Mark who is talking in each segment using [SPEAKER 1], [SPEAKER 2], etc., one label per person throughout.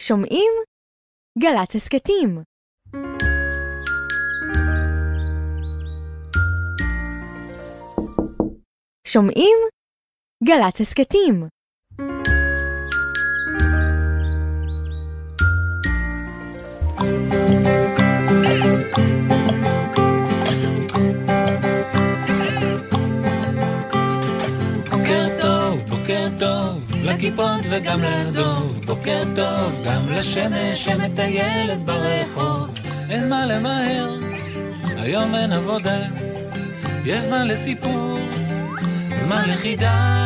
[SPEAKER 1] שומעים? גל"צ הסכתים. שומעים? גל"צ הסכתים.
[SPEAKER 2] בוקר טוב, בוקר טוב, לכיפות וגם לדוב, בוקר טוב, גם לשמש שמטיילת ברחוב. אין מה למהר, היום אין עבודה, יש זמן לסיפור, זמן לחידה.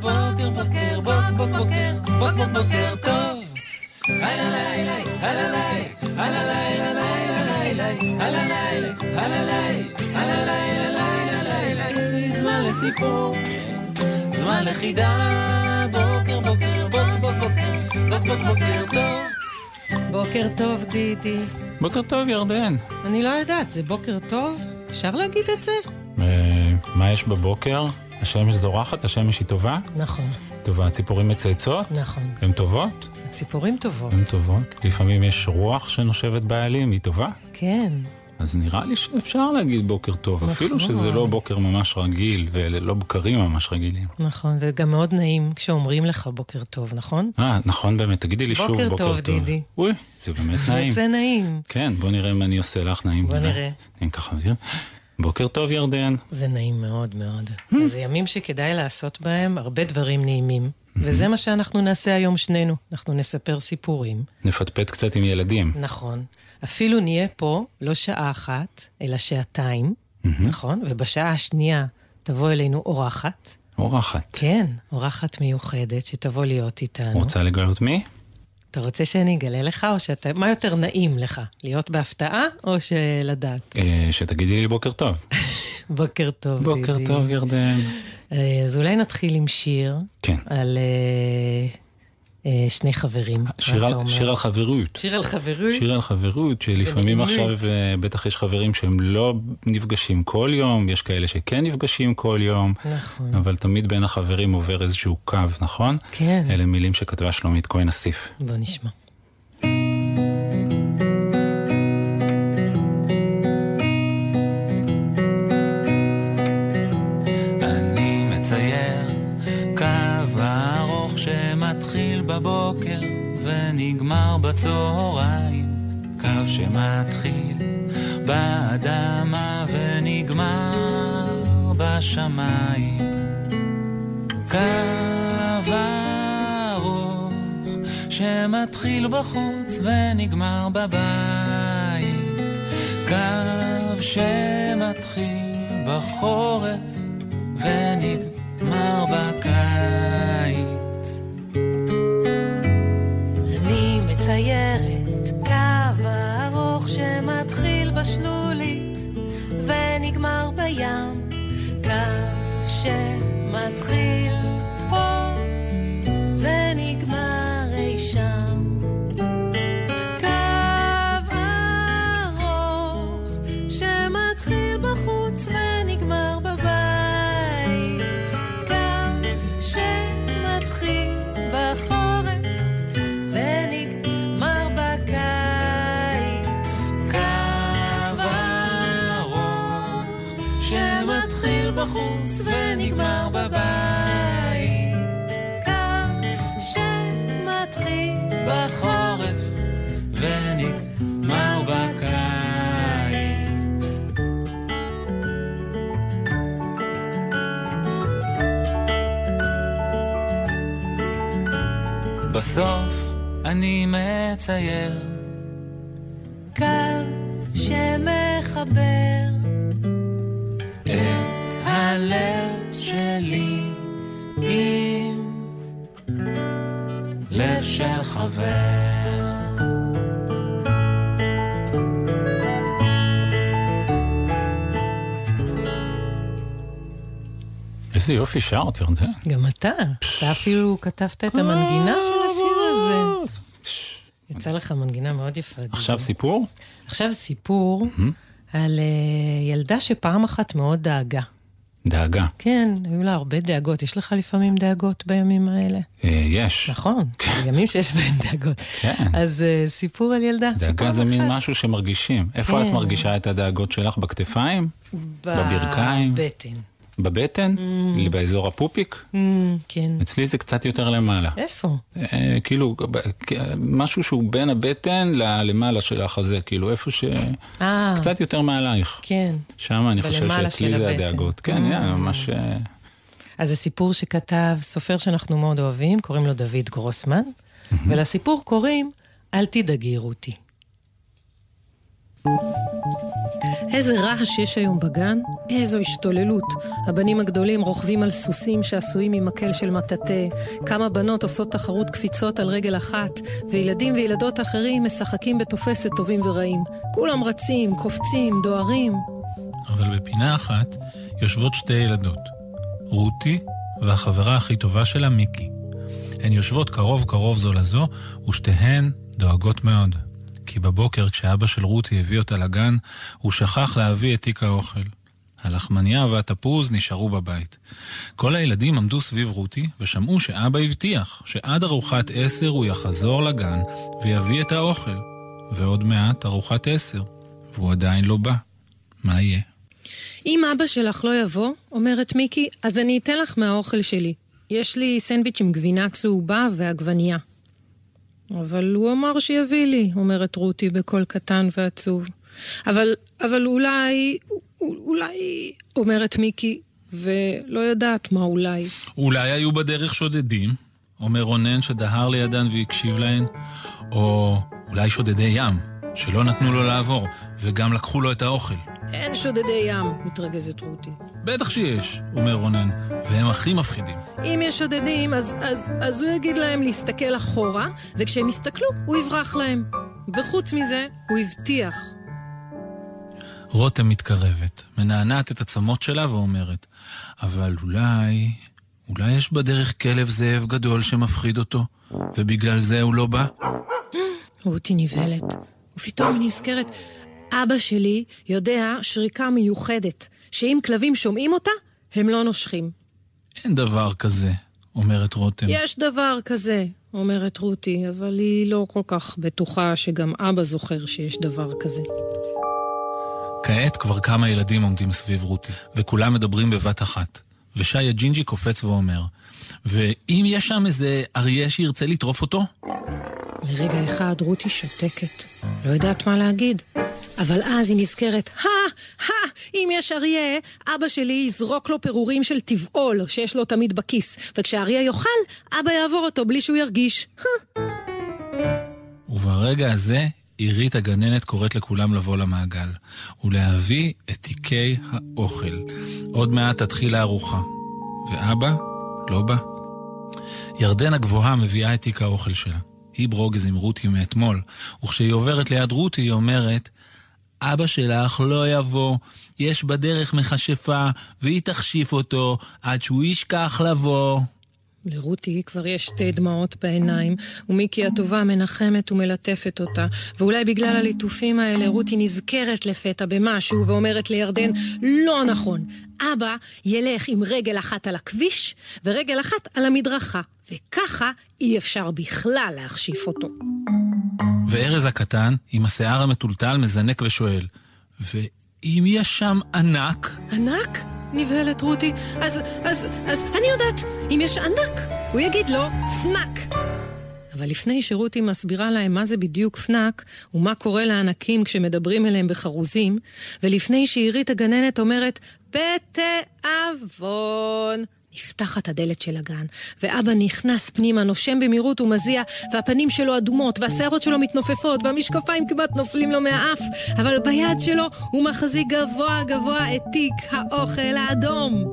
[SPEAKER 2] בוקר, בוקר, בוק, בוק, בוקר, בוק, בוק, בוקר טוב. הלא לילה, הלא לילה, הלא לילה, לילה, לילה, הלא לילה, הלא לילה, הלא לילה, לילה, לילה, זמן לסיפור. זמן לחידה, בוקר בוקר בוק בוק בוקר, בוק בוק בוקר טוב.
[SPEAKER 3] בוקר טוב, דידי.
[SPEAKER 2] בוקר טוב ירדן.
[SPEAKER 3] אני לא יודעת, זה בוקר טוב? אפשר להגיד את זה?
[SPEAKER 2] אה, מה יש בבוקר? השמש זורחת, השמש היא טובה?
[SPEAKER 3] נכון,
[SPEAKER 2] טובה, הציפורים מצייצות?
[SPEAKER 3] נכון.
[SPEAKER 2] הן טובות?
[SPEAKER 3] הציפורים טובות.
[SPEAKER 2] הן טובות. לפעמים יש רוח שנושבת בעלים, היא טובה?
[SPEAKER 3] כן.
[SPEAKER 2] אז נראה לי שאפשר להגיד בוקר טוב, אפילו
[SPEAKER 3] נכון.
[SPEAKER 2] שזה לא בוקר ממש רגיל, ואלה לא בקרים ממש רגילים.
[SPEAKER 3] נכון, וגם מאוד נעים כשאומרים לך בוקר טוב, נכון?
[SPEAKER 2] אה, נכון באמת, תגידי לי שוב
[SPEAKER 3] בוקר
[SPEAKER 2] בוקר טוב.
[SPEAKER 3] טוב, דידי.
[SPEAKER 2] אוי, זה באמת
[SPEAKER 3] זה
[SPEAKER 2] נעים.
[SPEAKER 3] זה נעים.
[SPEAKER 2] כן, בוא נראה מה אני עושה לך נעים.
[SPEAKER 3] בוא נראה.
[SPEAKER 2] אני ככה אוויר. בוקר טוב ירדן.
[SPEAKER 3] זה נעים מאוד מאוד.
[SPEAKER 2] Hmm.
[SPEAKER 3] זה ימים שכדאי לעשות בהם הרבה דברים נעימים.
[SPEAKER 2] Hmm.
[SPEAKER 3] וזה מה שאנחנו נעשה היום שנינו. אנחנו נספר סיפורים.
[SPEAKER 2] נפטפט קצת עם ילדים.
[SPEAKER 3] נכון. אפילו נהיה פה לא שעה אחת, אלא שעתיים,
[SPEAKER 2] Hmm.
[SPEAKER 3] נכון? ובשעה השנייה תבוא אלינו אורחת.
[SPEAKER 2] אורחת.
[SPEAKER 3] כן, אורחת מיוחדת שתבוא להיות איתנו.
[SPEAKER 2] רוצה לגלות מי?
[SPEAKER 3] אתה רוצה שאני אגלה לך, או שאתה... מה יותר נעים לך? להיות בהפתעה, או שלדעת?
[SPEAKER 2] אה, שתגידי לי בוקר טוב.
[SPEAKER 3] בוקר טוב,
[SPEAKER 2] בוקר
[SPEAKER 3] דידי.
[SPEAKER 2] טוב ירדן.
[SPEAKER 3] אה, אז אולי נתחיל עם שיר
[SPEAKER 2] כן.
[SPEAKER 3] על אה, אה, שני חברים. מה
[SPEAKER 2] שיר
[SPEAKER 3] אתה
[SPEAKER 2] על-
[SPEAKER 3] אומר?
[SPEAKER 2] שיר על חברות.
[SPEAKER 3] שיר על חברות?
[SPEAKER 2] שיר על חברות, שלפעמים
[SPEAKER 3] בנעימות.
[SPEAKER 2] עכשיו אה, בטח יש חברים שהם לא נפגשים כל יום, יש כאלה שכן נפגשים כל יום,
[SPEAKER 3] נכון.
[SPEAKER 2] אבל תמיד בין החברים עובר איזשהו קו, נכון?
[SPEAKER 3] כן.
[SPEAKER 2] אלה מילים שכתבה שלומית כהן אסיף.
[SPEAKER 3] בוא נשמע.
[SPEAKER 2] אני מצייר קו ארוך שמתחיל בבוקר ונגמר בצהריים. קו שמתחיל באדמה ונגמר בשמיים. קו ארוך שמתחיל בחוץ ונגמר בבית. קו שמתחיל בחורף ונגמר בקיץ.
[SPEAKER 3] אני מציירת קו ארוך שמתחיל בשלולית ונגמר בים, קו שמתחיל פה ונגמר אי שם. קו ארוך שמתחיל בחוץ ונגמר בבית, קו שמתחיל בחורף ונגמר בקיץ.
[SPEAKER 2] קו ארוך שמתחיל בחוץ ונגמר בבית.
[SPEAKER 3] קו שמתחיל
[SPEAKER 2] בחורף ונגמר בקיץ. בסוף אני מצייר
[SPEAKER 3] קו שמחבר
[SPEAKER 2] את הלב שלי עם לב של חבר. איזה יופי שרת, ירדן.
[SPEAKER 3] גם אתה, אתה אפילו כתבת את המנגינה של השיר הזה. יצא לך מנגינה מאוד יפה. דידי.
[SPEAKER 2] עכשיו סיפור? Mm-hmm.
[SPEAKER 3] עכשיו סיפור על אה, ילדה שפעם אחת מאוד דאגה.
[SPEAKER 2] דאגה.
[SPEAKER 3] כן, היו לה הרבה דאגות. יש לך לפעמים דאגות בימים האלה?
[SPEAKER 2] אה, יש.
[SPEAKER 3] נכון, ימים שיש בהם דאגות.
[SPEAKER 2] כן.
[SPEAKER 3] אז אה, סיפור על ילדה.
[SPEAKER 2] דאגה
[SPEAKER 3] שפעם
[SPEAKER 2] זה מין
[SPEAKER 3] אחת
[SPEAKER 2] משהו שמרגישים. איפה
[SPEAKER 3] כן.
[SPEAKER 2] את מרגישה את הדאגות שלך? בכתפיים? בברכיים?
[SPEAKER 3] בבטן.
[SPEAKER 2] בבטן?
[SPEAKER 3] Mm.
[SPEAKER 2] באזור הפופיק?
[SPEAKER 3] אמ, כן.
[SPEAKER 2] אצלי זה קצת יותר למעלה.
[SPEAKER 3] איפה?
[SPEAKER 2] אה, כאילו, ב- כ- משהו שהוא בין הבטן ל- למעלה של החזה, כאילו, איפה ש...
[SPEAKER 3] אה,
[SPEAKER 2] קצת יותר מעלייך.
[SPEAKER 3] כן.
[SPEAKER 2] שם אני חושב
[SPEAKER 3] בלמעלה
[SPEAKER 2] שאצלי
[SPEAKER 3] של
[SPEAKER 2] זה
[SPEAKER 3] הבטן.
[SPEAKER 2] הדאגות. כן,
[SPEAKER 3] Mm.
[SPEAKER 2] יאללה, ממש... אה,
[SPEAKER 3] אז זה סיפור שכתב סופר שאנחנו מאוד אוהבים, קוראים לו דוד גרוסמן, ולסיפור קוראים "אל תדאגי רותי".
[SPEAKER 4] איזה רעש יש היום בגן? איזו השתוללות. הבנים הגדולים רוכבים על סוסים שעשויים ממקל של מטאטא. כמה בנות עושות תחרות קפיצות על רגל אחת, וילדים וילדות אחרים משחקים בתופסת טובים ורעים. כולם רצים, קופצים, דוהרים.
[SPEAKER 5] אבל בפינה אחת יושבות שתי ילדות, רותי והחברה הכי טובה שלה, מיקי. הן יושבות קרוב קרוב זו לזו, ושתיהן דואגות מאוד. כי בבוקר, כשאבא של רותי הביא אותה לגן, הוא שכח להביא את תיק האוכל. הלחמניה והתפוז נשארו בבית. כל הילדים עמדו סביב רותי ושמעו שאבא הבטיח שעד ארוחת עשר הוא יחזור לגן ויביא את האוכל. ועוד מעט ארוחת עשר, והוא עדיין לא בא. מה יהיה?
[SPEAKER 4] אם אבא שלך לא יבוא, אומרת מיקי, אז אני אתן לך מהאוכל שלי. יש לי סנדוויץ' עם גבינה צהובה ועגבנייה. אבל הוא אמר שיביא לי, אומרת רותי בקול קטן ועצוב. אבל, אבל אולי, אולי, אומרת מיקי, ולא יודעת מה אולי.
[SPEAKER 5] אולי היו בדרך שודדים, אומר רונן שדהר לידן והקשיב להן, או אולי שודדי ים, שלא נתנו לו לעבור, וגם לקחו לו את האוכל.
[SPEAKER 4] אין שודדי ים, מתרגזת רותי.
[SPEAKER 5] בטח שיש, אומר רונן, והם הכי מפחידים.
[SPEAKER 4] אם יש שודדים, אז, אז, אז הוא יגיד להם להסתכל אחורה, וכשהם יסתכלו, הוא יברח להם. וחוץ מזה, הוא הבטיח,
[SPEAKER 5] רותם מתקרבת, מנענעת את עצמות שלה ואומרת, אבל אולי, אולי יש בדרך כלב זאב גדול שמפחיד אותו, ובגלל זה הוא לא בא?
[SPEAKER 4] רותי נבהלת, ופתאום היא נזכרת. אבא שלי יודע שריקה מיוחדת, שאם כלבים שומעים אותה, הם לא נושכים.
[SPEAKER 5] אין דבר כזה, אומרת רותם.
[SPEAKER 4] יש דבר כזה, אומרת רותי, אבל היא לא כל כך בטוחה שגם אבא זוכר שיש דבר כזה.
[SPEAKER 5] כעת כבר כמה ילדים עומדים סביב רותי, וכולם מדברים בבת אחת. ושי הג'ינג'י קופץ ואומר, ואם יש שם איזה אריה שירצה לטרוף אותו?
[SPEAKER 4] לרגע אחד רותי שותקת, לא יודעת מה להגיד. אבל אז היא נזכרת, הא, הא, אם יש אריה, אבא שלי יזרוק לו פירורים של תבעול שיש לו תמיד בכיס, וכשהאריה יאכל, אבא יעבור אותו בלי שהוא ירגיש.
[SPEAKER 5] וברגע הזה, עירית הגננת קוראת לכולם לבוא למעגל, ולהביא את תיקי האוכל. עוד מעט תתחיל הארוחה. ואבא? לא בא. ירדן הגבוהה מביאה את תיק האוכל שלה. היא ברוגז עם רותי מאתמול, וכשהיא עוברת ליד רותי היא אומרת, אבא שלך לא יבוא, יש בדרך מכשפה, והיא תכשיף אותו עד שהוא ישכח לבוא.
[SPEAKER 4] לרותי כבר יש שתי דמעות בעיניים, ומיקי הטובה מנחמת ומלטפת אותה, ואולי בגלל הליטופים האלה רותי נזכרת לפתע במשהו ואומרת לירדן, לא נכון, אבא ילך עם רגל אחת על הכביש ורגל אחת על המדרכה, וככה אי אפשר בכלל להחשיף אותו.
[SPEAKER 5] וארז הקטן, עם השיער המטולטל, מזנק ושואל, ואם יש שם ענק?
[SPEAKER 4] ענק? נבהלת רותי. אז, אז, אז אני יודעת, אם יש ענק, הוא יגיד לו פנק. אבל לפני שרותי מסבירה להם מה זה בדיוק פנק, ומה קורה לענקים כשמדברים אליהם בחרוזים, ולפני שעירית הגננת אומרת, בתיאבון. נפתחת הדלת של הגן, ואבא נכנס פנימה, נושם במהירות ומזיע, והפנים שלו אדומות, והשערות שלו מתנופפות, והמשקפיים כמעט נופלים לו מהאף, אבל ביד שלו הוא מחזיק גבוה גבוה את תיק האוכל האדום.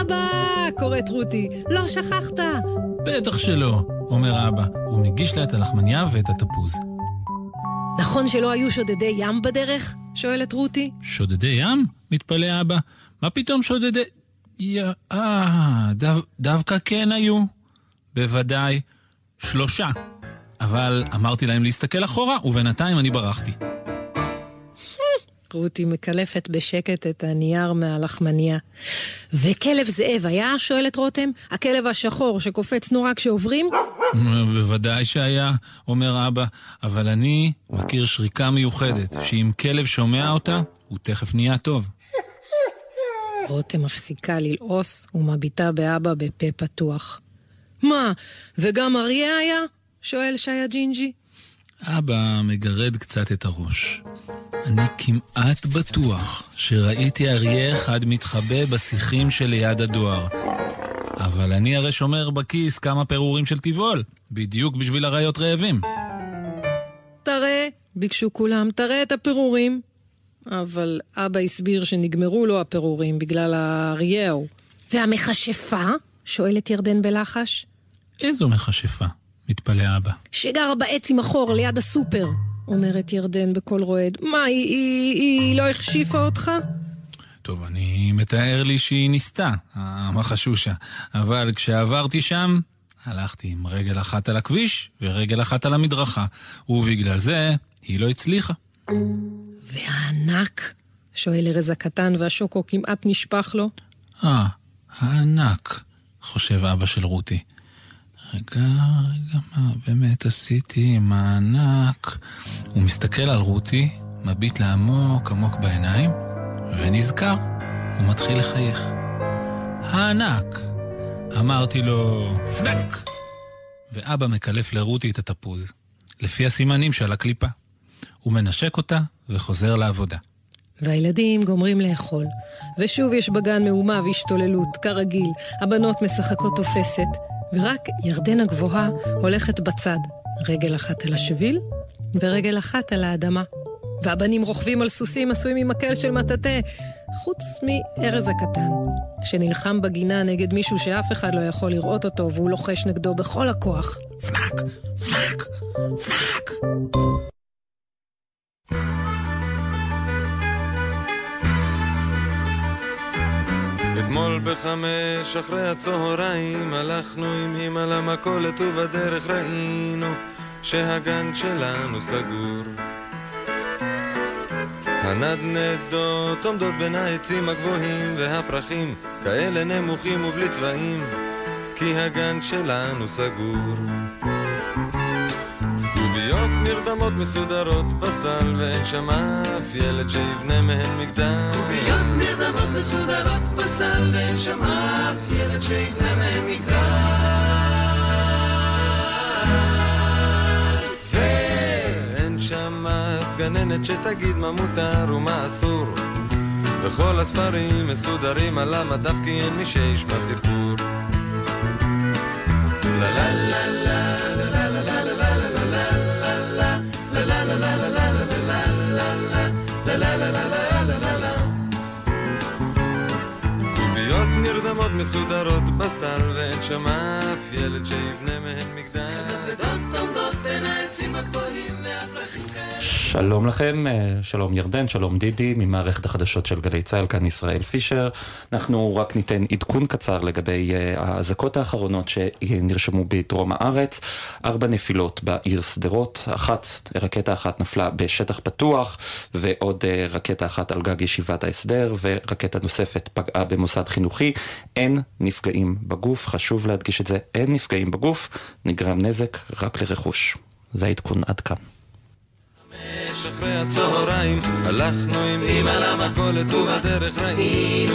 [SPEAKER 4] אבא! קוראת רותי, לא שכחת.
[SPEAKER 5] בטח שלא, אומר אבא. הוא מגיש לה את הלחמניה ואת התפוז.
[SPEAKER 4] נכון שלא היו שודדי ים בדרך? שואלת רותי.
[SPEAKER 5] שודדי ים? מתפלא אבא. מה פתאום שודדי... יא... אה, דו... דווקא כן היו. בוודאי. שלושה. אבל אמרתי להם להסתכל אחורה, ובינתיים אני ברחתי.
[SPEAKER 4] רותי מקלפת בשקט את הנייר מהלחמניה. וכלב זאב היה? שואלת רותם. הכלב השחור שקופץ נורא כשעוברים?
[SPEAKER 5] בוודאי שהיה, אומר אבא, אבל אני מכיר שריקה מיוחדת, שאם כלב שומע אותה, הוא תכף נהיה טוב.
[SPEAKER 4] רותם מפסיקה ללעוס ומביטה באבא בפה פתוח. מה, וגם אריה היה? שואל שי הג'ינג'י.
[SPEAKER 5] אבא מגרד קצת את הראש. אני כמעט בטוח שראיתי אריה אחד מתחבא בשיחים שליד הדואר. אבל אני הרי שומר בכיס כמה פירורים של טבעול, בדיוק בשביל אריות רעבים.
[SPEAKER 4] תראה, ביקשו כולם, תראה את הפירורים. אבל אבא הסביר שנגמרו לו הפירורים בגלל האריה ההוא. והמכשפה? שואלת ירדן בלחש.
[SPEAKER 5] איזו מכשפה, מתפלא אבא.
[SPEAKER 4] שגרה בעץ עם החור ליד הסופר, אומרת ירדן בקול רועד. מה, היא, היא, היא לא החשיפה אותך?
[SPEAKER 5] טוב, אני מתאר לי שהיא ניסתה, המחשושה. אבל כשעברתי שם, הלכתי עם רגל אחת על הכביש ורגל אחת על המדרכה, ובגלל זה היא לא הצליחה.
[SPEAKER 4] והענק? שואל ארז הקטן, והשוקו כמעט נשפך לו.
[SPEAKER 5] אה, הענק, חושב אבא של רותי. רגע, רגע, מה באמת עשיתי עם הענק? הוא מסתכל על רותי, מביט לה עמוק עמוק בעיניים, ונזכר, הוא מתחיל לחייך. הענק! אמרתי לו, פנק! ואבא מקלף לרותי את התפוז, לפי הסימנים שעל הקליפה. הוא מנשק אותה וחוזר לעבודה.
[SPEAKER 4] והילדים גומרים לאכול. ושוב יש בגן מהומה והשתוללות, כרגיל. הבנות משחקות תופסת, ורק ירדן הגבוהה הולכת בצד, רגל אחת על השביל ורגל אחת על האדמה. והבנים רוכבים על סוסים עשויים ממקל של מטאטא, חוץ מארז הקטן, שנלחם בגינה נגד מישהו שאף אחד לא יכול לראות אותו, והוא לוחש נגדו בכל הכוח.
[SPEAKER 5] פנק! פנק! פנק!
[SPEAKER 6] אתמול בחמש אחרי הצהריים הלכנו עם אמא למכולת ובדרך ראינו שהגן שלנו סגור. הנדנדות עומדות בין העצים הגבוהים והפרחים כאלה נמוכים ובלי צבעים כי הגן שלנו סגור. קוביות נרדמות מסודרות בסל ואין שם אף ילד שיבנה מהן מגדל
[SPEAKER 7] קוביות נרדמות מסודרות בסל ואין שם אף ילד שיבנה מהן מגדל
[SPEAKER 6] ואין שם אף גננת שתגיד מה מותר ומה אסור וכל הספרים מסודרים על המדף כי אין מי שישמע סיפור לה לה לה לה לה לה לה לה קוביות נרדמות מסודרות בסל ואין שם אף ילד שיבנה מהן מגדל.
[SPEAKER 8] שלום לכם, אה, שלום ירדן, שלום דידי, ממערכת החדשות של גלי צה"ל, כאן ישראל פישר. אנחנו רק ניתן עדכון קצר לגבי אה, האזעקות האחרונות שנרשמו בדרום הארץ. ארבע נפילות בעיר שדרות, אחת, רקטה אחת נפלה בשטח פתוח, ועוד אה, רקטה אחת על גג ישיבת ההסדר, ורקטה נוספת פגעה במוסד חינוכי. אין נפגעים בגוף, חשוב להדגיש את זה, אין נפגעים בגוף, נגרם נזק רק לרכוש. זה העדכון עד כאן.
[SPEAKER 6] חמש אחרי הצהריים הלכנו עם אמא למכולת ובדרך ראינו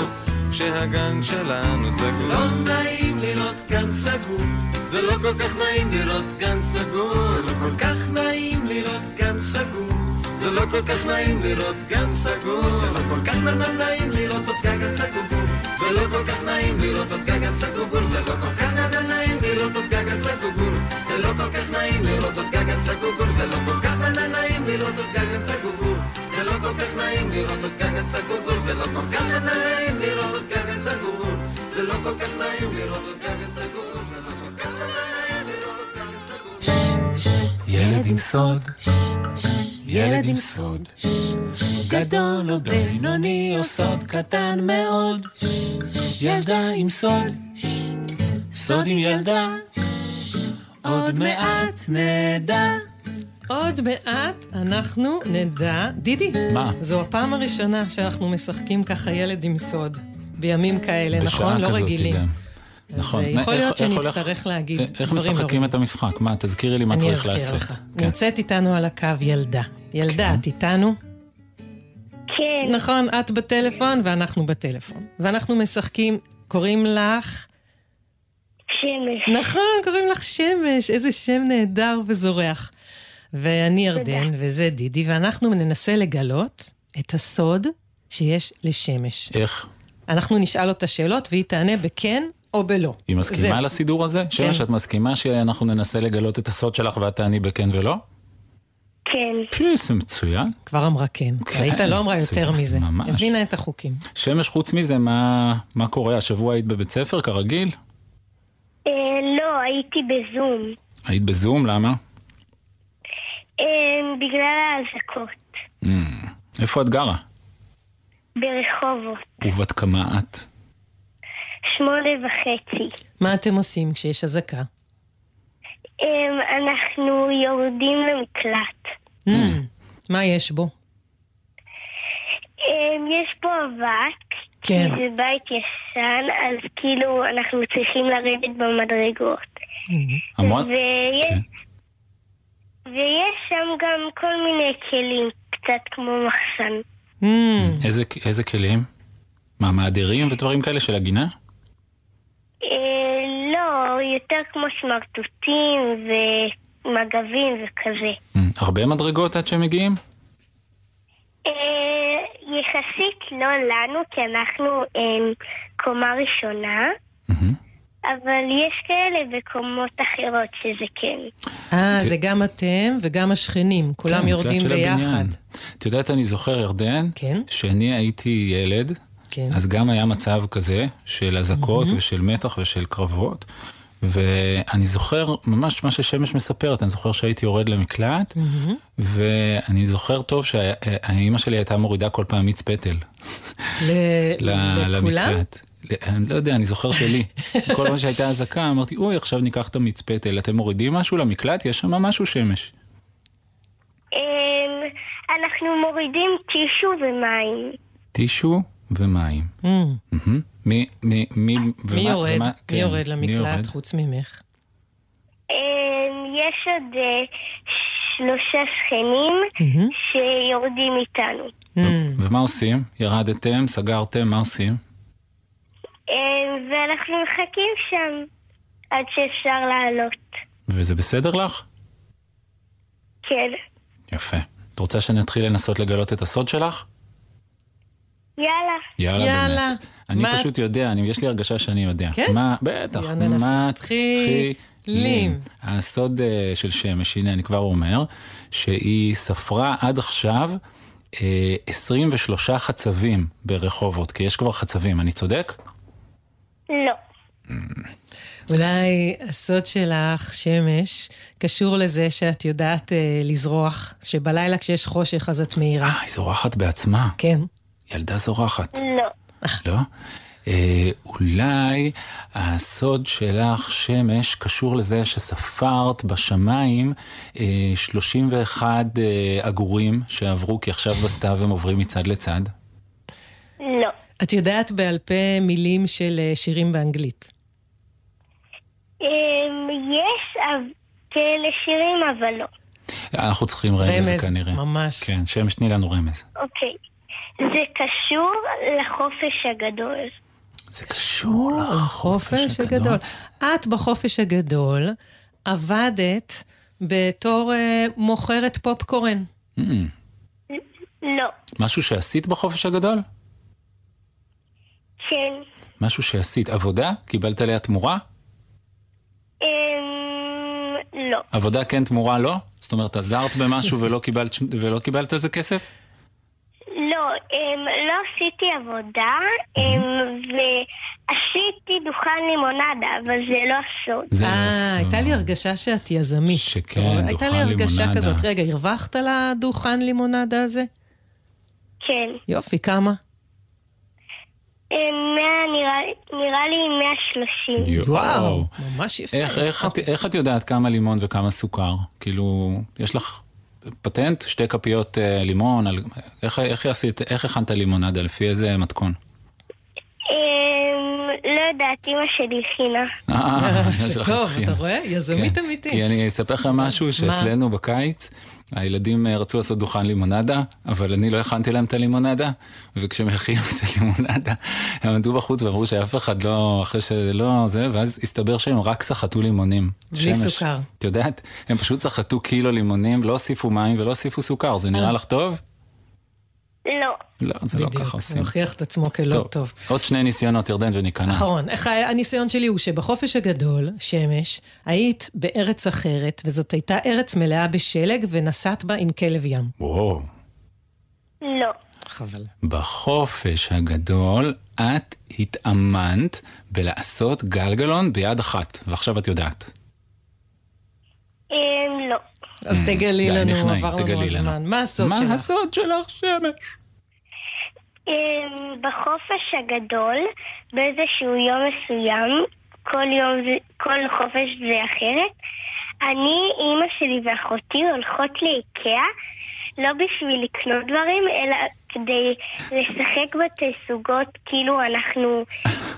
[SPEAKER 6] שהגן שלנו סגור.
[SPEAKER 7] לא נעים לראות גן סגור.
[SPEAKER 6] זה לא כל כך נעים לראות גן סגור.
[SPEAKER 7] זה לא כל כך נעים לראות גן סגור.
[SPEAKER 6] זה לא כל כך נעים לראות גן סגור.
[SPEAKER 7] זה לא כל כך נעים לראות עוד גן סגור. זה לא כל כך נעים לראות עוד גגן סגוגור זה לא כל כך נעים לראות עוד גגן סגוגור זה לא כל כך נעים לראות עוד גגן סגוגור זה לא כל כך נעים לראות עוד גגן סגוגור זה לא כל כך נעים לראות עוד גגן סגוגור זה לא כל כך נעים לראות עוד גגן סגוגור זה לא כל כך נעים לראות עוד גגן סגוגור זה לא כל כך נעים לראות עוד גגן סגוגור
[SPEAKER 2] ילד עם סוד ילד עם סוד, גדול או בינוני או סוד קטן מאוד, ילדה עם סוד, סוד עם ילדה, עוד מעט נדע.
[SPEAKER 3] עוד מעט אנחנו נדע, דידי.
[SPEAKER 5] מה?
[SPEAKER 3] זו הפעם הראשונה שאנחנו משחקים ככה ילד עם סוד. בימים כאלה, נכון?
[SPEAKER 5] בשעה
[SPEAKER 3] לא
[SPEAKER 5] כזאת
[SPEAKER 3] רגילים.
[SPEAKER 5] גם. נכון.
[SPEAKER 3] אז אה, יכול
[SPEAKER 5] איך-
[SPEAKER 3] להיות
[SPEAKER 5] איך הולך-
[SPEAKER 3] שנצטרך להגיד
[SPEAKER 5] אה, איך
[SPEAKER 3] דברים
[SPEAKER 5] משחקים
[SPEAKER 3] לא
[SPEAKER 5] את המשחק? מה, תזכירי לי מה
[SPEAKER 3] אני
[SPEAKER 5] צריך
[SPEAKER 3] אזכיר
[SPEAKER 5] לעשות.
[SPEAKER 3] לך.
[SPEAKER 5] כן.
[SPEAKER 3] נמצאת איתנו על הקו ילדה. ילדה,
[SPEAKER 5] כן.
[SPEAKER 3] את איתנו?
[SPEAKER 9] כן,
[SPEAKER 3] נכון, את בטלפון ואנחנו בטלפון. ואנחנו משחקים, קוראים לך...
[SPEAKER 9] שמש.
[SPEAKER 3] נכון, קוראים לך שמש, איזה שם נהדר וזורח. ואני ירדן, וזה דידי, ואנחנו ננסה לגלות את הסוד שיש לשמש.
[SPEAKER 5] איך?
[SPEAKER 3] אנחנו נשאל אותה שאלות והיא תענה בכן או בלא.
[SPEAKER 5] היא מסכימה
[SPEAKER 3] זהו.
[SPEAKER 5] לסידור
[SPEAKER 3] כן.
[SPEAKER 5] הזה? שמש, את מסכימה שאנחנו ננסה לגלות את הסוד שלך ואת תעני בכן ולא?
[SPEAKER 9] כן,
[SPEAKER 5] פשיס, מצוין.
[SPEAKER 3] כבר אמרה כן.
[SPEAKER 5] כן,
[SPEAKER 3] ראית? לא אמרה יותר
[SPEAKER 5] מצוין,
[SPEAKER 3] מזה.
[SPEAKER 5] ממש.
[SPEAKER 3] הבינה את החוקים.
[SPEAKER 5] שמש, חוץ מזה, מה, מה קורה? השבוע היית בבית ספר, כרגיל?
[SPEAKER 9] אה, לא, הייתי בזום.
[SPEAKER 5] היית בזום, למה?
[SPEAKER 9] אה, בגלל האזעקות.
[SPEAKER 5] Mm. איפה את גרה?
[SPEAKER 9] ברחובות.
[SPEAKER 5] ובת כמה את?
[SPEAKER 3] Mm.
[SPEAKER 9] שמונה וחצי.
[SPEAKER 3] מה אתם עושים כשיש אזעקה?
[SPEAKER 5] Mm.
[SPEAKER 9] אה, אנחנו יורדים למקלט.
[SPEAKER 3] Mm. מה יש בו?
[SPEAKER 9] אה, יש פה אבק.
[SPEAKER 3] כן.
[SPEAKER 9] כי זה בית ישן, אז כאילו אנחנו צריכים לרדת במדרגות. Mm-hmm.
[SPEAKER 5] המון?
[SPEAKER 9] ויש,
[SPEAKER 5] כן.
[SPEAKER 9] ויש שם גם כל מיני כלים, קצת כמו מחסן.
[SPEAKER 3] Mm.
[SPEAKER 5] איזה, איזה כלים? מה, מאדירים ודברים כאלה של הגינה? Mm.
[SPEAKER 9] אה, לא, יותר כמו סמרטוטים ומגבים וכזה.
[SPEAKER 5] Mm. הרבה מדרגות עד שהם מגיעים?
[SPEAKER 9] אה, יחסית לא לנו, כי אנחנו אה, קומה ראשונה,
[SPEAKER 5] מהמם.
[SPEAKER 9] אבל יש כאלה בקומות אחרות שזה כן.
[SPEAKER 3] אה, זה גם אתם וגם השכנים, כולם
[SPEAKER 5] כן,
[SPEAKER 3] יורדים
[SPEAKER 5] מקלט של
[SPEAKER 3] ביחד.
[SPEAKER 5] הבניין. את יודעת, אני זוכר, ירדן,
[SPEAKER 3] כן.
[SPEAKER 5] שאני הייתי ילד,
[SPEAKER 3] כן.
[SPEAKER 5] אז גם היה מצב כזה של אזעקות ושל מתח ושל קרבות. ואני זוכר ממש מה ששמש מספרת, אני זוכר שהייתי יורד למקלט, ואני זוכר טוב שהאימא שלי הייתה מורידה כל פעם מיץ פטל
[SPEAKER 3] ל-
[SPEAKER 5] ל-
[SPEAKER 3] לכולם?
[SPEAKER 5] למקלט. ל- אני לא יודע, אני זוכר שלי. כל פעם שהייתה אזעקה אמרתי, אוי, עכשיו ניקח את המיץ פטל, אתם מורידים משהו למקלט? יש שם משהו שמש.
[SPEAKER 9] אה, אנחנו מורידים טישו ומים.
[SPEAKER 5] טישו ומים.
[SPEAKER 3] Mm.
[SPEAKER 5] מהמם. מי, מי, מי,
[SPEAKER 3] מי
[SPEAKER 5] ומה-
[SPEAKER 3] יורד?
[SPEAKER 5] ומה-
[SPEAKER 3] מי
[SPEAKER 5] כן,
[SPEAKER 3] יורד למקלט
[SPEAKER 5] יורד?
[SPEAKER 3] חוץ ממך?
[SPEAKER 9] אה, יש עוד אה, שלושה שכנים
[SPEAKER 3] מהמם.
[SPEAKER 9] שיורדים איתנו.
[SPEAKER 3] Mm.
[SPEAKER 5] ומה עושים? ירדתם, סגרתם, מה עושים?
[SPEAKER 9] אה, ואנחנו מחכים שם עד שאפשר לעלות.
[SPEAKER 5] וזה בסדר לך?
[SPEAKER 9] כן.
[SPEAKER 5] יפה. את רוצה שנתחיל לנסות לגלות את הסוד שלך?
[SPEAKER 9] יאללה.
[SPEAKER 5] יאללה,
[SPEAKER 3] יאללה.
[SPEAKER 5] באמת. אני
[SPEAKER 3] מה-
[SPEAKER 5] פשוט יודע, אני, יש לי הרגשה שאני יודע.
[SPEAKER 3] כן?
[SPEAKER 5] מה, בטח.
[SPEAKER 3] יאללה, נעשה.
[SPEAKER 5] מתחילים.
[SPEAKER 3] מתחילים.
[SPEAKER 5] הסוד אה, של שמש, הנה אני כבר אומר, שהיא ספרה עד עכשיו אה, 23 חצבים ברחובות, כי יש כבר חצבים, אני צודק?
[SPEAKER 9] לא.
[SPEAKER 5] Mm.
[SPEAKER 3] אולי הסוד שלך, שמש, קשור לזה שאת יודעת אה, לזרוח, שבלילה כשיש חושך אז את
[SPEAKER 5] אה,
[SPEAKER 3] מהירה.
[SPEAKER 5] היא זורחת בעצמה.
[SPEAKER 3] כן.
[SPEAKER 5] ילדה זורחת,
[SPEAKER 9] לא.
[SPEAKER 5] לא? אה, אולי הסוד שלך, שמש, קשור לזה שספרת בשמיים אה, 31 אה, עגורים שעברו, כי עכשיו בסתיו הם עוברים מצד לצד.
[SPEAKER 9] לא.
[SPEAKER 3] את יודעת בעל פה מילים של אה, שירים באנגלית.
[SPEAKER 9] אמ, יש אב- כאלה שירים, אבל לא.
[SPEAKER 5] אנחנו צריכים רמז,
[SPEAKER 3] רמז,
[SPEAKER 5] כנראה.
[SPEAKER 3] ממש.
[SPEAKER 5] כן, שמש, תני לנו רמז.
[SPEAKER 9] אוקיי. זה קשור לחופש הגדול.
[SPEAKER 5] זה קשור
[SPEAKER 3] החופש הגדול. את בחופש הגדול עבדת בתור אה, מוכרת פופקורן.
[SPEAKER 5] Mm,
[SPEAKER 9] לא.
[SPEAKER 5] משהו שעשית בחופש הגדול?
[SPEAKER 9] כן.
[SPEAKER 5] משהו שעשית. עבודה? קיבלת עליה תמורה?
[SPEAKER 9] אמ, לא.
[SPEAKER 5] עבודה כן, תמורה לא? זאת אומרת, עזרת במשהו ולא קיבלת, ולא קיבלת על זה כסף?
[SPEAKER 9] לא, אמ, לא עשיתי עבודה, אמ, ועשיתי דוכן לימונדה, אבל זה לא הסוד.
[SPEAKER 5] זה לא
[SPEAKER 3] אה,
[SPEAKER 5] סוד.
[SPEAKER 3] הייתה לי הרגשה שאת יזמית.
[SPEAKER 5] שכן,
[SPEAKER 3] טוב,
[SPEAKER 5] כן, דוכן
[SPEAKER 3] הייתה לי הרגשה
[SPEAKER 5] לימונדה.
[SPEAKER 3] כזאת, רגע, הרווחת על הדוכן לימונדה הזה?
[SPEAKER 9] כן.
[SPEAKER 3] יופי, כמה?
[SPEAKER 9] אמ, מאה- נראה- נראה לי 130.
[SPEAKER 5] יואו.
[SPEAKER 3] וואו, ממש יפה.
[SPEAKER 5] איך, איך, את,
[SPEAKER 3] אוקיי.
[SPEAKER 5] איך את יודעת כמה לימון וכמה סוכר? כאילו, יש לך פטנט? שתי כפיות אה, לימון? על, איך, איך, עשית, איך הכנת לימונדה? לפי איזה מתכון?
[SPEAKER 9] אמ, לא יודעת, אימא שלי הכינה.
[SPEAKER 5] אה, יש לך
[SPEAKER 3] טוב,
[SPEAKER 5] התחיל.
[SPEAKER 3] אתה רואה? יזמית
[SPEAKER 5] כן.
[SPEAKER 3] אמיתית.
[SPEAKER 5] כי אני אספר לך משהו שאצלנו בקיץ, הילדים אה, רצו לעשות דוכן לימונדה, אבל אני לא הכנתי להם את הלימונדה, וכשהם הכינו את הלימונדה, הם עמדו בחוץ ואמרו שאף אחד לא, אחרי שלא זה, ואז הסתבר שהם רק סחטו לימונים.
[SPEAKER 3] בלי סוכר.
[SPEAKER 5] את יודעת, הם פשוט סחטו קילו לימונים, לא הוסיפו מים ולא הוסיפו סוכר, זה נראה לך טוב?
[SPEAKER 9] לא.
[SPEAKER 5] לא, זה לא
[SPEAKER 3] אה. בדיוק,
[SPEAKER 5] ככה
[SPEAKER 3] זה
[SPEAKER 5] עושים.
[SPEAKER 3] הוכיח את עצמו כלא טוב.
[SPEAKER 5] עוד שני ניסיונות, ירדן וניכנע.
[SPEAKER 3] אחרון, איך- הניסיון שלי הוא שבחופש הגדול, שמש, היית בארץ אחרת, וזאת הייתה ארץ מלאה בשלג, ונסעת בה עם כלב ים.
[SPEAKER 5] וואו.
[SPEAKER 9] לא.
[SPEAKER 3] חבל.
[SPEAKER 5] בחופש הגדול את התאמנת בלעשות גלגלון ביד אחת, ועכשיו את יודעת.
[SPEAKER 9] אמ, לא.
[SPEAKER 3] אז תגלי
[SPEAKER 5] Mm, די,
[SPEAKER 3] לנו,
[SPEAKER 5] נכנעים,
[SPEAKER 3] עבר לנו
[SPEAKER 5] תגלי לנו.
[SPEAKER 3] הזמן. מה הסוד
[SPEAKER 5] מה
[SPEAKER 3] שלך?
[SPEAKER 5] הסוד שלך, שמש?
[SPEAKER 9] אמ, בחופש הגדול, באיזשהו יום מסוים, כל יום, זה- כל חופש זה אחרת, אני, אימא שלי ואחותי הולכות לאיקאה, לא בשביל לקנות דברים, אלא כדי לשחק בתסוגות כאילו אנחנו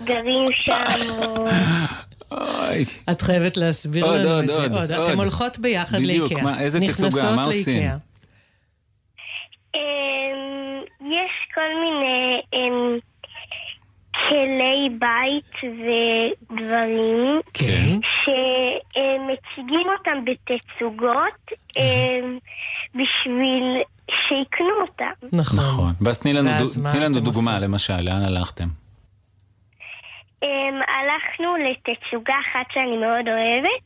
[SPEAKER 9] גרים שם. או-
[SPEAKER 5] אוי.
[SPEAKER 3] את חייבת להסביר
[SPEAKER 5] עוד,
[SPEAKER 3] לנו
[SPEAKER 5] עוד,
[SPEAKER 3] את זה
[SPEAKER 5] עוד,
[SPEAKER 3] עוד.
[SPEAKER 5] עוד.
[SPEAKER 3] אתם הולכות ביחד לאיקאה.
[SPEAKER 5] בדיוק, מה- איזה תצוגה?
[SPEAKER 3] נכנסות
[SPEAKER 5] מה עושים?
[SPEAKER 3] לאיקאה.
[SPEAKER 9] אמ, יש כל מיני אמ, כלי בית ודברים.
[SPEAKER 5] כן.
[SPEAKER 9] שמציגים אותם בתצוגות אמ, בשביל שיקנו אותם.
[SPEAKER 3] נכון.
[SPEAKER 5] נכון. ואז תני לנו
[SPEAKER 3] ואז
[SPEAKER 5] דו-
[SPEAKER 3] מה
[SPEAKER 5] תני לנו
[SPEAKER 3] אתם
[SPEAKER 5] דוגמה,
[SPEAKER 3] עושים? אה.
[SPEAKER 5] למשל, לאן הלכתם?
[SPEAKER 9] אמ, הלכנו לתצוגה אחת שאני מאוד אוהבת,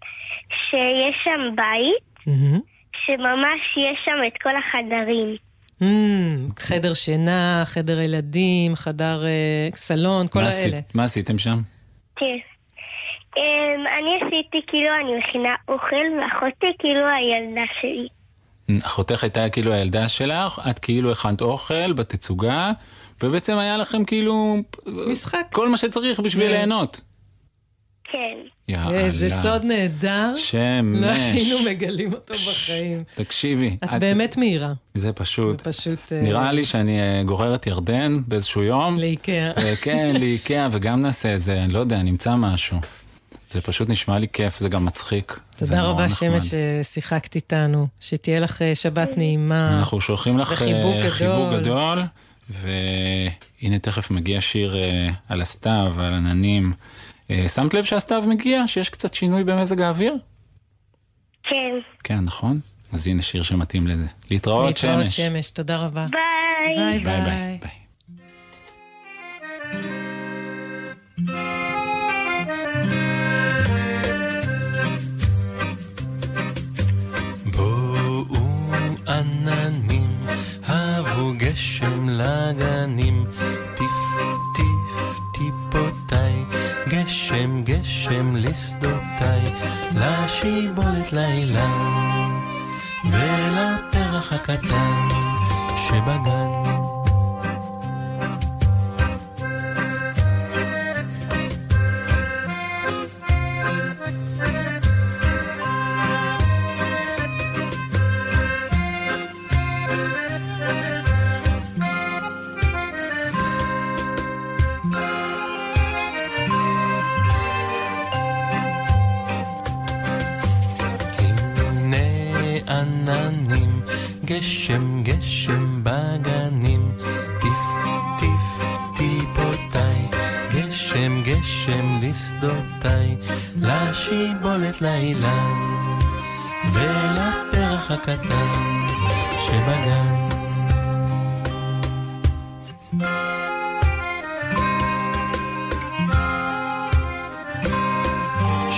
[SPEAKER 9] שיש שם בית,
[SPEAKER 3] מהמם.
[SPEAKER 9] שממש יש שם את כל החדרים.
[SPEAKER 3] מהמם. Hmm, חדר שינה, חדר ילדים, חדר אה, סלון, כל
[SPEAKER 5] מה עשית-
[SPEAKER 3] האלה.
[SPEAKER 5] מה עשיתם שם?
[SPEAKER 9] כן. אמ, אני עשיתי כאילו אני מכינה אוכל, ואחותי כאילו הילדה שלי.
[SPEAKER 5] אחותך הייתה כאילו הילדה שלך, את כאילו הכנת אוכל בתצוגה, ובעצם היה לכם כאילו...
[SPEAKER 3] משחק.
[SPEAKER 5] כל מה שצריך בשביל
[SPEAKER 3] כן.
[SPEAKER 5] ליהנות.
[SPEAKER 9] כן.
[SPEAKER 5] יאללה.
[SPEAKER 3] איזה סוד נהדר.
[SPEAKER 5] שמש.
[SPEAKER 3] לא היינו מגלים אותו בחיים.
[SPEAKER 5] תקשיבי.
[SPEAKER 3] את באמת מהירה.
[SPEAKER 5] זה פשוט.
[SPEAKER 3] פשוט... אה,
[SPEAKER 5] נראה לי שאני אה, גורר את ירדן באיזשהו יום.
[SPEAKER 3] לאיקאה.
[SPEAKER 5] אה, כן, לאיקאה, וגם נעשה איזה, אני לא יודע, נמצא משהו. זה פשוט נשמע לי כיף, זה גם מצחיק. זה
[SPEAKER 3] תודה
[SPEAKER 5] נורא
[SPEAKER 3] רבה,
[SPEAKER 5] נחמד.
[SPEAKER 3] שמש, ששיחקת איתנו. שתהיה לך אה, שבת נעימה.
[SPEAKER 5] אנחנו שולחים לך אה,
[SPEAKER 3] וחיבוק גדול.
[SPEAKER 5] חיבוק גדול, והנה תכף מגיע שיר אה, על הסתיו, על עננים. אה, שמת לב שהסתיו מגיע? שיש קצת שינוי במזג האוויר?
[SPEAKER 9] כן.
[SPEAKER 5] כן, נכון? אז הנה שיר שמתאים לזה. להתראות,
[SPEAKER 3] להתראות,
[SPEAKER 5] שמש.
[SPEAKER 3] שמש. תודה רבה.
[SPEAKER 9] ביי!
[SPEAKER 3] ביי
[SPEAKER 5] ביי ביי.
[SPEAKER 3] ביי.
[SPEAKER 5] ביי.
[SPEAKER 10] בואו עננים, הבו גשם לגנים, טיף טיף טיפותיי, גשם גשם לשדותיי, לשיבולת לאילן, ולפרח הקטן שבגן. הנה עננים, גשם גשם בגנים, טיף טיף טיפותיי, גשם גשם לשדותיי, לשיבולת לאילן, ולפרח הקטן שבגן.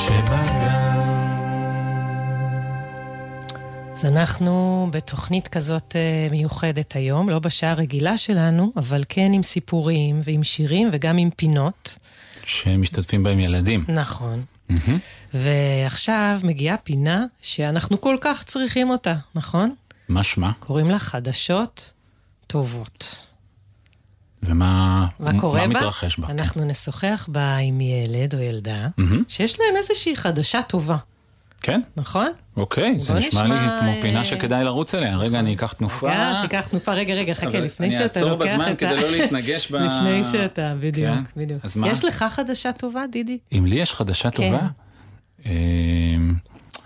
[SPEAKER 10] שבגן.
[SPEAKER 3] אז אנחנו בתוכנית כזאת אה, מיוחדת היום, לא בשעה הרגילה שלנו, אבל כן עם סיפורים ועם שירים וגם עם פינות.
[SPEAKER 5] שמשתתפים בהם ילדים.
[SPEAKER 3] נכון.
[SPEAKER 5] מהמם.
[SPEAKER 3] ועכשיו מגיעה פינה שאנחנו כל כך צריכים אותה, נכון?
[SPEAKER 5] מה שמה?
[SPEAKER 3] קוראים לה חדשות טובות.
[SPEAKER 5] ומה
[SPEAKER 3] מה קורה בה?
[SPEAKER 5] מה מתרחש בה?
[SPEAKER 3] אנחנו נשוחח בה עם ילד או ילדה
[SPEAKER 5] מהמם.
[SPEAKER 3] שיש להם איזושהי חדשה טובה.
[SPEAKER 5] כן,
[SPEAKER 3] נכון?
[SPEAKER 5] אוקיי, זה
[SPEAKER 3] בוא
[SPEAKER 5] נשמע לי
[SPEAKER 3] נשמע,
[SPEAKER 5] כמו
[SPEAKER 3] אה,
[SPEAKER 5] פינה שכדאי לרוץ אליה. רגע, אני אקח תנופה.
[SPEAKER 3] רגע, תיקח תנופה, רגע, רגע, חכה,
[SPEAKER 5] אבל
[SPEAKER 3] כן, לפני שאתה
[SPEAKER 5] אני
[SPEAKER 3] לוקח
[SPEAKER 5] אעצור
[SPEAKER 3] את ה...
[SPEAKER 5] בזמן כדי לא להתנגש ב...
[SPEAKER 3] לפני שאתה, בדיוק,
[SPEAKER 5] כן?
[SPEAKER 3] בדיוק.
[SPEAKER 5] אז מה?
[SPEAKER 3] יש לך חדשה טובה, דידי?
[SPEAKER 5] אם לי יש חדשה
[SPEAKER 3] כן.
[SPEAKER 5] טובה... אמ,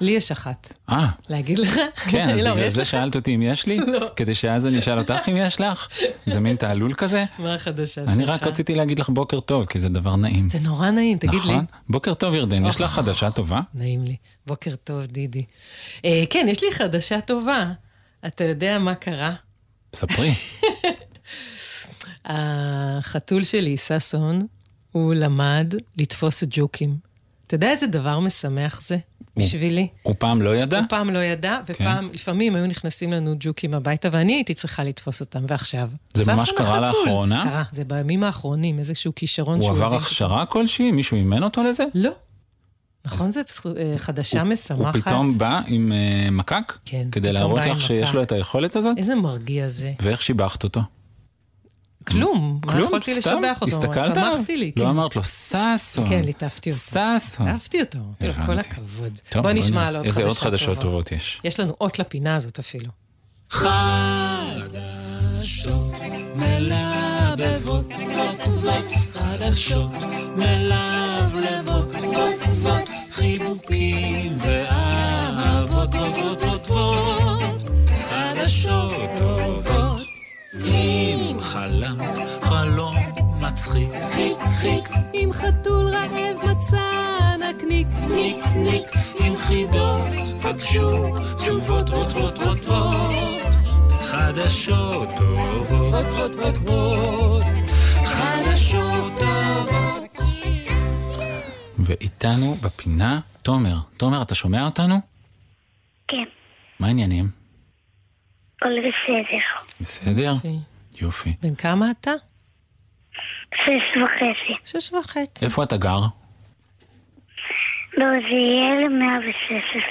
[SPEAKER 3] לי יש אחת.
[SPEAKER 5] אה,
[SPEAKER 3] להגיד לך?
[SPEAKER 5] כן, אז
[SPEAKER 3] לא,
[SPEAKER 5] בגלל
[SPEAKER 3] יש
[SPEAKER 5] זה
[SPEAKER 3] לך לא.
[SPEAKER 5] שאלת אותי אם יש לי? כדי שאז אני אשאל אותך אם יש לך? זה מין תעלול כזה?
[SPEAKER 3] מה החדשה שלך?
[SPEAKER 5] אני רק רציתי להגיד לך בוקר טוב, כי זה דבר נעים.
[SPEAKER 3] זה נורא נעים, תגיד לי. אוקיי.
[SPEAKER 5] נכון? בוקר טוב, ירדן, יש לך חדשה טובה?
[SPEAKER 3] נעים לי. בוקר טוב, דידי. אה, כן, יש לי חדשה טובה. אתה יודע מה קרה?
[SPEAKER 5] ספרי.
[SPEAKER 3] החתול שלי, ששון, הוא למד לתפוס ג'וקים. אתה יודע איזה דבר משמח זה בשבילי?
[SPEAKER 5] הוא פעם לא ידע?
[SPEAKER 3] הוא פעם לא ידע,
[SPEAKER 5] כן.
[SPEAKER 3] ופעם, לפעמים היו נכנסים לנו ג'וקים הביתה, ואני הייתי צריכה לתפוס אותם, ועכשיו.
[SPEAKER 5] זה
[SPEAKER 3] ששון
[SPEAKER 5] ממש קרה
[SPEAKER 3] החתול.
[SPEAKER 5] לאחרונה?
[SPEAKER 3] קרה, זה בימים האחרונים, איזשהו כישרון
[SPEAKER 5] הוא
[SPEAKER 3] שהוא...
[SPEAKER 5] עבר
[SPEAKER 3] הביא.
[SPEAKER 5] הכשרה כלשהי? מישהו אימן אותו לזה?
[SPEAKER 3] לא. נכון, זה בזכות- אה, חדשה
[SPEAKER 5] הוא
[SPEAKER 3] משמחת.
[SPEAKER 5] פתאום בא עם אה, מקק?
[SPEAKER 3] כן,
[SPEAKER 5] כדי
[SPEAKER 3] פתאום
[SPEAKER 5] להראות
[SPEAKER 3] בא עם
[SPEAKER 5] לך שיש
[SPEAKER 3] מקק.
[SPEAKER 5] לו את היכולת הזאת?
[SPEAKER 3] איזה מרגיע זה.
[SPEAKER 5] ואיך שיבחת אותו?
[SPEAKER 3] כלום, מה
[SPEAKER 5] כלום,
[SPEAKER 3] יכולתי
[SPEAKER 5] סתם?
[SPEAKER 3] לשבח אותו?
[SPEAKER 5] הסתכלת עליו?
[SPEAKER 3] שמחתי לי,
[SPEAKER 5] לא
[SPEAKER 3] כן.
[SPEAKER 5] אמרת לו, ששון.
[SPEAKER 3] כן, ליטפתי אותו.
[SPEAKER 5] ששון.
[SPEAKER 3] אהבתי אותו, אמרתי לו, כל
[SPEAKER 5] הבנתי.
[SPEAKER 3] הכבוד.
[SPEAKER 5] טוב,
[SPEAKER 3] בוא
[SPEAKER 5] בוא
[SPEAKER 3] נשמע
[SPEAKER 5] נראה.
[SPEAKER 3] על עוד
[SPEAKER 5] איזה עוד
[SPEAKER 3] חדשות
[SPEAKER 5] חדשות
[SPEAKER 3] טובות.
[SPEAKER 5] טובות יש.
[SPEAKER 3] יש לנו אות לפינה הזאת אפילו.
[SPEAKER 2] חדשות מלבבות, כותבות חדשות מלבלבות, כותבות חיבוקים ואהבות טובות טובות, חדשות טובות. אם חלמת חלום מצחיק, חיק חיק, אם חתול רעב מצא נקניק, ניק ניק, אם חידות פגשו תשובות רות רות רות רות, חדשות טובות, רות רות רות רות, חדשות טובות.
[SPEAKER 5] ואיתנו בפינה, תומר. תומר, אתה שומע אותנו?
[SPEAKER 11] כן,
[SPEAKER 5] מה העניינים?
[SPEAKER 11] הכל בסדר.
[SPEAKER 5] בסדר? יופי.
[SPEAKER 3] בן כמה אתה?
[SPEAKER 11] שש וחצי.
[SPEAKER 3] שש וחצי.
[SPEAKER 5] איפה אתה גר?
[SPEAKER 11] לא, בעוזיאל 116.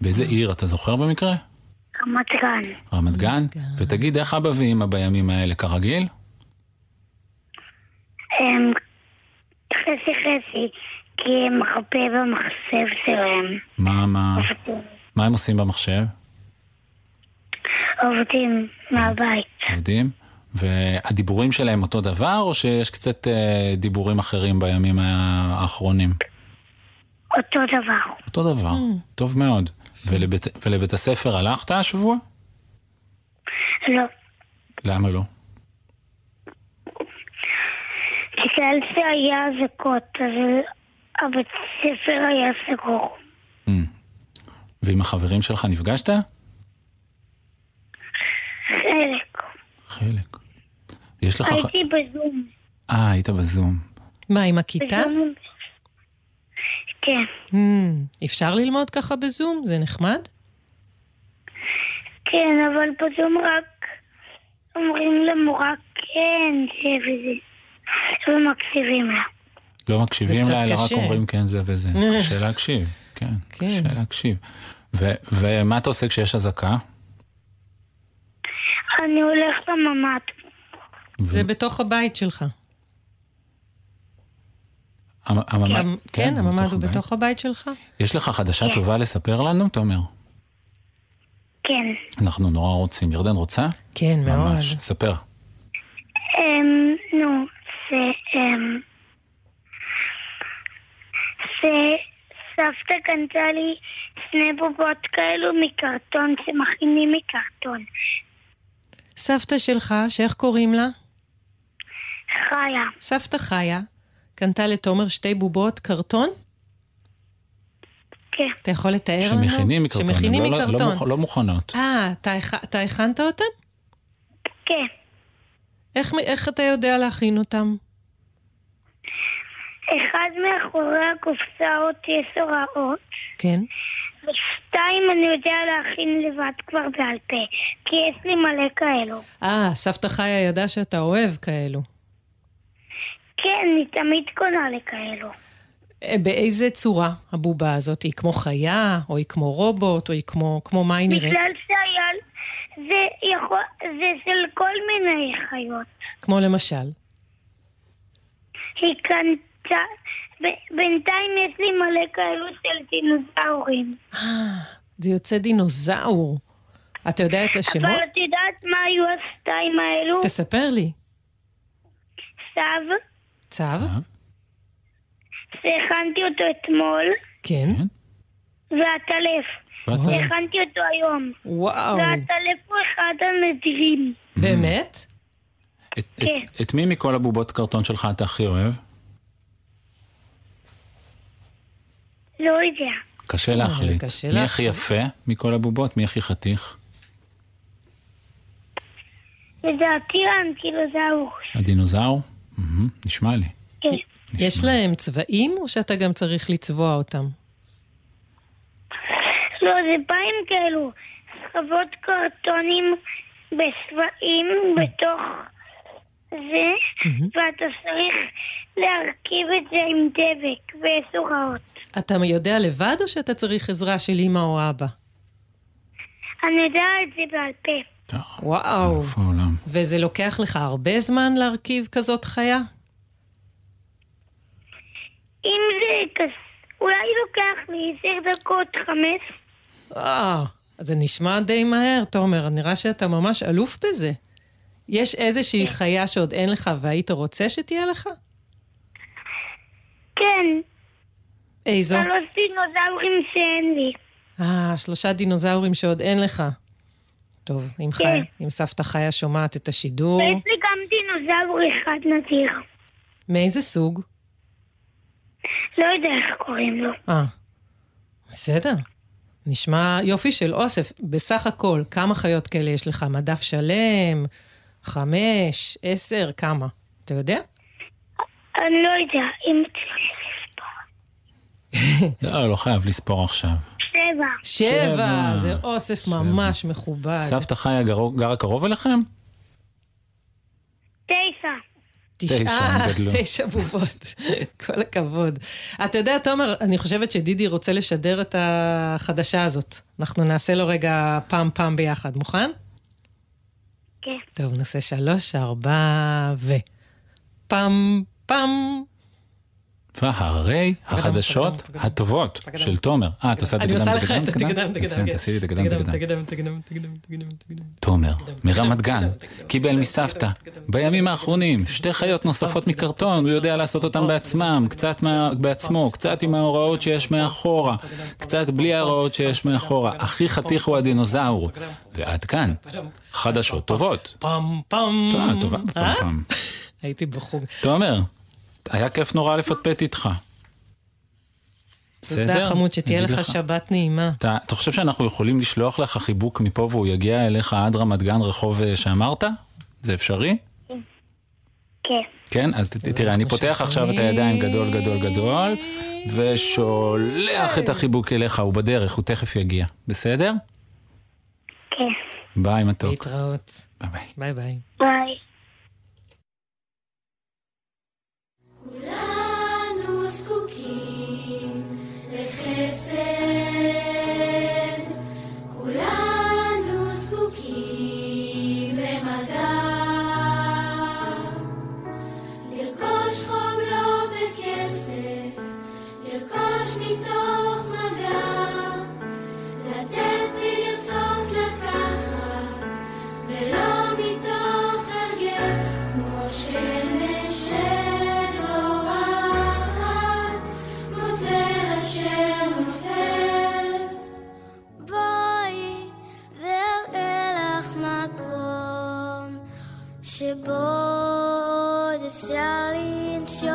[SPEAKER 5] באיזה עיר אתה זוכר במקרה?
[SPEAKER 11] רמת גן.
[SPEAKER 5] רמת גן? ותגיד, איך אבא ואמא בימים האלה, כרגיל?
[SPEAKER 11] הם אמ, חצי חצי, כי הם הרבה במחשב שלהם.
[SPEAKER 5] מה, מה, מה הם עושים במחשב?
[SPEAKER 11] עובדים מהבית.
[SPEAKER 5] עובדים? והדיבורים שלהם אותו דבר, או שיש קצת אה, דיבורים אחרים בימים האחרונים?
[SPEAKER 11] אותו דבר.
[SPEAKER 5] אותו דבר,
[SPEAKER 3] Hmm.
[SPEAKER 5] טוב מאוד. ולבית, ולבית הספר הלכת השבוע?
[SPEAKER 11] לא.
[SPEAKER 5] למה לא?
[SPEAKER 11] בגלל שהיה אזעקות, אז הבית ספר היה סגור.
[SPEAKER 5] ועם החברים שלך נפגשת?
[SPEAKER 11] חלק.
[SPEAKER 5] חלק. יש לך... ח-
[SPEAKER 11] הייתי בזום.
[SPEAKER 5] אה, היית בזום.
[SPEAKER 3] מה, עם הכיתה?
[SPEAKER 11] בזום. כן,
[SPEAKER 3] אמ, אפשר ללמוד ככה בזום? זה נחמד?
[SPEAKER 11] כן, אבל בזום רק אומרים למורה כן, זה וזה. ומקשיבים לה.
[SPEAKER 5] לא מקשיבים
[SPEAKER 3] זה
[SPEAKER 5] לה,
[SPEAKER 3] קצת
[SPEAKER 5] אלא רק
[SPEAKER 3] קשה.
[SPEAKER 5] אומרים כן זה וזה. קשה להקשיב, כן,
[SPEAKER 3] כן.
[SPEAKER 5] קשה להקשיב. ו- ומה אתה עושה כשיש אזעקה?
[SPEAKER 11] אני הולך לממ"ד.
[SPEAKER 3] זה בתוך הבית שלך.
[SPEAKER 5] המ- הממ"ד-
[SPEAKER 3] המ- כן, הממ"ד הוא
[SPEAKER 5] הבית.
[SPEAKER 3] בתוך הבית שלך?
[SPEAKER 5] יש לך חדשה טובה לספר לנו, תומר?
[SPEAKER 11] כן.
[SPEAKER 5] אנחנו נורא רוצים. ירדן רוצה?
[SPEAKER 3] כן, מאוד.
[SPEAKER 5] ממש, ספר.
[SPEAKER 11] אמ, נו, זה... אמ, זה... סבתא קנתה לי שני בובות כאלו מקרטון שמכינים מקרטון.
[SPEAKER 3] סבתא שלך, שאיך קוראים לה?
[SPEAKER 11] חיה.
[SPEAKER 3] סבתא חיה, קנתה לתומר שתי בובות קרטון?
[SPEAKER 11] כן.
[SPEAKER 3] אתה יכול לתאר לנו?
[SPEAKER 5] שמכינים מקרטון. הן
[SPEAKER 3] שמכינים
[SPEAKER 5] לא- לא- לא
[SPEAKER 3] מקרטון.
[SPEAKER 5] מוכ- לא מוכנות.
[SPEAKER 3] אה, אתה הכ- אתה הכנת אותם?
[SPEAKER 11] כן.
[SPEAKER 3] איך מ- איך אתה יודע להכין אותם?
[SPEAKER 11] אחד מאחורי הקופסאות יש הוראות,
[SPEAKER 3] כן.
[SPEAKER 11] ושתיים אני יודע להכין לבד כבר בעל פה, כי יש לי מלא כאלו.
[SPEAKER 3] אה, סבתא חיה ידעה שאתה אוהב כאלו.
[SPEAKER 11] כן, אני תמיד קונה לכאלו.
[SPEAKER 3] אה, באיזה צורה הבובה הזאת? היא כמו חיה, או היא כמו רובוט, או היא כמו, כמו מה היא נראית?
[SPEAKER 11] בגלל שהיה... זה יכול... זה של כל מיני חיות.
[SPEAKER 3] כמו למשל.
[SPEAKER 11] היא קנתה... ב- בינתיים יש לי מלא כאלו של דינוזאורים.
[SPEAKER 3] אה, זה יוצא דינוזאור. אתה יודע את השמות?
[SPEAKER 11] אבל את יודעת מה היו השתיים האלו?
[SPEAKER 3] תספר לי.
[SPEAKER 11] סב,
[SPEAKER 3] צו?
[SPEAKER 11] שהכנתי אותו אתמול,
[SPEAKER 3] כן.
[SPEAKER 11] והטלף.
[SPEAKER 5] ואתה-
[SPEAKER 11] הכנתי אותו היום.
[SPEAKER 3] וואו,
[SPEAKER 11] והטלף הוא אחד הנדירים. כן,
[SPEAKER 3] באמת?
[SPEAKER 5] את- את- את מי מכל הבובות קרטון שלך אתה הכי אוהב?
[SPEAKER 11] לא יודע.
[SPEAKER 5] קשה
[SPEAKER 3] אבל
[SPEAKER 5] להחליט.
[SPEAKER 3] אה, קשה
[SPEAKER 5] מי הכי
[SPEAKER 3] להחליט.
[SPEAKER 5] יפה מכל הבובות? מי הכי חתיך?
[SPEAKER 11] לדעתי האנקילוזאור.
[SPEAKER 5] הדינוזאור? מהמם, נשמע לי.
[SPEAKER 11] כן.
[SPEAKER 3] יש להם צבעים, או שאתה גם צריך לצבוע אותם?
[SPEAKER 11] לא, זה בא עם כאלו סחבות קרטונים בצבעים בתוך זה, ואתה צריך להרכיב את זה עם דבק וסוראות.
[SPEAKER 3] אתה יודע לבד, או שאתה צריך עזרה של אמא או אבא?
[SPEAKER 11] אני יודעת את זה בעל פה.
[SPEAKER 3] וואו,
[SPEAKER 5] איפה העולם?
[SPEAKER 3] וזה לוקח לך הרבה זמן להרכיב כזאת חיה?
[SPEAKER 11] אם זה כס... אולי לוקח לי עשר דקות, חמש.
[SPEAKER 3] אה, זה נשמע די מהר, תומר, נראה שאתה ממש אלוף בזה. יש איזושהי חיה שעוד אין לך והיית רוצה שתהיה לך?
[SPEAKER 11] כן,
[SPEAKER 3] איזו?
[SPEAKER 11] שלוש דינוזאורים שאין לי.
[SPEAKER 3] אה, שלושה דינוזאורים שעוד אין לך. טוב, אם, חי...
[SPEAKER 11] כן.
[SPEAKER 3] אם סבתא חיה שומעת את השידור,
[SPEAKER 11] ויש לי גם דינוזאור אחד נדיר.
[SPEAKER 3] מאיזה סוג?
[SPEAKER 11] לא יודע איך קוראים לו.
[SPEAKER 3] אה, בסדר. נשמע יופי של אוסף. בסך הכל, כמה חיות כאלה יש לך? מדף שלם? חמש? עשר? כמה? אתה יודע?
[SPEAKER 11] אני לא יודע, אם צריך לספור.
[SPEAKER 5] לא, לא חייב לספור עכשיו.
[SPEAKER 11] שבע.
[SPEAKER 3] שבע!
[SPEAKER 5] שבע.
[SPEAKER 3] זה אוסף
[SPEAKER 5] שבע.
[SPEAKER 3] ממש מכובד.
[SPEAKER 5] סבתא חיה גרו- גרה קרוב אליכם?
[SPEAKER 11] תשע.
[SPEAKER 5] תשע,
[SPEAKER 3] תשעה,
[SPEAKER 5] הם גדלו.
[SPEAKER 3] אה, תשע בובות. כל הכבוד. אתה יודע, תומר, אני חושבת שדידי רוצה לשדר את החדשה הזאת. אנחנו נעשה לו רגע פעם-פעם ביחד. מוכן?
[SPEAKER 11] כן.
[SPEAKER 3] טוב, נעשה שלוש, ארבע, ו... פעם, פעם.
[SPEAKER 5] והרי החדשות
[SPEAKER 3] פקדם, פקדם.
[SPEAKER 5] הטובות
[SPEAKER 3] פקדם.
[SPEAKER 5] של תומר. אה, את עושה
[SPEAKER 3] אני עושה לך
[SPEAKER 5] דגדם,
[SPEAKER 3] את
[SPEAKER 5] דגדם?
[SPEAKER 3] התגדם, תגדם.
[SPEAKER 5] מצוין,
[SPEAKER 3] כן.
[SPEAKER 5] תעשי לי דגדם, דגדם.
[SPEAKER 3] תגדם, תגדם, תגדם, תגדם, תגדם.
[SPEAKER 5] תומר,
[SPEAKER 3] תקדם,
[SPEAKER 5] מרמת גן,
[SPEAKER 3] תקדם,
[SPEAKER 5] קיבל
[SPEAKER 3] תקדם,
[SPEAKER 5] מסבתא.
[SPEAKER 3] תקדם, תקדם,
[SPEAKER 5] בימים האחרונים, שתי חיות נוספות מקרטון, הוא יודע לעשות אותן בעצמם, קצת מה- בעצמו, קצת עם ההוראות שיש מאחורה, קצת בלי ההוראות שיש מאחורה. הכי חתיך הוא הדינוזאור. ועד כאן, חדשות טובות.
[SPEAKER 3] פעם, פעם.
[SPEAKER 5] טובה, טובה
[SPEAKER 3] אה?
[SPEAKER 5] בפעם פעם.
[SPEAKER 3] הייתי בחוג.
[SPEAKER 5] תומר, היה כיף נורא לפטפט איתך.
[SPEAKER 3] תודה, חמוד, שתהיה
[SPEAKER 5] נגיד
[SPEAKER 3] לך שבת נעימה.
[SPEAKER 5] אתה, אתה חושב שאנחנו יכולים לשלוח לך חיבוק מפה והוא יגיע אליך עד רמת גן רחוב אה, שאמרת? זה אפשרי?
[SPEAKER 11] כן.
[SPEAKER 5] כן? אז ת- תראה,
[SPEAKER 3] לא
[SPEAKER 5] אני פותח עכשיו את הידיים גדול גדול גדול, ושולח את החיבוק אליך, הוא בדרך, הוא תכף יגיע. בסדר?
[SPEAKER 11] כן.
[SPEAKER 5] ביי מתוק.
[SPEAKER 3] להתראות.
[SPEAKER 5] ביי ביי.
[SPEAKER 3] ביי ביי.
[SPEAKER 11] ביי.
[SPEAKER 12] כולנו זקוקים לחסד, כולנו זקוקים למגע. לרכוש חום לא בכסף, לרכוש מתוך מגע, לתת בלי לרצות לקחת, ולא מתוך הרגל, כמו שמש שזורחת, מוצא אשר נופל. בואי ואראה לך מקום שבו עוד אפשר לנשום.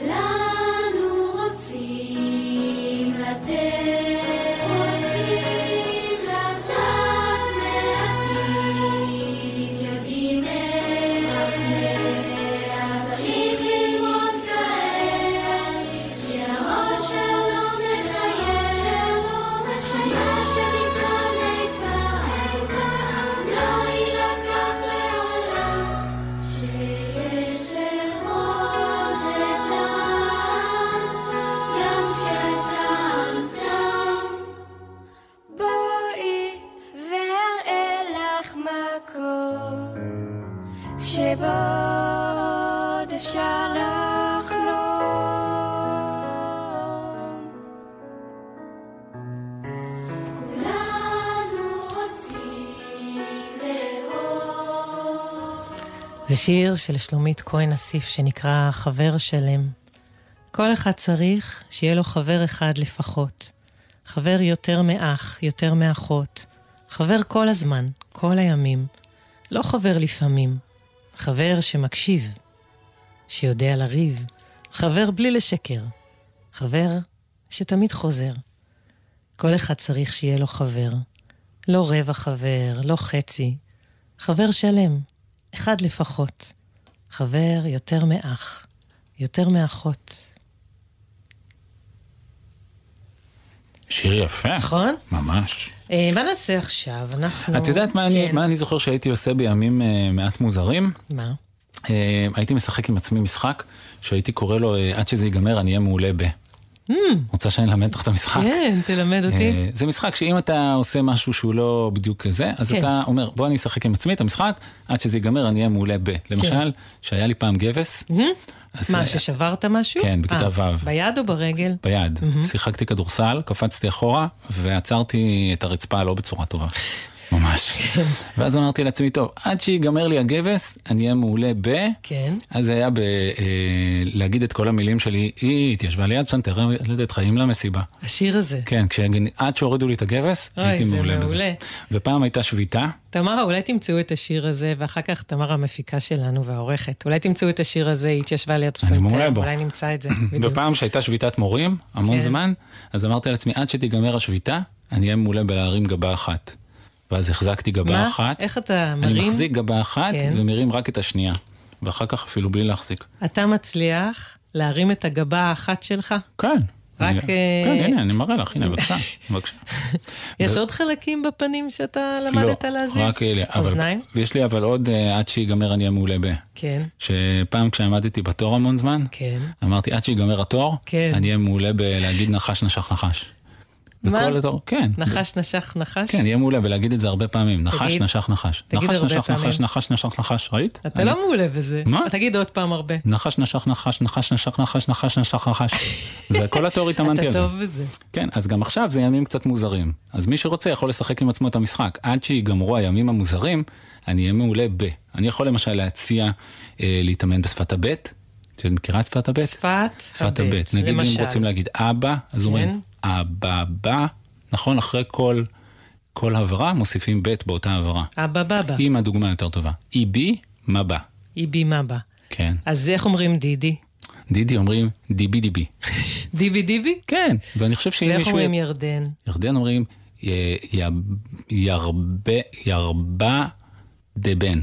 [SPEAKER 12] כולנו רוצים לתת, רוצים לתת מעטים, יודעים איך, אז צריך ללמוד כעת, שהאושר לא שבו עוד אפשר לחלום. כולנו רוצים לאהוב
[SPEAKER 3] זה שיר של שלומית כהן אסיף שנקרא חבר שלם. כל אחד צריך שיהיה לו חבר אחד לפחות. חבר יותר מאח, יותר מאחות. חבר כל הזמן, כל הימים. לא חבר לפעמים. חבר שמקשיב, שיודע לריב. חבר בלי לשקר. חבר שתמיד חוזר. כל אחד צריך שיהיה לו חבר. לא רבע חבר, לא חצי. חבר שלם, אחד לפחות. חבר יותר מאח, יותר מאחות.
[SPEAKER 5] שיר יפה.
[SPEAKER 3] נכון?
[SPEAKER 5] ממש.
[SPEAKER 3] אה, מה נעשה עכשיו? אנחנו...
[SPEAKER 5] את יודעת מה אני-
[SPEAKER 3] כן.
[SPEAKER 5] מה אני זוכר שהייתי עושה בימים אה, מעט מוזרים?
[SPEAKER 3] מה?
[SPEAKER 5] אה, הייתי משחק עם עצמי משחק שהייתי קורא לו אה, עד שזה ייגמר אני אהיה מעולה ב. רוצה שאני אלמד אותך את המשחק?
[SPEAKER 3] כן, תלמד אותי.
[SPEAKER 5] אה, זה משחק שאם אתה עושה משהו שהוא לא בדיוק זה, אז
[SPEAKER 3] כן.
[SPEAKER 5] אתה אומר, בוא אני אשחק עם עצמי את המשחק, עד שזה ייגמר אני אהיה מעולה ב. למשל, שהיה לי פעם גבס, אז,
[SPEAKER 3] כן. מה,
[SPEAKER 5] אה,
[SPEAKER 3] ששברת משהו?
[SPEAKER 5] כן, בכיתה
[SPEAKER 3] אה,
[SPEAKER 5] ו'.
[SPEAKER 3] ביד או ברגל?
[SPEAKER 5] ביד, שיחקתי כדורסל, קפצתי אחורה, ועצרתי את הרצפה לא בצורה טובה. ממש.
[SPEAKER 3] כן.
[SPEAKER 5] ואז אמרתי לעצמי, טוב, עד שיגמר לי הגבס, אני אהיה מעולה ב...
[SPEAKER 3] כן.
[SPEAKER 5] אז זה היה ב... אה, להגיד את כל המילים שלי, היא התיישבה ליד פסנתר, ילדת חיים למסיבה.
[SPEAKER 3] השיר הזה.
[SPEAKER 5] כן, כשהגנ- עד שהורידו לי את הגבס,
[SPEAKER 3] אוי,
[SPEAKER 5] הייתי
[SPEAKER 3] זה
[SPEAKER 5] מעולה
[SPEAKER 3] מעולה.
[SPEAKER 5] בזה. ופעם הייתה שביתה,
[SPEAKER 3] תמרה, אולי תמצאו את השיר הזה, ואחר כך תמרה המפיקה שלנו והעורכת. אולי תמצאו את השיר הזה, היא התיישבה ליד
[SPEAKER 5] מעולה
[SPEAKER 3] פסנתר,
[SPEAKER 5] בו.
[SPEAKER 3] אולי נמצא את זה. בדיוק.
[SPEAKER 5] ופעם שהייתה שביתת מורים, המון
[SPEAKER 3] כן.
[SPEAKER 5] זמן, אז אמרתי לעצמי, עד שתיגמר השביתה, אני אהיה מעולה בלהרים גבה אחת. ואז החזקתי גבה
[SPEAKER 3] מה?
[SPEAKER 5] אחת.
[SPEAKER 3] איך אתה מרים?
[SPEAKER 5] אני מחזיק גבה אחת
[SPEAKER 3] כן.
[SPEAKER 5] ומרים רק את השנייה. ואחר כך אפילו בלי להחזיק.
[SPEAKER 3] אתה מצליח להרים את הגבה האחת שלך?
[SPEAKER 5] כן.
[SPEAKER 3] רק,
[SPEAKER 5] אני,
[SPEAKER 3] אה,
[SPEAKER 5] כן, הנה, אני מראה לך, הנה, בבקשה. בבקשה.
[SPEAKER 3] יש
[SPEAKER 5] ו-
[SPEAKER 3] עוד חלקים בפנים שאתה למדת להזיז?
[SPEAKER 5] לא, רק אלה. אבל-
[SPEAKER 3] אוזניים?
[SPEAKER 5] ויש לי אבל עוד, אה, עד שיגמר אני אהיה מעולה ב...
[SPEAKER 3] כן,
[SPEAKER 5] שפעם כשעמדתי בתור המון זמן,
[SPEAKER 3] כן.
[SPEAKER 5] אמרתי, עד שיגמר התור,
[SPEAKER 3] כן.
[SPEAKER 5] אני אהיה מעולה בלהגיד נחש נשך נחש.
[SPEAKER 3] מה?
[SPEAKER 5] וכל התור, כן.
[SPEAKER 3] נחש נשך נחש?
[SPEAKER 5] כן, יהיה מעולה ולהגיד את זה הרבה פעמים. נחש,
[SPEAKER 3] תגיד-
[SPEAKER 5] נשך, נחש.
[SPEAKER 3] תגיד
[SPEAKER 5] נחש,
[SPEAKER 3] הרבה
[SPEAKER 5] נשך, נחש,
[SPEAKER 3] פעמים.
[SPEAKER 5] נחש, נשך, נחש. ראית?
[SPEAKER 3] אתה
[SPEAKER 5] אני-
[SPEAKER 3] לא מעולה בזה.
[SPEAKER 5] מה?
[SPEAKER 3] תגיד עוד פעם הרבה.
[SPEAKER 5] נחש, נשך, נחש, נחש, נשך, נחש, נחש, נשך, נחש. זה כל התיאור התאמנתי
[SPEAKER 3] אתה
[SPEAKER 5] על זה.
[SPEAKER 3] טוב בזה.
[SPEAKER 5] כן, אז גם עכשיו זה ימים קצת מוזרים. אז מי שרוצה יכול לשחק עם עצמו את המשחק. עד שיגמרו הימים המוזרים, אני אהיה מעולה ב. אני יכול למשל להציע אה, להתאמן בשפת הבט. את מכירה את שפת הבט?
[SPEAKER 3] שפת
[SPEAKER 5] שפת הבט. נגיד אם
[SPEAKER 3] למשל. כן.
[SPEAKER 5] רוצים להגיד אבא, אז אומרים אבא בא, נכון? אחרי כל, כל הברה מוסיפים בית באותה הברה.
[SPEAKER 3] אבא בבא,
[SPEAKER 5] אם הדוגמה יותר טובה. אי בי, מה בא?
[SPEAKER 3] היא בימה בה.
[SPEAKER 5] כן.
[SPEAKER 3] אז איך אומרים דידי?
[SPEAKER 5] דידי אומרים דיבי דיבי.
[SPEAKER 3] דיבי דיבי?
[SPEAKER 5] כן. ואני חושב שאם
[SPEAKER 3] ואיך
[SPEAKER 5] מישהו...
[SPEAKER 3] אומרים ירדן?
[SPEAKER 5] ירדן אומרים י- י- ירבה, ירבה דבן.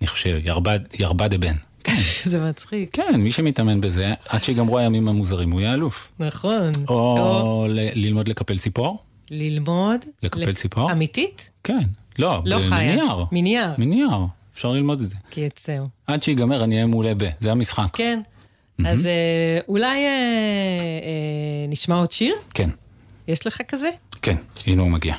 [SPEAKER 5] אני חושב, ירבה, ירבה דבן.
[SPEAKER 3] זה מצחיק.
[SPEAKER 5] כן, מי שמתאמן בזה, עד שיגמרו הימים המוזרים, הוא יהיה אלוף.
[SPEAKER 3] נכון.
[SPEAKER 5] או ל- ללמוד לקפל ציפור.
[SPEAKER 3] ללמוד.
[SPEAKER 5] לקפל
[SPEAKER 3] לק-
[SPEAKER 5] ציפור?
[SPEAKER 3] אמיתית?
[SPEAKER 5] כן. לא,
[SPEAKER 3] לא חיה.
[SPEAKER 5] מנייר.
[SPEAKER 3] מנייר.
[SPEAKER 5] מנייר. אפשר ללמוד את זה.
[SPEAKER 3] כי אצלו.
[SPEAKER 5] עד שיגמר אני אהיה מעולה ב. זה המשחק.
[SPEAKER 3] כן. אז אה, אולי אה, אה, נשמע עוד שיר?
[SPEAKER 5] כן.
[SPEAKER 3] יש לך כזה?
[SPEAKER 5] כן. הנה הוא מגיע.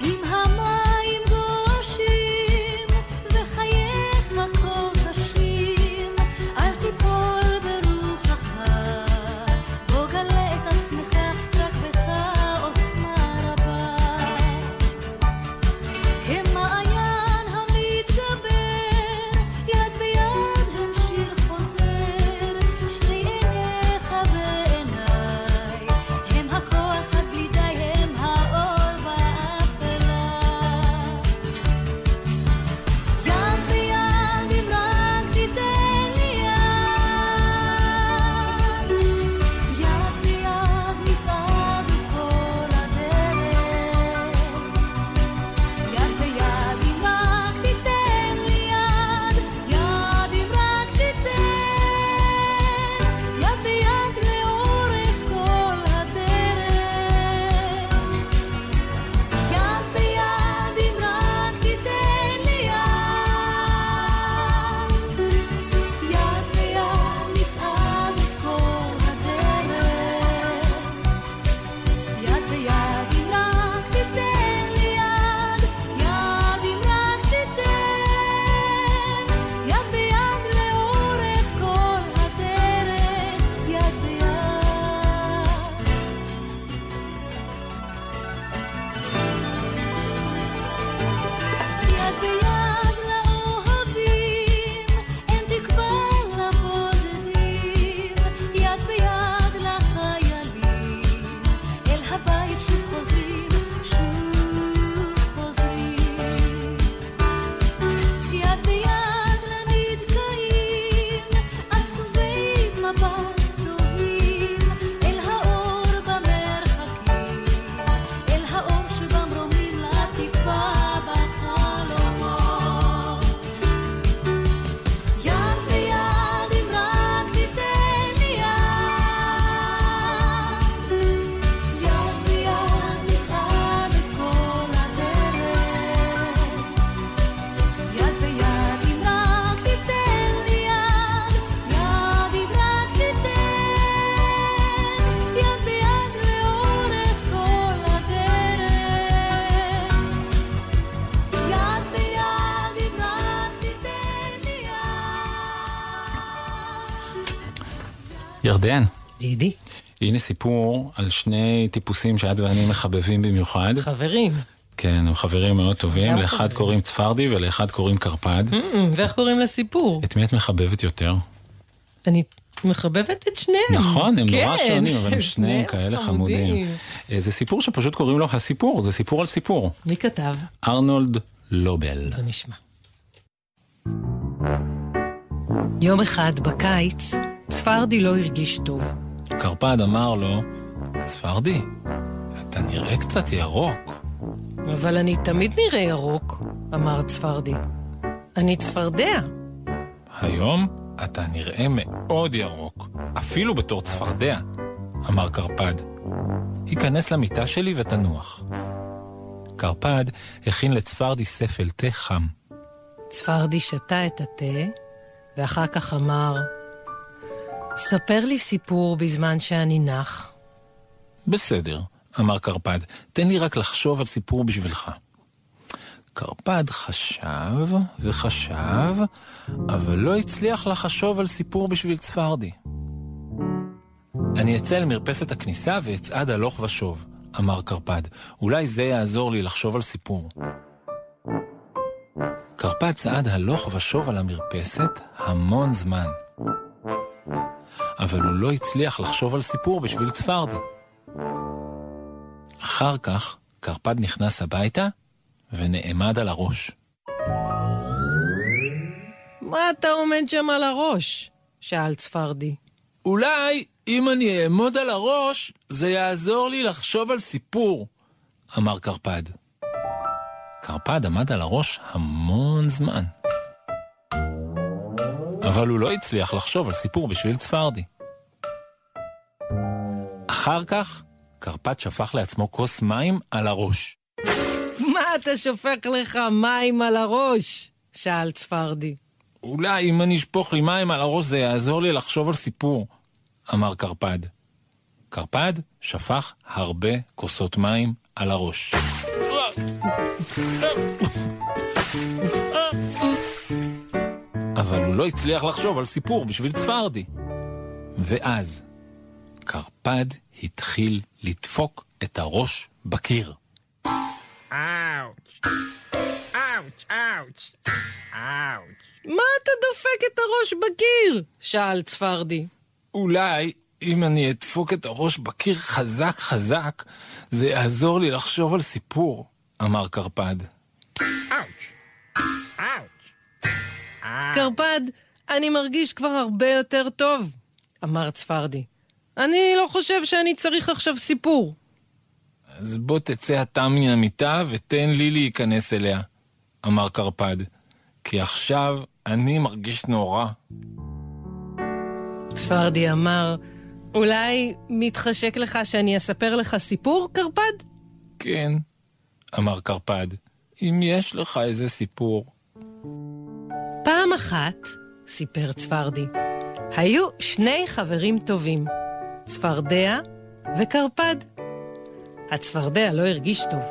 [SPEAKER 12] אם המים גו
[SPEAKER 5] ירדן,
[SPEAKER 3] דידי.
[SPEAKER 5] הנה סיפור על שני טיפוסים שאת ואני מחבבים במיוחד.
[SPEAKER 3] חברים.
[SPEAKER 5] כן, הם חברים מאוד טובים.
[SPEAKER 3] גם
[SPEAKER 5] לאחד
[SPEAKER 3] חברים.
[SPEAKER 5] קוראים צפרדי ולאחד קוראים קרפד.
[SPEAKER 3] אמ, ואיך קוראים לסיפור? כן.
[SPEAKER 5] את מי את מחבבת יותר?
[SPEAKER 3] אני מחבבת את שניהם.
[SPEAKER 5] נכון, הם נורא
[SPEAKER 3] כן.
[SPEAKER 5] שונים, אבל הם שניהם כאלה חמודים.
[SPEAKER 3] חמודים.
[SPEAKER 5] אה, זה סיפור שפשוט קוראים לו הסיפור, זה סיפור על סיפור.
[SPEAKER 3] מי כתב?
[SPEAKER 5] ארנולד לובל.
[SPEAKER 3] בוא נשמע. יום אחד בקיץ, צפרדי לא הרגיש טוב.
[SPEAKER 5] קרפד אמר לו, צפרדי, אתה נראה קצת ירוק.
[SPEAKER 3] אבל אני תמיד נראה ירוק, אמר צפרדי. אני צפרדע.
[SPEAKER 5] היום אתה נראה מאוד ירוק, אפילו בתור צפרדע, אמר קרפד. היכנס למיטה שלי ותנוח. קרפד הכין לצפרדי ספל תה חם.
[SPEAKER 3] צפרדי שתה את התה, ואחר כך אמר, ספר לי סיפור בזמן שאני נח.
[SPEAKER 5] בסדר, אמר קרפד, תן לי רק לחשוב על סיפור בשבילך. קרפד חשב וחשב, אבל לא הצליח לחשוב על סיפור בשביל צפרדי. אני אצא למרפסת הכניסה ואצעד הלוך ושוב, אמר קרפד. אולי זה יעזור לי לחשוב על סיפור. קרפד צעד הלוך ושוב על המרפסת המון זמן. אבל הוא לא הצליח לחשוב על סיפור בשביל צפרדי. אחר כך, קרפד נכנס הביתה ונעמד על הראש.
[SPEAKER 3] מה אתה עומד שם על הראש? שאל צפרדי.
[SPEAKER 5] אולי אם אני אעמוד על הראש, זה יעזור לי לחשוב על סיפור, אמר קרפד. קרפד עמד על הראש המון זמן. אבל הוא לא הצליח לחשוב על סיפור בשביל צפרדי. אחר כך, קרפד שפך לעצמו כוס מים על הראש.
[SPEAKER 3] מה אתה שופך לך מים על הראש? שאל צפרדי.
[SPEAKER 5] אולי אם אני אשפוך לי מים על הראש זה יעזור לי לחשוב על סיפור, אמר קרפד. קרפד שפך הרבה כוסות מים על הראש. אבל הוא לא הצליח לחשוב על סיפור בשביל צפרדי. ואז קרפד התחיל לדפוק את הראש בקיר.
[SPEAKER 3] מה אתה דופק את הראש בקיר? שאל צפרדי.
[SPEAKER 5] אולי אם אני אדפוק את הראש בקיר חזק חזק, זה יעזור לי לחשוב על סיפור, אמר קרפד.
[SPEAKER 3] קרפד, אני מרגיש כבר הרבה יותר טוב, אמר צפרדי. אני לא חושב שאני צריך עכשיו סיפור.
[SPEAKER 5] אז בוא תצא אתה מן המיטה ותן לי להיכנס אליה, אמר קרפד, כי עכשיו אני מרגיש נורא.
[SPEAKER 3] צפרדי אמר, אולי מתחשק לך שאני אספר לך סיפור, קרפד?
[SPEAKER 5] כן, אמר קרפד, אם יש לך איזה סיפור.
[SPEAKER 3] פעם אחת, סיפר צפרדי, היו שני חברים טובים, צפרדע וקרפד. הצפרדע לא הרגיש טוב.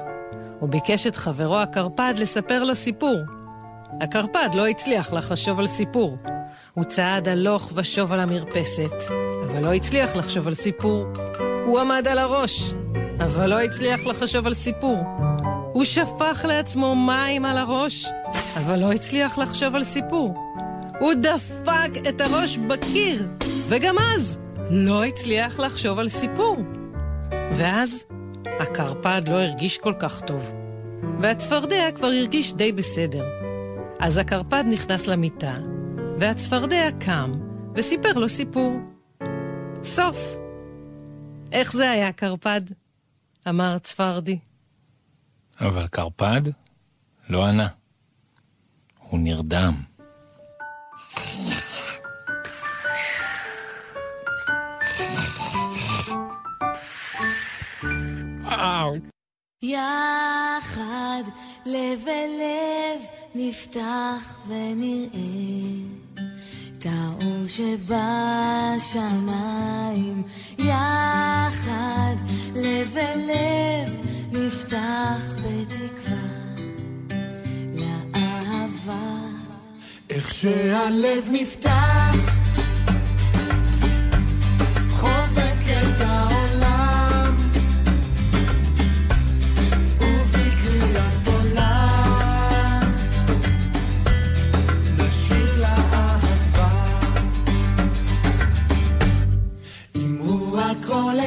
[SPEAKER 3] הוא ביקש את חברו הקרפד לספר לו סיפור. הקרפד לא הצליח לחשוב על סיפור. הוא צעד הלוך ושוב על המרפסת, אבל לא הצליח לחשוב על סיפור. הוא עמד על הראש, אבל לא הצליח לחשוב על סיפור. הוא שפך לעצמו מים על הראש, אבל לא הצליח לחשוב על סיפור. הוא דפק את הראש בקיר, וגם אז לא הצליח לחשוב על סיפור. ואז הקרפד לא הרגיש כל כך טוב, והצפרדע כבר הרגיש די בסדר. אז הקרפד נכנס למיטה, והצפרדע קם וסיפר לו סיפור. סוף. איך זה היה, קרפד? אמר צפרדי.
[SPEAKER 5] אבל קרפד לא ענה. הוא נרדם.
[SPEAKER 12] יחד לב אל לב נפתח ונראה את האור שבשמיים יחד לב אל לב נפתח בתקווה לאהבה איך שהלב נפתח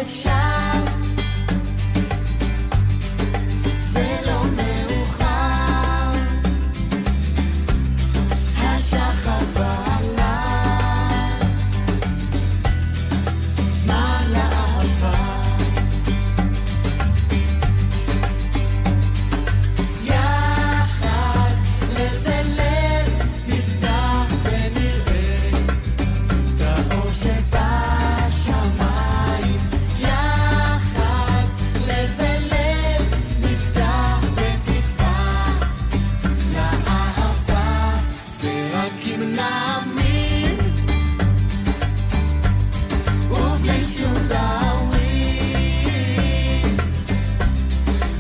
[SPEAKER 13] אפשר. זה לא מאוחר. השחר כבר עלה. זמן לאהבה. יחד, לב אל לב, נפתח ונראה את האור שבשמיים. יחד, לב אל לב, נפתח בתקווה לאהבה. ורק אם נאמין, ובלי שום דאווין,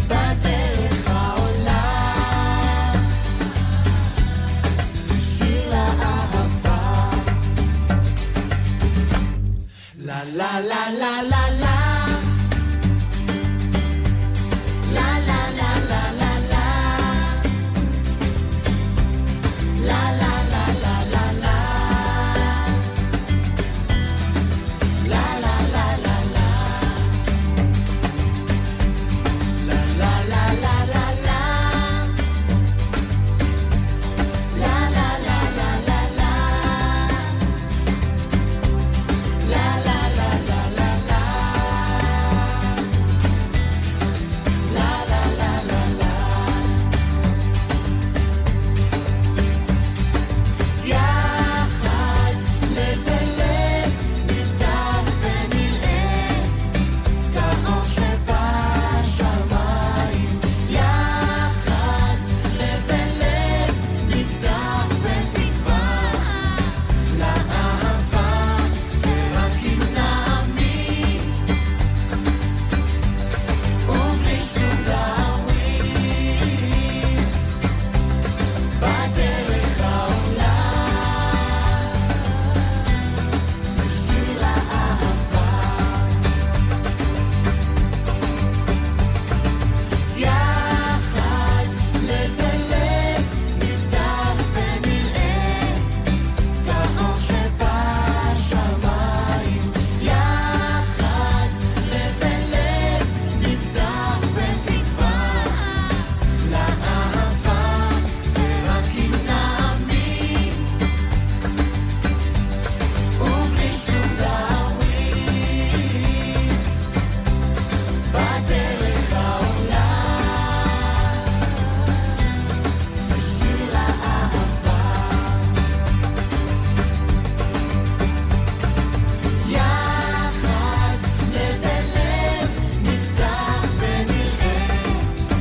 [SPEAKER 13] בדרך העולה, זה שיר לאהבה. La la la la la la. La la la la la la. La la la la la la. La la la la la. La la la la la la. La la la la la la. La la la la la la. La la la la la. יחד, לב אל לב, נפתח ונראה את האור שבשמיים. יחד, לב אל לב, נפתח בתקווה לאהבה. ורק אם נאמין, ובלי שום להוריד, בדרך העולה, זה שיר לאהבה. יחד, לב אל לב, נפתח ונראה את האור שבשמיים. יחד, לב אל לב, נפתח בתקווה לאהבה, ורק אם נאמין, ובלי שום דאווין, בדרך העולה, זה שיר לאהבה. יחד, לב אל לב, נפתח ונראה את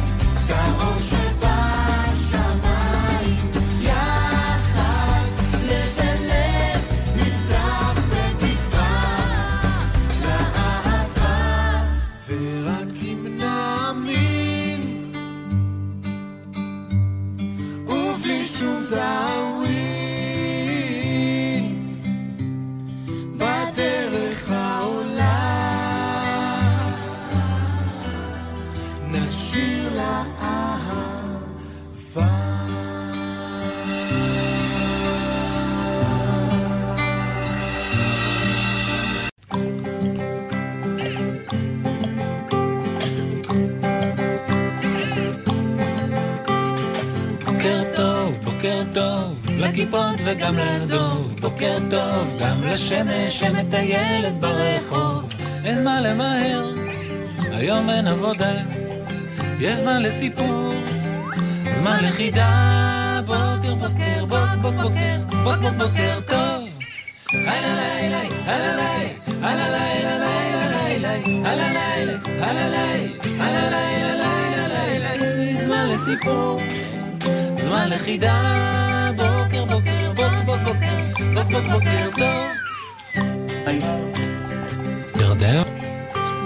[SPEAKER 13] האור שבשמיים. יחד, לב אל לב, נפתח בתקווה לאהבה. ורק אם נאמין, ובלי שום דאווין, בדרך העולה נשיר לאהבה
[SPEAKER 2] בוקר טוב, בוקר טוב, לכיפות וגם לדוב, בוקר טוב, גם לשמש שמטיילת ברחוב, אין מה למהר, היום אין עבודה, יש זמן לסיפור, זמן לחידה, בוקר בוקר, בוק בוק בוקר, בוק בוק בוקר טוב. היי ליי ליי, היי ליי, היי ליי, היי ליי, היי ליי, היי ליי, היי ליי, היי ליי, היי ליי, היי ליי, זמן לסיפור. זמן לחידה, בוקר בוקר, בוק בוק בוקר, בוק בוק בוקר טוב. ירדן?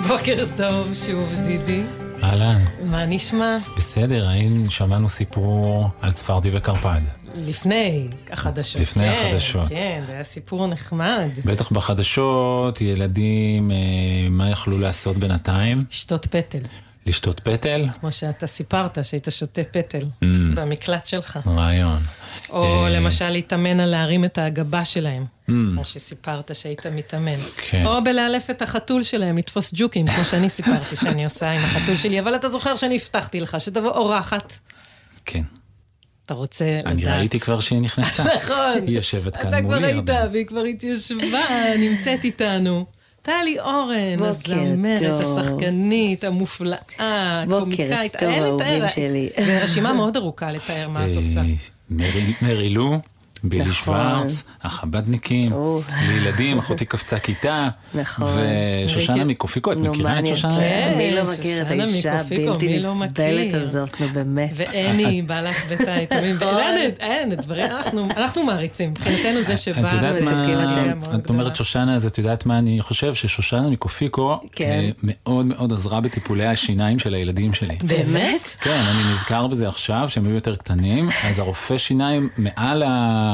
[SPEAKER 3] בוקר טוב שוב, דידי.
[SPEAKER 5] אהלן,
[SPEAKER 3] מה נשמע?
[SPEAKER 5] בסדר, האם שמענו סיפור על צפרדע וקרפד?
[SPEAKER 3] לפני החדשות.
[SPEAKER 5] לפני
[SPEAKER 3] כן,
[SPEAKER 5] החדשות.
[SPEAKER 3] כן, זה היה סיפור נחמד.
[SPEAKER 5] בטח בחדשות, ילדים, אה, מה יכלו לעשות בינתיים?
[SPEAKER 3] שתות פטל,
[SPEAKER 5] לשתות פטל?
[SPEAKER 3] כמו שאתה סיפרת, שהיית שותה פטל
[SPEAKER 5] Mm.
[SPEAKER 3] במקלט שלך.
[SPEAKER 5] רעיון.
[SPEAKER 3] או
[SPEAKER 5] אה,
[SPEAKER 3] למשל להתאמן על להרים את הגבה שלהם,
[SPEAKER 5] Mm.
[SPEAKER 3] כמו שסיפרת שהיית מתאמן.
[SPEAKER 5] כן.
[SPEAKER 3] או בלאלף את החתול שלהם, לתפוס ג'וקים, כמו שאני סיפרתי שאני עושה עם החתול שלי, אבל אתה זוכר שאני הבטחתי לך שתבוא אורחת.
[SPEAKER 5] כן.
[SPEAKER 3] אתה רוצה לדעת.
[SPEAKER 5] אני ראיתי כבר שהיא נכנסה.
[SPEAKER 3] נכון.
[SPEAKER 5] היא יושבת כאן
[SPEAKER 3] אתה כבר
[SPEAKER 5] מולי.
[SPEAKER 3] היית,
[SPEAKER 5] הרבה.
[SPEAKER 3] והיא כבר התיישבה, נמצאת איתנו. טלי אורן,
[SPEAKER 14] בוקר
[SPEAKER 3] הזמרת,
[SPEAKER 14] טוב.
[SPEAKER 3] השחקנית, המופלאה,
[SPEAKER 14] בוקר
[SPEAKER 3] הקומיקאית.
[SPEAKER 14] טוב,
[SPEAKER 3] אין לתאר.
[SPEAKER 14] אהובים שלי.
[SPEAKER 3] זה רשימה מאוד ארוכה לתאר מה את עושה.
[SPEAKER 5] אה, מרי- מרי לו, בילי
[SPEAKER 14] נכון.
[SPEAKER 5] שוורץ, החבדניקים, לילדים, אחותי קפצה כיתה,
[SPEAKER 14] נכון.
[SPEAKER 5] ושושנה
[SPEAKER 14] ראיתי-
[SPEAKER 5] מקופיקות,
[SPEAKER 14] נו,
[SPEAKER 5] מכירה
[SPEAKER 14] מה
[SPEAKER 5] את
[SPEAKER 14] אני-
[SPEAKER 5] שושנה?
[SPEAKER 14] כן, מי לא
[SPEAKER 3] כן,
[SPEAKER 14] מכיר את
[SPEAKER 3] שושנה
[SPEAKER 14] האישה
[SPEAKER 3] מקופיקו,
[SPEAKER 14] הבלתי
[SPEAKER 3] מי לא
[SPEAKER 14] נסבלת
[SPEAKER 3] מכיר?
[SPEAKER 14] הזאת, נו באמת.
[SPEAKER 3] ואני, היא בעלת ביתה, היא תמיד...
[SPEAKER 14] אה, נכון. אה,
[SPEAKER 3] אין, אין, דברים, אנחנו- אנחנו מעריצים. מבחינתנו זה שבא...
[SPEAKER 5] את יודעת
[SPEAKER 3] זה תקילה
[SPEAKER 5] מה,
[SPEAKER 3] מאוד גדולה.
[SPEAKER 5] את אומרת שושנה, אז את יודעת מה אני חושב? ששושנה מקופיקו
[SPEAKER 3] כן.
[SPEAKER 5] אה, מאוד מאוד עזרה בטיפולי השיניים של הילדים שלי.
[SPEAKER 3] באמת?
[SPEAKER 5] כן, אני נזכר בזה עכשיו, שהם היו יותר קטנים, אז הרופא שיניים מעל ה...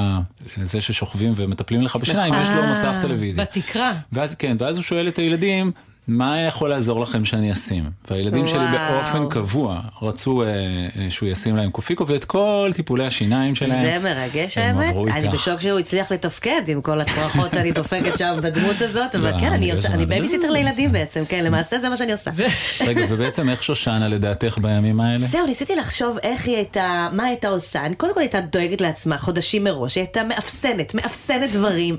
[SPEAKER 5] זה ששוכבים ומטפלים לך בשיניים, יש לו
[SPEAKER 3] אה,
[SPEAKER 5] מסך טלוויזיה.
[SPEAKER 3] בתקרה.
[SPEAKER 5] ואז כן, ואז הוא שואל את הילדים, מה יכול לעזור לכם שאני אשים? והילדים שלי
[SPEAKER 14] וואו.
[SPEAKER 5] באופן קבוע רצו אה, אה, שהוא ישים להם קופיקו ואת כל טיפולי השיניים שלהם.
[SPEAKER 14] זה מרגש
[SPEAKER 5] אה, הם
[SPEAKER 14] האמת,
[SPEAKER 5] עברו
[SPEAKER 14] אני
[SPEAKER 5] איתך.
[SPEAKER 14] בשוק שהוא הצליח לתפקד עם כל הצרחות שאני דופקת שם בדמות הזאת, אבל
[SPEAKER 5] לא,
[SPEAKER 14] כן, אני
[SPEAKER 5] אני
[SPEAKER 14] עושה-
[SPEAKER 5] לא
[SPEAKER 14] אני
[SPEAKER 5] זמן.
[SPEAKER 14] בייביסיטר לילדים בעצם, כן, למעשה זה מה שאני עושה.
[SPEAKER 5] רגע, ובעצם איך שושנה לדעתך בימים האלה?
[SPEAKER 14] זהו, ניסיתי לחשוב איך היא הייתה, מה הייתה עושה. אני קודם כל הייתה דואגת לעצמה חודשים מראש, היא הייתה מאפסנת, מאפסנת דברים.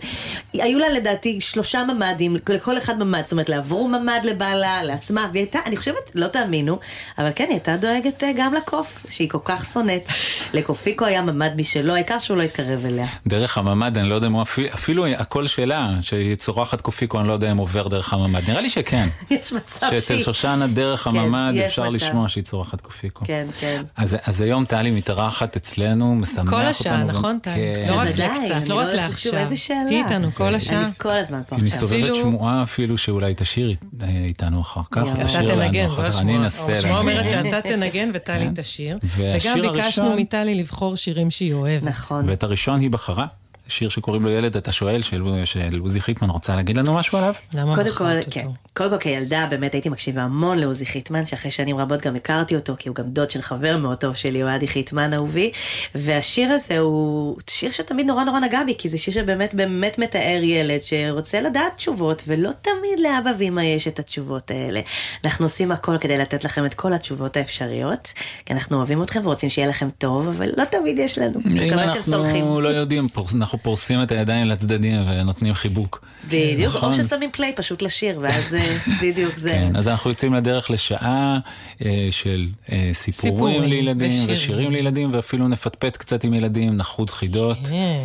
[SPEAKER 14] היו לה לדעתי שלושה ממ"דים, לכל אחד ממ"ד, זאת אומרת, לעברו ממ"ד לבעלה, לעצמה, והיא הייתה, אני חושבת, לא תאמינו, אבל כן, היא הייתה דואגת אה, גם לקוף, שהיא כל כך שונאת. לקופיקו היה ממ"ד משלו, העיקר שהוא לא התקרב אליה.
[SPEAKER 5] דרך הממ"ד, אני לא יודע אם הוא אפילו, אפילו הקול שלה, שהיא צורחת קופיקו, אני לא יודע אם עובר דרך הממ"ד. נראה לי שכן.
[SPEAKER 14] יש מצב
[SPEAKER 5] שאצל
[SPEAKER 14] שהיא...
[SPEAKER 5] שושנה דרך
[SPEAKER 14] כן,
[SPEAKER 5] הממ"ד
[SPEAKER 14] יש
[SPEAKER 5] אפשר
[SPEAKER 14] מצב.
[SPEAKER 5] לשמוע שהיא צורחת קופיקו.
[SPEAKER 14] כן, כן.
[SPEAKER 5] אז, אז היום טלי מתארחת אצלנו, משמח אותנו.
[SPEAKER 3] כל השעה,
[SPEAKER 5] גם-
[SPEAKER 3] נכון, טלי?
[SPEAKER 5] כן.
[SPEAKER 3] לא רק
[SPEAKER 14] בוודאי,
[SPEAKER 3] לקצת,
[SPEAKER 14] אני
[SPEAKER 3] לא
[SPEAKER 14] לא
[SPEAKER 3] רק
[SPEAKER 14] הולכת לשום-
[SPEAKER 3] לעכשיו.
[SPEAKER 14] איזה שאלה.
[SPEAKER 3] תהיי איתנו כל השעה.
[SPEAKER 14] אני כל הזמן פה
[SPEAKER 5] היא
[SPEAKER 14] עכשיו.
[SPEAKER 5] מסתובבת
[SPEAKER 3] אפילו-
[SPEAKER 5] שמועה אפילו שאולי תשאיר אית- אה, איתנו אחר כך,
[SPEAKER 14] יואו.
[SPEAKER 3] אתה
[SPEAKER 5] תשאיר
[SPEAKER 3] תנגן,
[SPEAKER 5] לנו
[SPEAKER 3] זו
[SPEAKER 5] אחר כך, אני
[SPEAKER 3] השמועה.
[SPEAKER 5] אנסה
[SPEAKER 3] השמועה לא אומרת
[SPEAKER 5] לנגן.
[SPEAKER 3] שאתה תנגן וטלי תשיר.
[SPEAKER 5] והשיר
[SPEAKER 3] וגם ביקשנו
[SPEAKER 5] הראשון-
[SPEAKER 3] מטלי לבחור שירים שהיא אוהבת.
[SPEAKER 14] נכון.
[SPEAKER 5] ואת הראשון היא בחרה, שיר שקוראים לו ילד אתה שואל, של של עוזי חיטמן, רוצה להגיד לנו משהו עליו?
[SPEAKER 3] למה
[SPEAKER 5] לא,
[SPEAKER 14] קודם
[SPEAKER 3] בחרת
[SPEAKER 14] כל,
[SPEAKER 3] אותו?
[SPEAKER 14] כן. קודם כל כילדה באמת הייתי מקשיבה המון לעוזי חיטמן, שאחרי שנים רבות גם הכרתי אותו, כי הוא גם דוד של חבר מאוד טוב שלי, אוהדי חיטמן אהובי. והשיר הזה הוא שיר שתמיד נורא נורא נגע בי, כי זה שיר שבאמת באמת מתאר ילד שרוצה לדעת תשובות, ולא תמיד לאבא ואמא יש את התשובות האלה. אנחנו עושים הכל כדי לתת לכם את כל התשובות האפשריות, כי אנחנו אוהבים אתכם ורוצים שיהיה לכם טוב, אבל לא תמיד יש לנו.
[SPEAKER 5] אם
[SPEAKER 14] מקווה שאתם סולחים.
[SPEAKER 5] אנחנו לא יודעים, פורס- אנחנו פורסים את הידיים לצדדים ונותנים חיבוק.
[SPEAKER 14] בדיוק,
[SPEAKER 5] נכון.
[SPEAKER 14] או ששמים פליי פשוט לשיר, ואז אה, בדיוק זה.
[SPEAKER 5] כן, אז אנחנו יוצאים לדרך לשעה אה, של אה, סיפורים
[SPEAKER 3] סיפורים
[SPEAKER 5] לילדים,
[SPEAKER 3] ושירים.
[SPEAKER 5] ושירים לילדים, ואפילו נפטפט קצת עם ילדים, נחות חידות,
[SPEAKER 3] כן.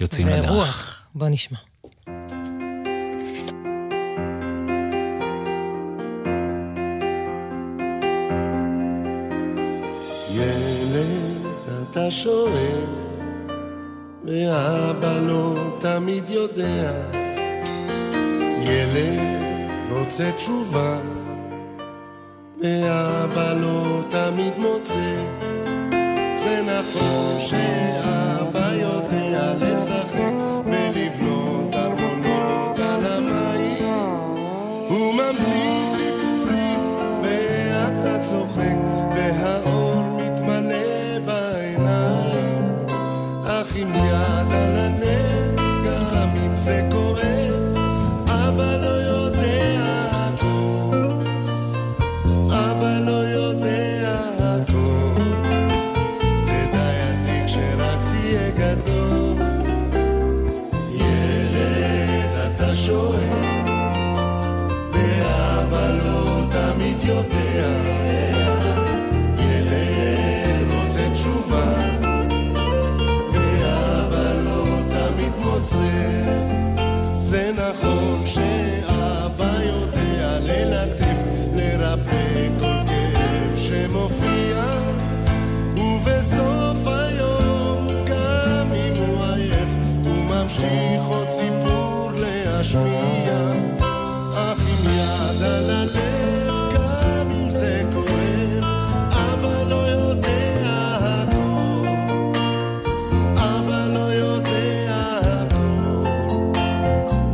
[SPEAKER 5] יוצאים
[SPEAKER 3] זה
[SPEAKER 5] לדרך.
[SPEAKER 3] רוח. בוא נשמע.
[SPEAKER 15] ילד, אתה שואל, ואבא לא תמיד יודע. ילד, רוצה תשובה, ואבא לא תמיד מוצא. זה נכון שאבא יודע לשחק ולבנות ארמונות על המים. הוא ממציא סיפורים, ואתה צוחק, והאור מתמלא בעיניים. אך עם יד על הנר, גם אם זה כואב, אבא לא יודע הכל. אבא לא יודע הכל. תדע ילדי כשרק תהיה גדול. ילד, אתה שואל. ואבא לא תמיד יודע. ילד רוצה תשובה, ואבא לא תמיד מוצא. זה נכון שאבא יודע ללטף, לרפא כל כאב שמופיע, ובסוף היום, גם אם הוא עייף, הוא ממשיך עוד סיפור להשמיע. אך עם יד על הלב, גם אם זה כואב, אבא לא יודע הכל. אבא לא יודע הכל.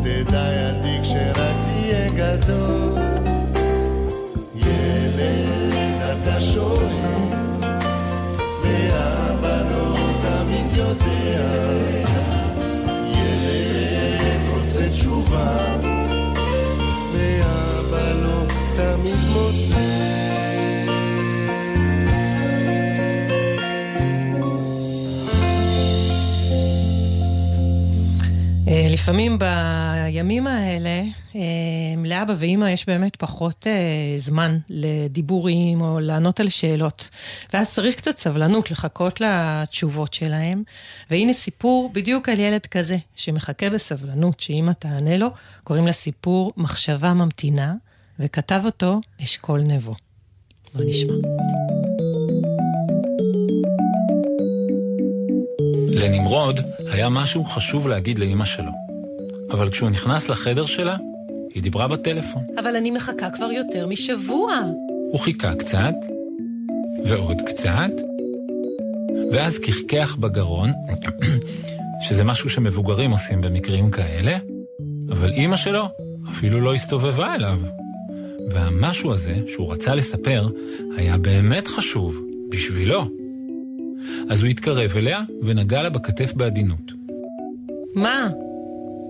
[SPEAKER 15] תדע ילדי, כש... לא לא תמיד מוצא.
[SPEAKER 3] אה, לפעמים בימים האלה, אה, לאבא ואימא יש באמת פחות אה, זמן לדיבורים או לענות על שאלות. ואז צריך קצת סבלנות לחכות לתשובות שלהם. והנה סיפור בדיוק על ילד כזה, שמחכה בסבלנות שאימא תענה לו, קוראים לסיפור מחשבה ממתינה, וכתב אותו אשכול נבו. בוא נשמע.
[SPEAKER 5] לנמרוד היה משהו חשוב להגיד לאימא שלו, אבל כשהוא נכנס לחדר שלה, היא דיברה בטלפון.
[SPEAKER 3] אבל אני מחכה כבר יותר משבוע.
[SPEAKER 5] הוא חיכה קצת, ועוד קצת, ואז קחקח בגרון, שזה משהו שמבוגרים עושים במקרים כאלה, אבל אימא שלו אפילו לא הסתובבה אליו. והמשהו הזה שהוא רצה לספר היה באמת חשוב בשבילו. אז הוא התקרב אליה ונגע לה בכתף בעדינות.
[SPEAKER 3] מה?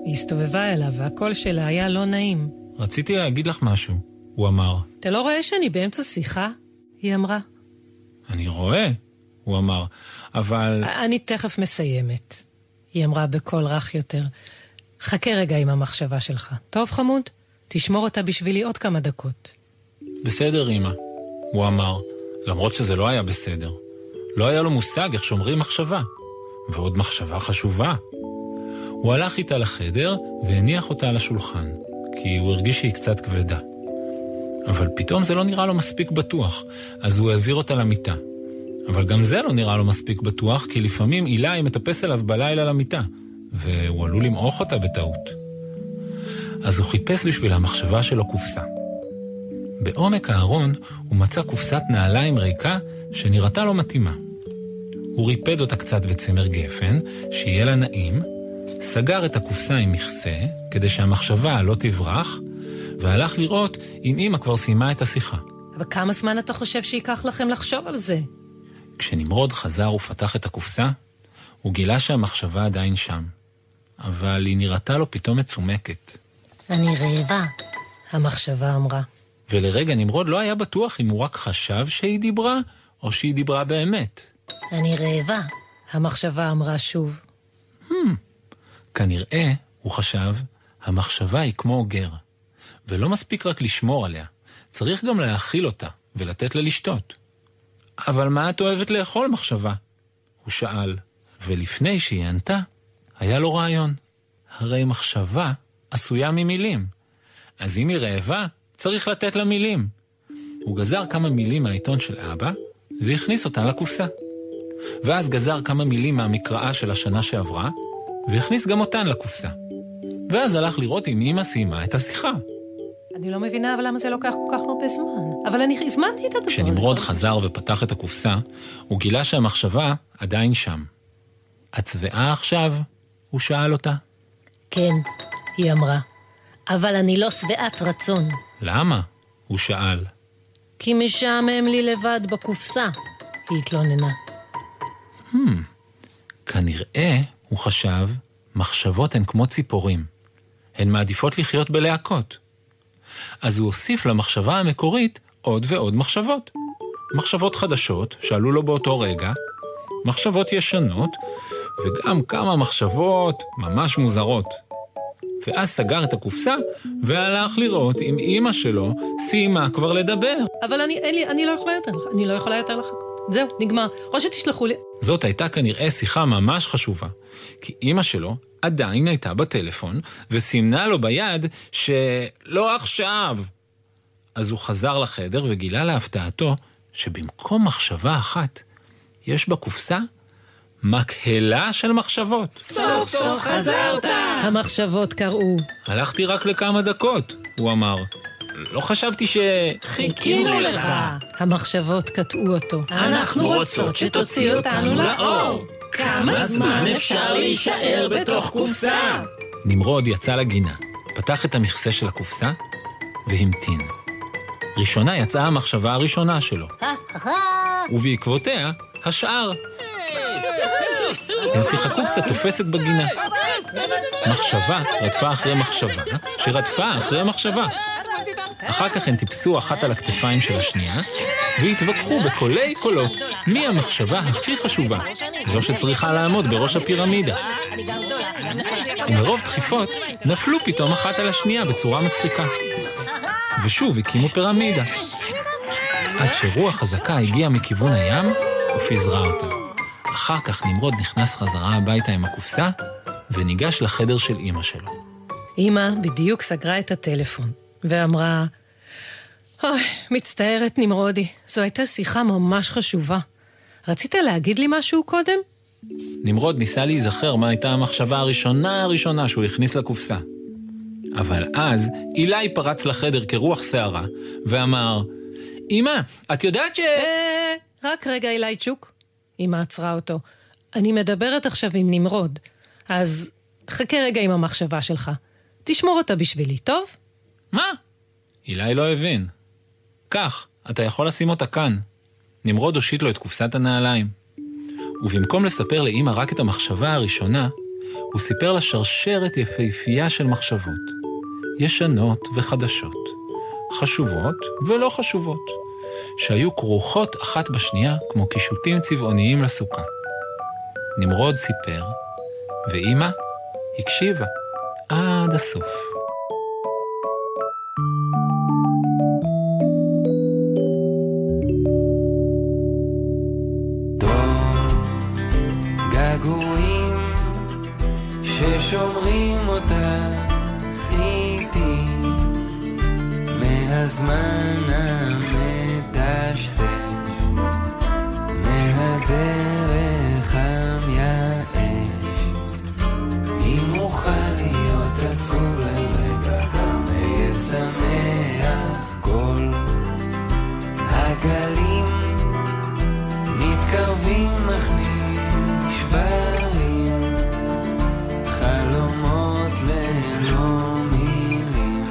[SPEAKER 3] היא הסתובבה אליו והקול שלה היה לא נעים.
[SPEAKER 5] רציתי להגיד לך משהו, הוא אמר.
[SPEAKER 3] אתה לא רואה שאני באמצע שיחה? היא אמרה.
[SPEAKER 5] אני רואה, הוא אמר, אבל...
[SPEAKER 3] אני תכף מסיימת, היא אמרה בקול רך יותר. חכה רגע עם המחשבה שלך. טוב, חמוד? תשמור אותה בשבילי עוד כמה דקות.
[SPEAKER 5] בסדר, אמא, הוא אמר, למרות שזה לא היה בסדר. לא היה לו מושג איך שומרים מחשבה. ועוד מחשבה חשובה. הוא הלך איתה לחדר והניח אותה על השולחן, כי הוא הרגיש שהיא קצת כבדה. אבל פתאום זה לא נראה לו מספיק בטוח, אז הוא העביר אותה למיטה. אבל גם זה לא נראה לו מספיק בטוח, כי לפעמים עילאי מטפס עליו בלילה למיטה, והוא עלול למעוך אותה בטעות. אז הוא חיפש בשביל המחשבה שלו קופסה. בעומק הארון הוא מצא קופסת נעליים ריקה שנראתה לו מתאימה. הוא ריפד אותה קצת בצמר גפן, שיהיה לה נעים, סגר את הקופסה עם מכסה, כדי שהמחשבה לא תברח, והלך לראות אם אמא כבר סיימה את השיחה.
[SPEAKER 3] אבל כמה זמן אתה חושב שייקח לכם לחשוב על זה?
[SPEAKER 5] כשנמרוד חזר ופתח את הקופסה, הוא גילה שהמחשבה עדיין שם, אבל היא נראתה לו פתאום מצומקת.
[SPEAKER 3] אני רעבה, המחשבה אמרה.
[SPEAKER 5] ולרגע נמרוד לא היה בטוח אם הוא רק חשב שהיא דיברה, או שהיא דיברה באמת.
[SPEAKER 3] אני רעבה, המחשבה אמרה שוב.
[SPEAKER 5] "הם, כנראה, הוא חשב, המחשבה היא כמו אוגר. ולא מספיק רק לשמור עליה, צריך גם להאכיל אותה ולתת לה לשתות. אבל מה את אוהבת לאכול מחשבה? הוא שאל, ולפני שהיא ענתה, היה לו רעיון. הרי מחשבה עשויה ממילים. אז אם היא רעבה, צריך לתת לה מילים. הוא גזר כמה מילים מהעיתון של אבא, והכניס אותן לקופסה. ואז גזר כמה מילים מהמקראה של השנה שעברה, והכניס גם אותן לקופסה. ואז הלך לראות אם אמא סיימה את השיחה.
[SPEAKER 3] אני לא מבינה אבל למה זה לוקח כל כך הרבה זמן. אבל אני הזמנתי את הדבר הזה.
[SPEAKER 5] כשנמרוד חזר ופתח את הקופסה, הוא גילה שהמחשבה עדיין שם. את שבעה עכשיו? הוא שאל אותה.
[SPEAKER 16] כן, היא אמרה, אבל אני לא שבעת רצון,
[SPEAKER 5] למה? הוא שאל.
[SPEAKER 16] כי משעמם לי לבד בקופסה, היא התלוננה.
[SPEAKER 5] "הם, Hmm. כנראה, הוא חשב, מחשבות הן כמו ציפורים. הן מעדיפות לחיות בלהקות. אז הוא הוסיף למחשבה המקורית עוד ועוד מחשבות. מחשבות חדשות שעלו לו באותו רגע, מחשבות ישנות, וגם כמה מחשבות ממש מוזרות. ואז סגר את הקופסה והלך לראות אם אימא שלו סיימה כבר לדבר.
[SPEAKER 3] אבל אני, אין לי, אני לא יכולה יותר לחכות. אני לא יכולה יותר לחכות. זהו, נגמר. או שתשלחו לי...
[SPEAKER 5] זאת הייתה כנראה שיחה ממש חשובה, כי אימא שלו עדיין הייתה בטלפון, וסימנה לו ביד שלא עכשיו. אז הוא חזר לחדר וגילה להפתעתו שבמקום מחשבה אחת, יש בקופסה מקהלה של מחשבות.
[SPEAKER 3] סוף סוף חזרת! המחשבות קראו.
[SPEAKER 5] הלכתי רק לכמה דקות, הוא אמר. לא חשבתי ש...
[SPEAKER 3] חיכינו לך. המחשבות קטעו אותו.
[SPEAKER 5] אנחנו רוצות שתוציא אותנו לאור. כמה זמן אפשר להישאר בתוך קופסה? נמרוד יצא לגינה, פתח את המכסה של הקופסה והמתין. ראשונה יצאה המחשבה הראשונה שלו, ובעקבותיה, השאר. הן שיחקו קצת תופסת בגינה. מחשבה רדפה אחרי מחשבה, שרדפה אחרי מחשבה. אחר כך הן טיפסו אחת על הכתפיים של השנייה, והתווכחו בקולי קולות מי המחשבה הכי חשובה, זו שצריכה לעמוד בראש הפירמידה.
[SPEAKER 17] אני גם גדולה, אני גם נכונה.
[SPEAKER 5] מרוב דחיפות, נפלו פתאום אחת על השנייה בצורה מצחיקה. ושוב הקימו פירמידה. עד שרוח חזקה הגיעה מכיוון הים ופיזרה אותה. אחר כך נמרוד נכנס חזרה הביתה עם הקופסה, וניגש לחדר של אימא שלו.
[SPEAKER 3] אמא בדיוק סגרה את הטלפון, ואמרה, אוי, מצטערת נמרודי, זו הייתה שיחה ממש חשובה. רצית להגיד לי משהו קודם?
[SPEAKER 5] נמרוד ניסה להיזכר מה הייתה המחשבה הראשונה הראשונה שהוא הכניס לקופסה. אבל אז אילי פרץ לחדר כרוח סערה, ואמר, אמא, את יודעת ש...
[SPEAKER 3] אה, רק רגע, אלייצ'וק. אמא עצרה אותו. אני מדברת עכשיו עם נמרוד, אז חכה רגע עם המחשבה שלך. תשמור אותה בשבילי, טוב?
[SPEAKER 5] מה? אילי לא הבין. כך, אתה יכול לשים אותה כאן. נמרוד הושיט לו את קופסת הנעליים. ובמקום לספר לאימא רק את המחשבה הראשונה, הוא סיפר לה שרשרת יפהפייה של מחשבות. ישנות וחדשות. חשובות ולא חשובות. שהיו כרוכות אחת בשנייה כמו קישוטים צבעוניים לסוכה. נמרוד סיפר, ואימא הקשיבה עד הסוף.
[SPEAKER 13] געגועים ששומרים אותך איתי מהזמן המטשטש מהדרך המייאש אם אוכל להיות עצוב לרגע גם אהיה שמח כל הגלים מתקרבים אך נשברים חלומות ללא מילים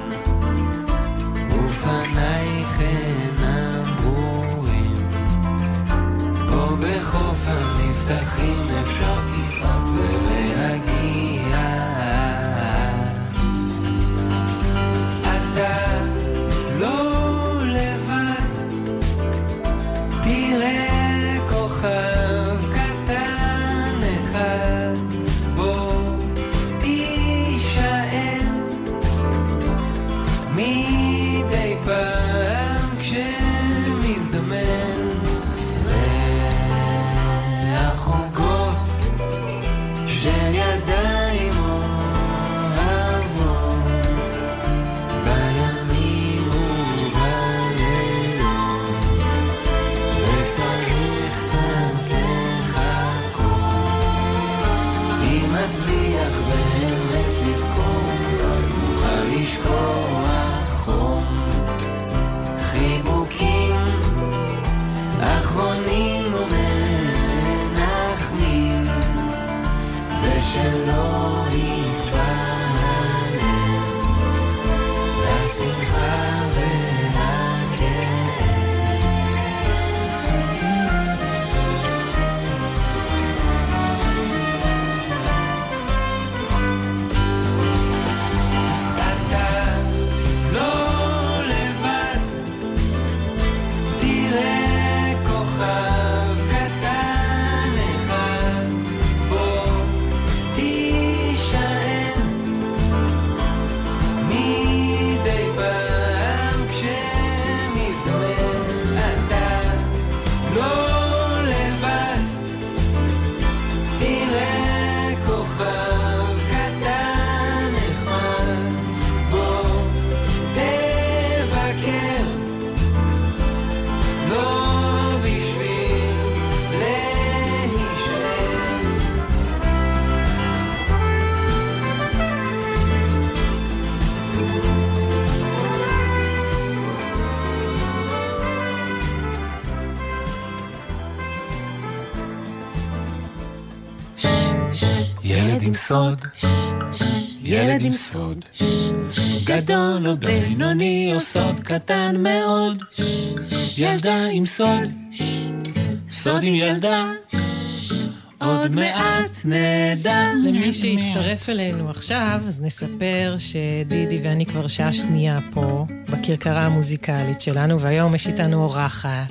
[SPEAKER 13] ופנייך אינם ברורים פה בחוף המבטחים אפשר כמעט ולהגיע אתה לא לבד תראה כוכב קטן אחד, בוא תישען מדי פעם כשמזדמן. ריח עוגות של ידיים אוהבות, בימים ובלילות. וצריך קצת לחכות. אם אצליח באמת לזכור, אולי אוכל לשכוח חום. חיבוקים אחרונים ומנחמים, ושלא יתפעלם השמחה והכאב. אתה לא לבד, תראה כוכב קטן אחד, בוא תישען מדי פעם כשמזדמן. אתה לא לבד, תראה כוכב קטן נחמד. בוא תבקר, לא בשביל להישאר.
[SPEAKER 2] ילד עם סוד, ילד עם סוד, גדול או בינוני או סוד קטן מאוד, ילדה עם סוד, סוד עם ילדה, עוד מעט נדע.
[SPEAKER 18] למי שהצטרף אלינו עכשיו, אז נספר שדידי ואני כבר שעה שנייה פה,
[SPEAKER 3] בכרכרה המוזיקלית שלנו, והיום יש איתנו אורחת,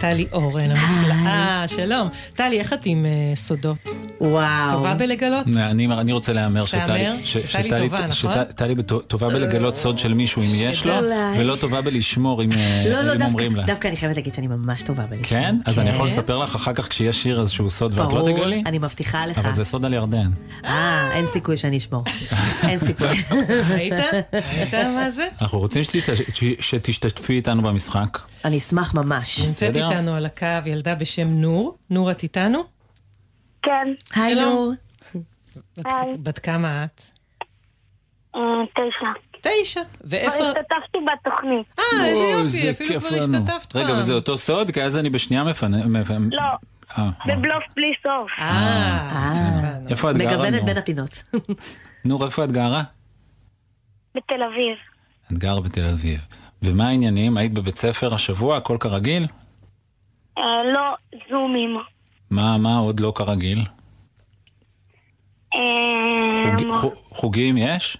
[SPEAKER 3] טלי אורן המופלאה, שלום. טלי, איך את עם אה, סודות?
[SPEAKER 14] וואו.
[SPEAKER 3] טובה בלגלות?
[SPEAKER 5] אני אני רוצה להמר שטלי
[SPEAKER 3] תהמר?
[SPEAKER 5] ש-
[SPEAKER 3] טלי
[SPEAKER 5] שטלי-
[SPEAKER 3] טובה,
[SPEAKER 5] שט-
[SPEAKER 3] נכון?
[SPEAKER 5] טלי בטו- טובה בלגלות סוד של מישהו אם יש לו,
[SPEAKER 14] שטולי.
[SPEAKER 5] ולא טובה בלשמור אם אה,
[SPEAKER 14] לא, לא,
[SPEAKER 5] אם אומרים
[SPEAKER 14] דווקא,
[SPEAKER 5] לה.
[SPEAKER 14] דווקא אני חייבת להגיד שאני ממש טובה בלשמור.
[SPEAKER 5] כן? אז אני יכול לספר לך אחר כך כשיש שיר איזשהו סוד ואת לא
[SPEAKER 14] ברור,
[SPEAKER 5] תגלי?
[SPEAKER 14] אני מבטיחה לך.
[SPEAKER 5] אבל זה סוד על ירדן.
[SPEAKER 14] אה, אין סיכוי שאני אשמור. אין סיכוי.
[SPEAKER 3] ראית? ראית מה זה?
[SPEAKER 5] אנחנו רוצים שתת- ש- שתשתתפי איתנו במשחק.
[SPEAKER 3] אה,
[SPEAKER 14] אני אשמח ממש.
[SPEAKER 3] נמצאת
[SPEAKER 5] בסדר?
[SPEAKER 3] איתנו על הקו ילדה בשם נור. נור, את איתנו?
[SPEAKER 19] כן.
[SPEAKER 14] היי, נור.
[SPEAKER 19] היי.
[SPEAKER 3] בת כמה את?
[SPEAKER 19] אה, תשע.
[SPEAKER 3] תשע. ואיפה-
[SPEAKER 19] כבר השתתפתי בתוכנית.
[SPEAKER 3] אה, איזה
[SPEAKER 5] אוי,
[SPEAKER 3] יופי,
[SPEAKER 5] לא, זה
[SPEAKER 3] אפילו
[SPEAKER 5] כיף
[SPEAKER 3] כבר
[SPEAKER 5] לנו.
[SPEAKER 3] השתתפת
[SPEAKER 5] רגע,
[SPEAKER 3] פעם.
[SPEAKER 5] וזה אותו סוד? כי אז אני בשנייה מפנה... מפנה-
[SPEAKER 19] לא,
[SPEAKER 5] אה,
[SPEAKER 19] זה בלוף בלי סוף.
[SPEAKER 5] אה, בסדר. איפה את גרה?
[SPEAKER 14] מגוונת
[SPEAKER 5] נור?
[SPEAKER 14] בין הפינות.
[SPEAKER 5] נור, איפה את גרה?
[SPEAKER 19] בתל אביב.
[SPEAKER 5] את גרה בתל אביב. ומה העניינים? היית בבית ספר השבוע, הכל כרגיל?
[SPEAKER 19] אה, לא, זומים.
[SPEAKER 5] מה, מה עוד לא כרגיל?
[SPEAKER 19] אה,
[SPEAKER 5] חוג- חו- חוגים יש?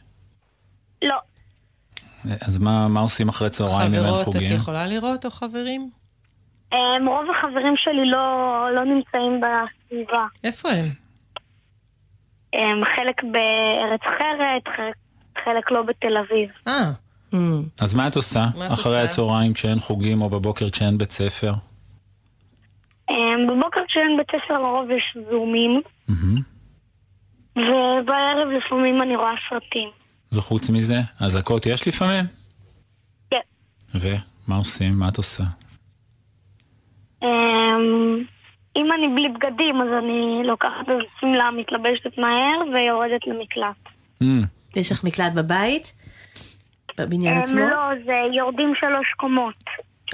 [SPEAKER 19] לא.
[SPEAKER 5] אז מה, מה עושים אחרי צהריים אם אין
[SPEAKER 3] חברות, את
[SPEAKER 5] חוגים?
[SPEAKER 3] יכולה לראות, או חברים?
[SPEAKER 19] אה, רוב החברים שלי לא לא נמצאים בסביבה. אה,
[SPEAKER 3] איפה הם?
[SPEAKER 19] הם חלק בארץ אחרת, חלק- חלק לא בתל אביב.
[SPEAKER 3] אה.
[SPEAKER 5] Mm. אז מה את עושה
[SPEAKER 19] מה את
[SPEAKER 5] אחרי
[SPEAKER 19] עושה?
[SPEAKER 5] הצהריים כשאין חוגים או בבוקר כשאין בית ספר?
[SPEAKER 19] אה, בבוקר כשאין בית ספר לרוב יש זומים,
[SPEAKER 5] Mm-hmm.
[SPEAKER 19] ובערב לפעמים אני רואה סרטים.
[SPEAKER 5] וחוץ מזה, אזעקות יש לפעמים?
[SPEAKER 19] כן.
[SPEAKER 5] ומה עושים? מה את עושה?
[SPEAKER 19] אמ, אם אני בלי בגדים, אז אני לוקחת איזו שמלה, מתלבשת מהר ויורדת למקלט.
[SPEAKER 5] אה.
[SPEAKER 14] יש לך מקלט בבית? בבניין
[SPEAKER 19] אמ,
[SPEAKER 14] עצמו?
[SPEAKER 19] לא, זה יורדים שלוש קומות.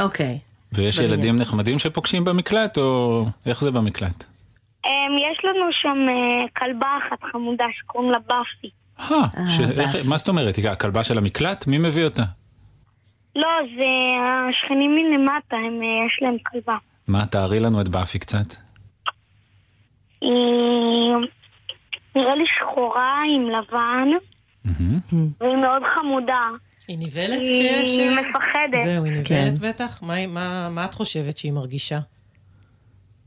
[SPEAKER 14] אוקיי.
[SPEAKER 5] ויש
[SPEAKER 14] בבניין.
[SPEAKER 5] ילדים נחמדים שפוגשים במקלט, או איך זה במקלט?
[SPEAKER 19] אמ, יש לנו שם אה, כלבה אחת חמודה שקוראים לה באפי. אה,
[SPEAKER 5] ש- איך- מה זאת אומרת? היא הכלבה של המקלט? מי מביא אותה?
[SPEAKER 19] לא, זה השכנים מלמטה, הם, אה, יש להם כלבה.
[SPEAKER 5] מה, תארי לנו את באפי קצת.
[SPEAKER 19] היא נראה לי שחורה עם לבן,
[SPEAKER 5] Mm-hmm.
[SPEAKER 19] והיא מאוד חמודה.
[SPEAKER 3] היא נבהלת כשיש... אה,
[SPEAKER 19] היא מפחדת.
[SPEAKER 3] זהו, היא
[SPEAKER 19] כן.
[SPEAKER 3] נבהלת בטח. מה- מה- מה את חושבת שהיא מרגישה?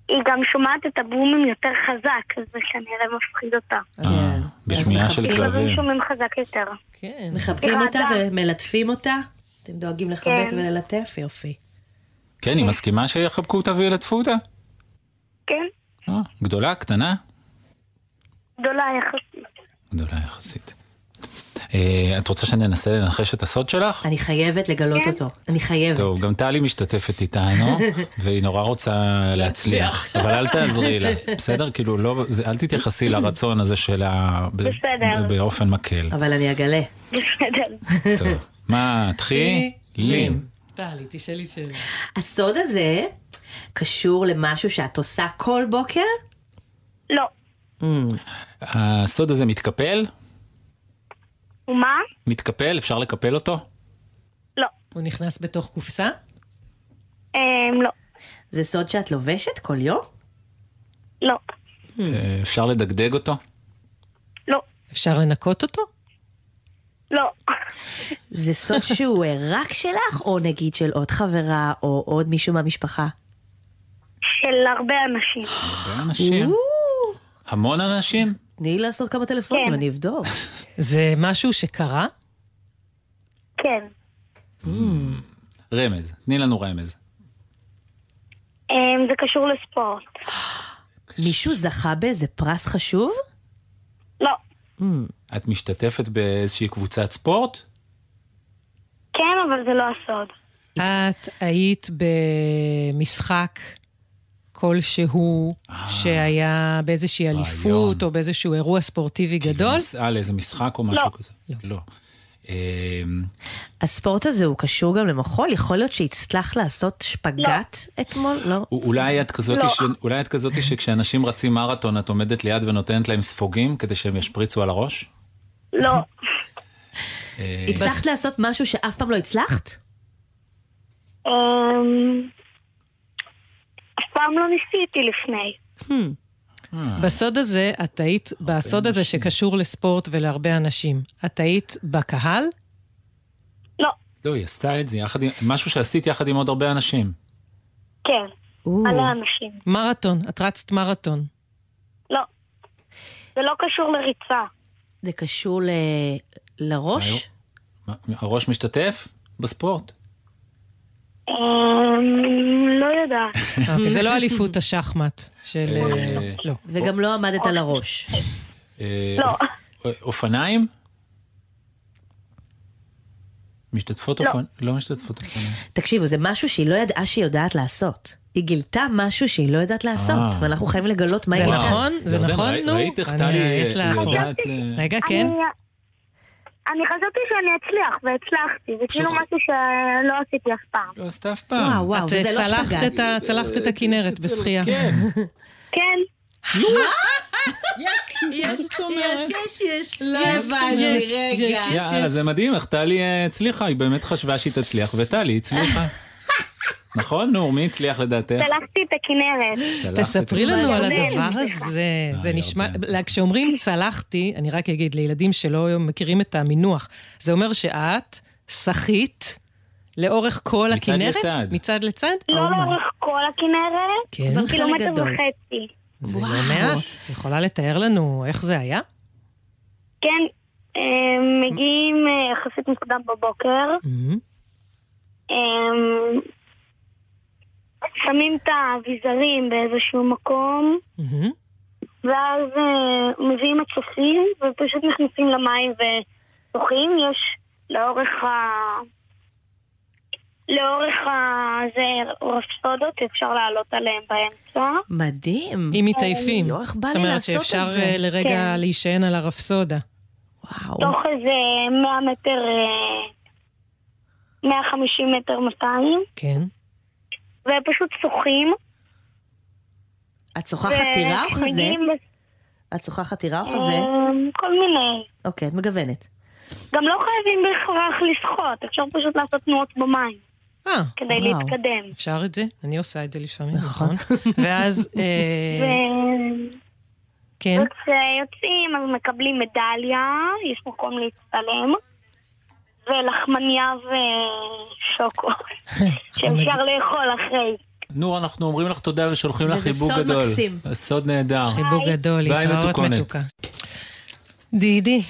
[SPEAKER 19] היא גם שומעת את הבומים יותר חזק, אז זה כנראה מפחיד אותה.
[SPEAKER 3] אה,
[SPEAKER 5] בשמיעה
[SPEAKER 14] מחבקים.
[SPEAKER 5] של
[SPEAKER 19] כלבים
[SPEAKER 5] כלבים.
[SPEAKER 19] שומעים חזק יותר.
[SPEAKER 3] כן.
[SPEAKER 14] מחבקים
[SPEAKER 19] היא
[SPEAKER 14] אותה ומלטפים אותה? אתם דואגים לחבק
[SPEAKER 19] כן.
[SPEAKER 14] וללטף? יופי.
[SPEAKER 5] כן, היא מסכימה שיחבקו אותה וילטפו אותה?
[SPEAKER 19] כן.
[SPEAKER 5] אה, גדולה, קטנה?
[SPEAKER 19] גדולה יחסית.
[SPEAKER 5] גדולה יחסית. אה, את רוצה שננסה לנחש את הסוד שלך?
[SPEAKER 14] אני חייבת לגלות אותו. אני חייבת.
[SPEAKER 5] טוב, גם טלי משתתפת איתנו, והיא נורא רוצה להצליח, אבל אל תעזרי לה, בסדר? כאילו, לא, זה, אל תתייחסי לרצון הזה שלה ב-
[SPEAKER 14] בסדר.
[SPEAKER 5] ב- באופן מקל.
[SPEAKER 14] אבל אני אגלה.
[SPEAKER 19] בסדר.
[SPEAKER 5] טוב. מה, תחי? לים.
[SPEAKER 3] טלי, תשאלי שאלה.
[SPEAKER 14] הסוד הזה קשור למשהו שאת עושה כל בוקר?
[SPEAKER 19] לא.
[SPEAKER 5] הסוד הזה מתקפל?
[SPEAKER 19] ומה?
[SPEAKER 5] מתקפל? אפשר לקפל אותו?
[SPEAKER 14] Hmm.
[SPEAKER 19] לא.
[SPEAKER 3] הוא נכנס בתוך קופסה?
[SPEAKER 19] אמ, לא.
[SPEAKER 14] זה סוד שאת לובשת כל יום?
[SPEAKER 19] לא.
[SPEAKER 5] אה, אפשר לדגדג אותו?
[SPEAKER 19] לא.
[SPEAKER 3] אפשר לנקות אותו?
[SPEAKER 19] לא.
[SPEAKER 14] זה סוד שהוא אה, רק שלך, או נגיד של עוד חברה, או עוד מישהו מהמשפחה?
[SPEAKER 19] של הרבה אנשים.
[SPEAKER 5] הרבה אנשים. המון אנשים?
[SPEAKER 14] תני לי לעשות כמה טלפונים, אני אבדוק.
[SPEAKER 3] זה משהו שקרה?
[SPEAKER 19] כן.
[SPEAKER 5] Mm. רמז, תני לנו רמז.
[SPEAKER 19] אמ, זה קשור לספורט.
[SPEAKER 14] מישהו זכה באיזה פרס חשוב?
[SPEAKER 19] לא.
[SPEAKER 5] את משתתפת באיזושהי קבוצת ספורט?
[SPEAKER 19] כן, אבל זה לא הסוד.
[SPEAKER 3] את היית במשחק כלשהו
[SPEAKER 5] אה.
[SPEAKER 3] שהיה באיזושהי אליפות או באיזשהו אירוע ספורטיבי גדול?
[SPEAKER 5] נסעה אה, לאיזה משחק או משהו כזה? לא. אמ,
[SPEAKER 14] הספורט הזה הוא קשור גם למחול? יכול להיות שהצלח לעשות שפגאט אתמול? לא.
[SPEAKER 5] א- אולי את כזאתי
[SPEAKER 14] לא.
[SPEAKER 5] ש... אולי את כזאתי שכשאנשים רצים מרתון את עומדת ליד ונותנת להם ספוגים כדי שהם ישפריצו על הראש?
[SPEAKER 19] לא.
[SPEAKER 5] אה,
[SPEAKER 14] הצלחת לעשות משהו שאף פעם לא הצלחת?
[SPEAKER 19] אמ, אף פעם לא ניסיתי לפני.
[SPEAKER 3] Hmm.
[SPEAKER 5] אה.
[SPEAKER 3] בסוד הזה, את היית, בסוד הזה שקשור לספורט ולהרבה אנשים, את היית בקהל?
[SPEAKER 19] לא.
[SPEAKER 5] לא, היא עשתה את זה יחד עם, משהו שעשית יחד עם עוד הרבה אנשים.
[SPEAKER 19] כן,
[SPEAKER 3] או.
[SPEAKER 19] מלא אנשים.
[SPEAKER 3] מרתון, את רצת מרתון.
[SPEAKER 19] לא. זה לא קשור לריצה.
[SPEAKER 14] זה קשור ל... לראש?
[SPEAKER 5] מה, הראש משתתף? בספורט.
[SPEAKER 19] אה. אמ, לא יודעת.
[SPEAKER 3] אוקיי, זה לא אליפות השחמט של...
[SPEAKER 5] אה,
[SPEAKER 3] לא.
[SPEAKER 14] וגם לא עמדת על הראש.
[SPEAKER 5] אה,
[SPEAKER 14] לא.
[SPEAKER 5] אופ- אופניים? משתתפות
[SPEAKER 14] לא.
[SPEAKER 5] אופניים? לא משתתפות אופניים.
[SPEAKER 14] תקשיבו, זה משהו שהיא לא ידעה שהיא יודעת לעשות. היא גילתה משהו שהיא לא יודעת לעשות,
[SPEAKER 5] אה.
[SPEAKER 14] ואנחנו חייבים לגלות מה
[SPEAKER 5] זה
[SPEAKER 14] היא יודעת.
[SPEAKER 5] נכון, זה ירדן, נכון, ראי- נו. ראית איך טלי, אה, יודעת ל-
[SPEAKER 3] רגע, כן.
[SPEAKER 19] אני- אני חשבתי שאני אצליח, והצלחתי. זה כאילו משהו שלא עשיתי אף פעם.
[SPEAKER 5] לא עשתה אף
[SPEAKER 3] פעם. וואו, וואו, את, וזה לא צלחת שפגאט. את ה- צלחת את הכנרת בשחייה.
[SPEAKER 5] כן.
[SPEAKER 19] כן.
[SPEAKER 3] יש,
[SPEAKER 14] יש, יש.
[SPEAKER 12] לא
[SPEAKER 3] יש, יש, יש, אה, יש.
[SPEAKER 5] יאללה, זה מדהים איך טלי אה, הצליחה, היא באמת חשבה שהיא תצליח, וטלי הצליחה. נכון, נו, מי הצליח לדעתך?
[SPEAKER 19] צלחתי את הכנרת.
[SPEAKER 5] צלחת את
[SPEAKER 3] תספרי לנו על
[SPEAKER 19] ירדן,
[SPEAKER 3] הדבר הזה, זה נשמע, לא, כשאומרים צלחתי, אני רק אגיד לילדים שלא מכירים את המינוח, זה אומר שאת שחית לאורך כל הכנרת?
[SPEAKER 5] לצד.
[SPEAKER 3] מצד לצד?
[SPEAKER 19] לא
[SPEAKER 3] אומייג.
[SPEAKER 19] לאורך כל הכנרת,
[SPEAKER 3] Oh כן.
[SPEAKER 19] אבל
[SPEAKER 3] אבל חלק
[SPEAKER 19] קילומטר
[SPEAKER 3] גדול.
[SPEAKER 19] וחצי.
[SPEAKER 3] זה לא מעט. את יכולה לתאר לנו איך זה היה?
[SPEAKER 19] כן, אה, מגיעים אה, יחסית מוקדם בבוקר, אה, שמים את האביזרים באיזשהו מקום, ואז אה, מביאים מצופים ופשוט נכנסים למים ושוחים. יש לאורך ה... לאורך ה... זה רפסודות שאפשר לעלות עליהם באמצע.
[SPEAKER 14] מדהים.
[SPEAKER 3] אם מתעייפים.
[SPEAKER 14] לא, איך בא
[SPEAKER 3] זאת
[SPEAKER 14] לי
[SPEAKER 3] אומרת
[SPEAKER 14] לעשות את
[SPEAKER 3] שאפשר
[SPEAKER 14] זה?
[SPEAKER 3] אה, לרגע
[SPEAKER 19] כן.
[SPEAKER 3] להישען על הרפסודה.
[SPEAKER 19] תוך איזה 100 מטר, אה, 150 מטר 200,
[SPEAKER 3] כן.
[SPEAKER 19] ופשוט שוחים.
[SPEAKER 14] את שוחחת טירה או
[SPEAKER 19] אה,
[SPEAKER 14] חזה? את שוחחת טירה או חזה?
[SPEAKER 19] כל מיני.
[SPEAKER 14] אוקיי, את מגוונת.
[SPEAKER 19] גם לא חייבים בהכרח לשחות, אפשר פשוט לעשות תנועות במים.
[SPEAKER 3] אה,
[SPEAKER 19] כדי
[SPEAKER 3] וואו.
[SPEAKER 19] להתקדם.
[SPEAKER 3] אפשר את זה? אני עושה את זה לפעמים, נכון. ואז, אה,
[SPEAKER 19] ו-
[SPEAKER 3] כן,
[SPEAKER 19] כשיוצאים אז מקבלים מדליה, יש מקום להצטלם, ולחמניה ושוקו, שאפשר לאכול אחרי.
[SPEAKER 5] נור, אנחנו אומרים לך תודה ושולחים לך
[SPEAKER 19] וזה
[SPEAKER 5] חיבוק
[SPEAKER 19] סוד
[SPEAKER 5] גדול.
[SPEAKER 19] מקסים.
[SPEAKER 5] סוד נהדר.
[SPEAKER 3] חיבוק גדול,
[SPEAKER 5] ביי,
[SPEAKER 3] להתראות
[SPEAKER 5] מתוקונת.
[SPEAKER 3] מתוקה. דידי.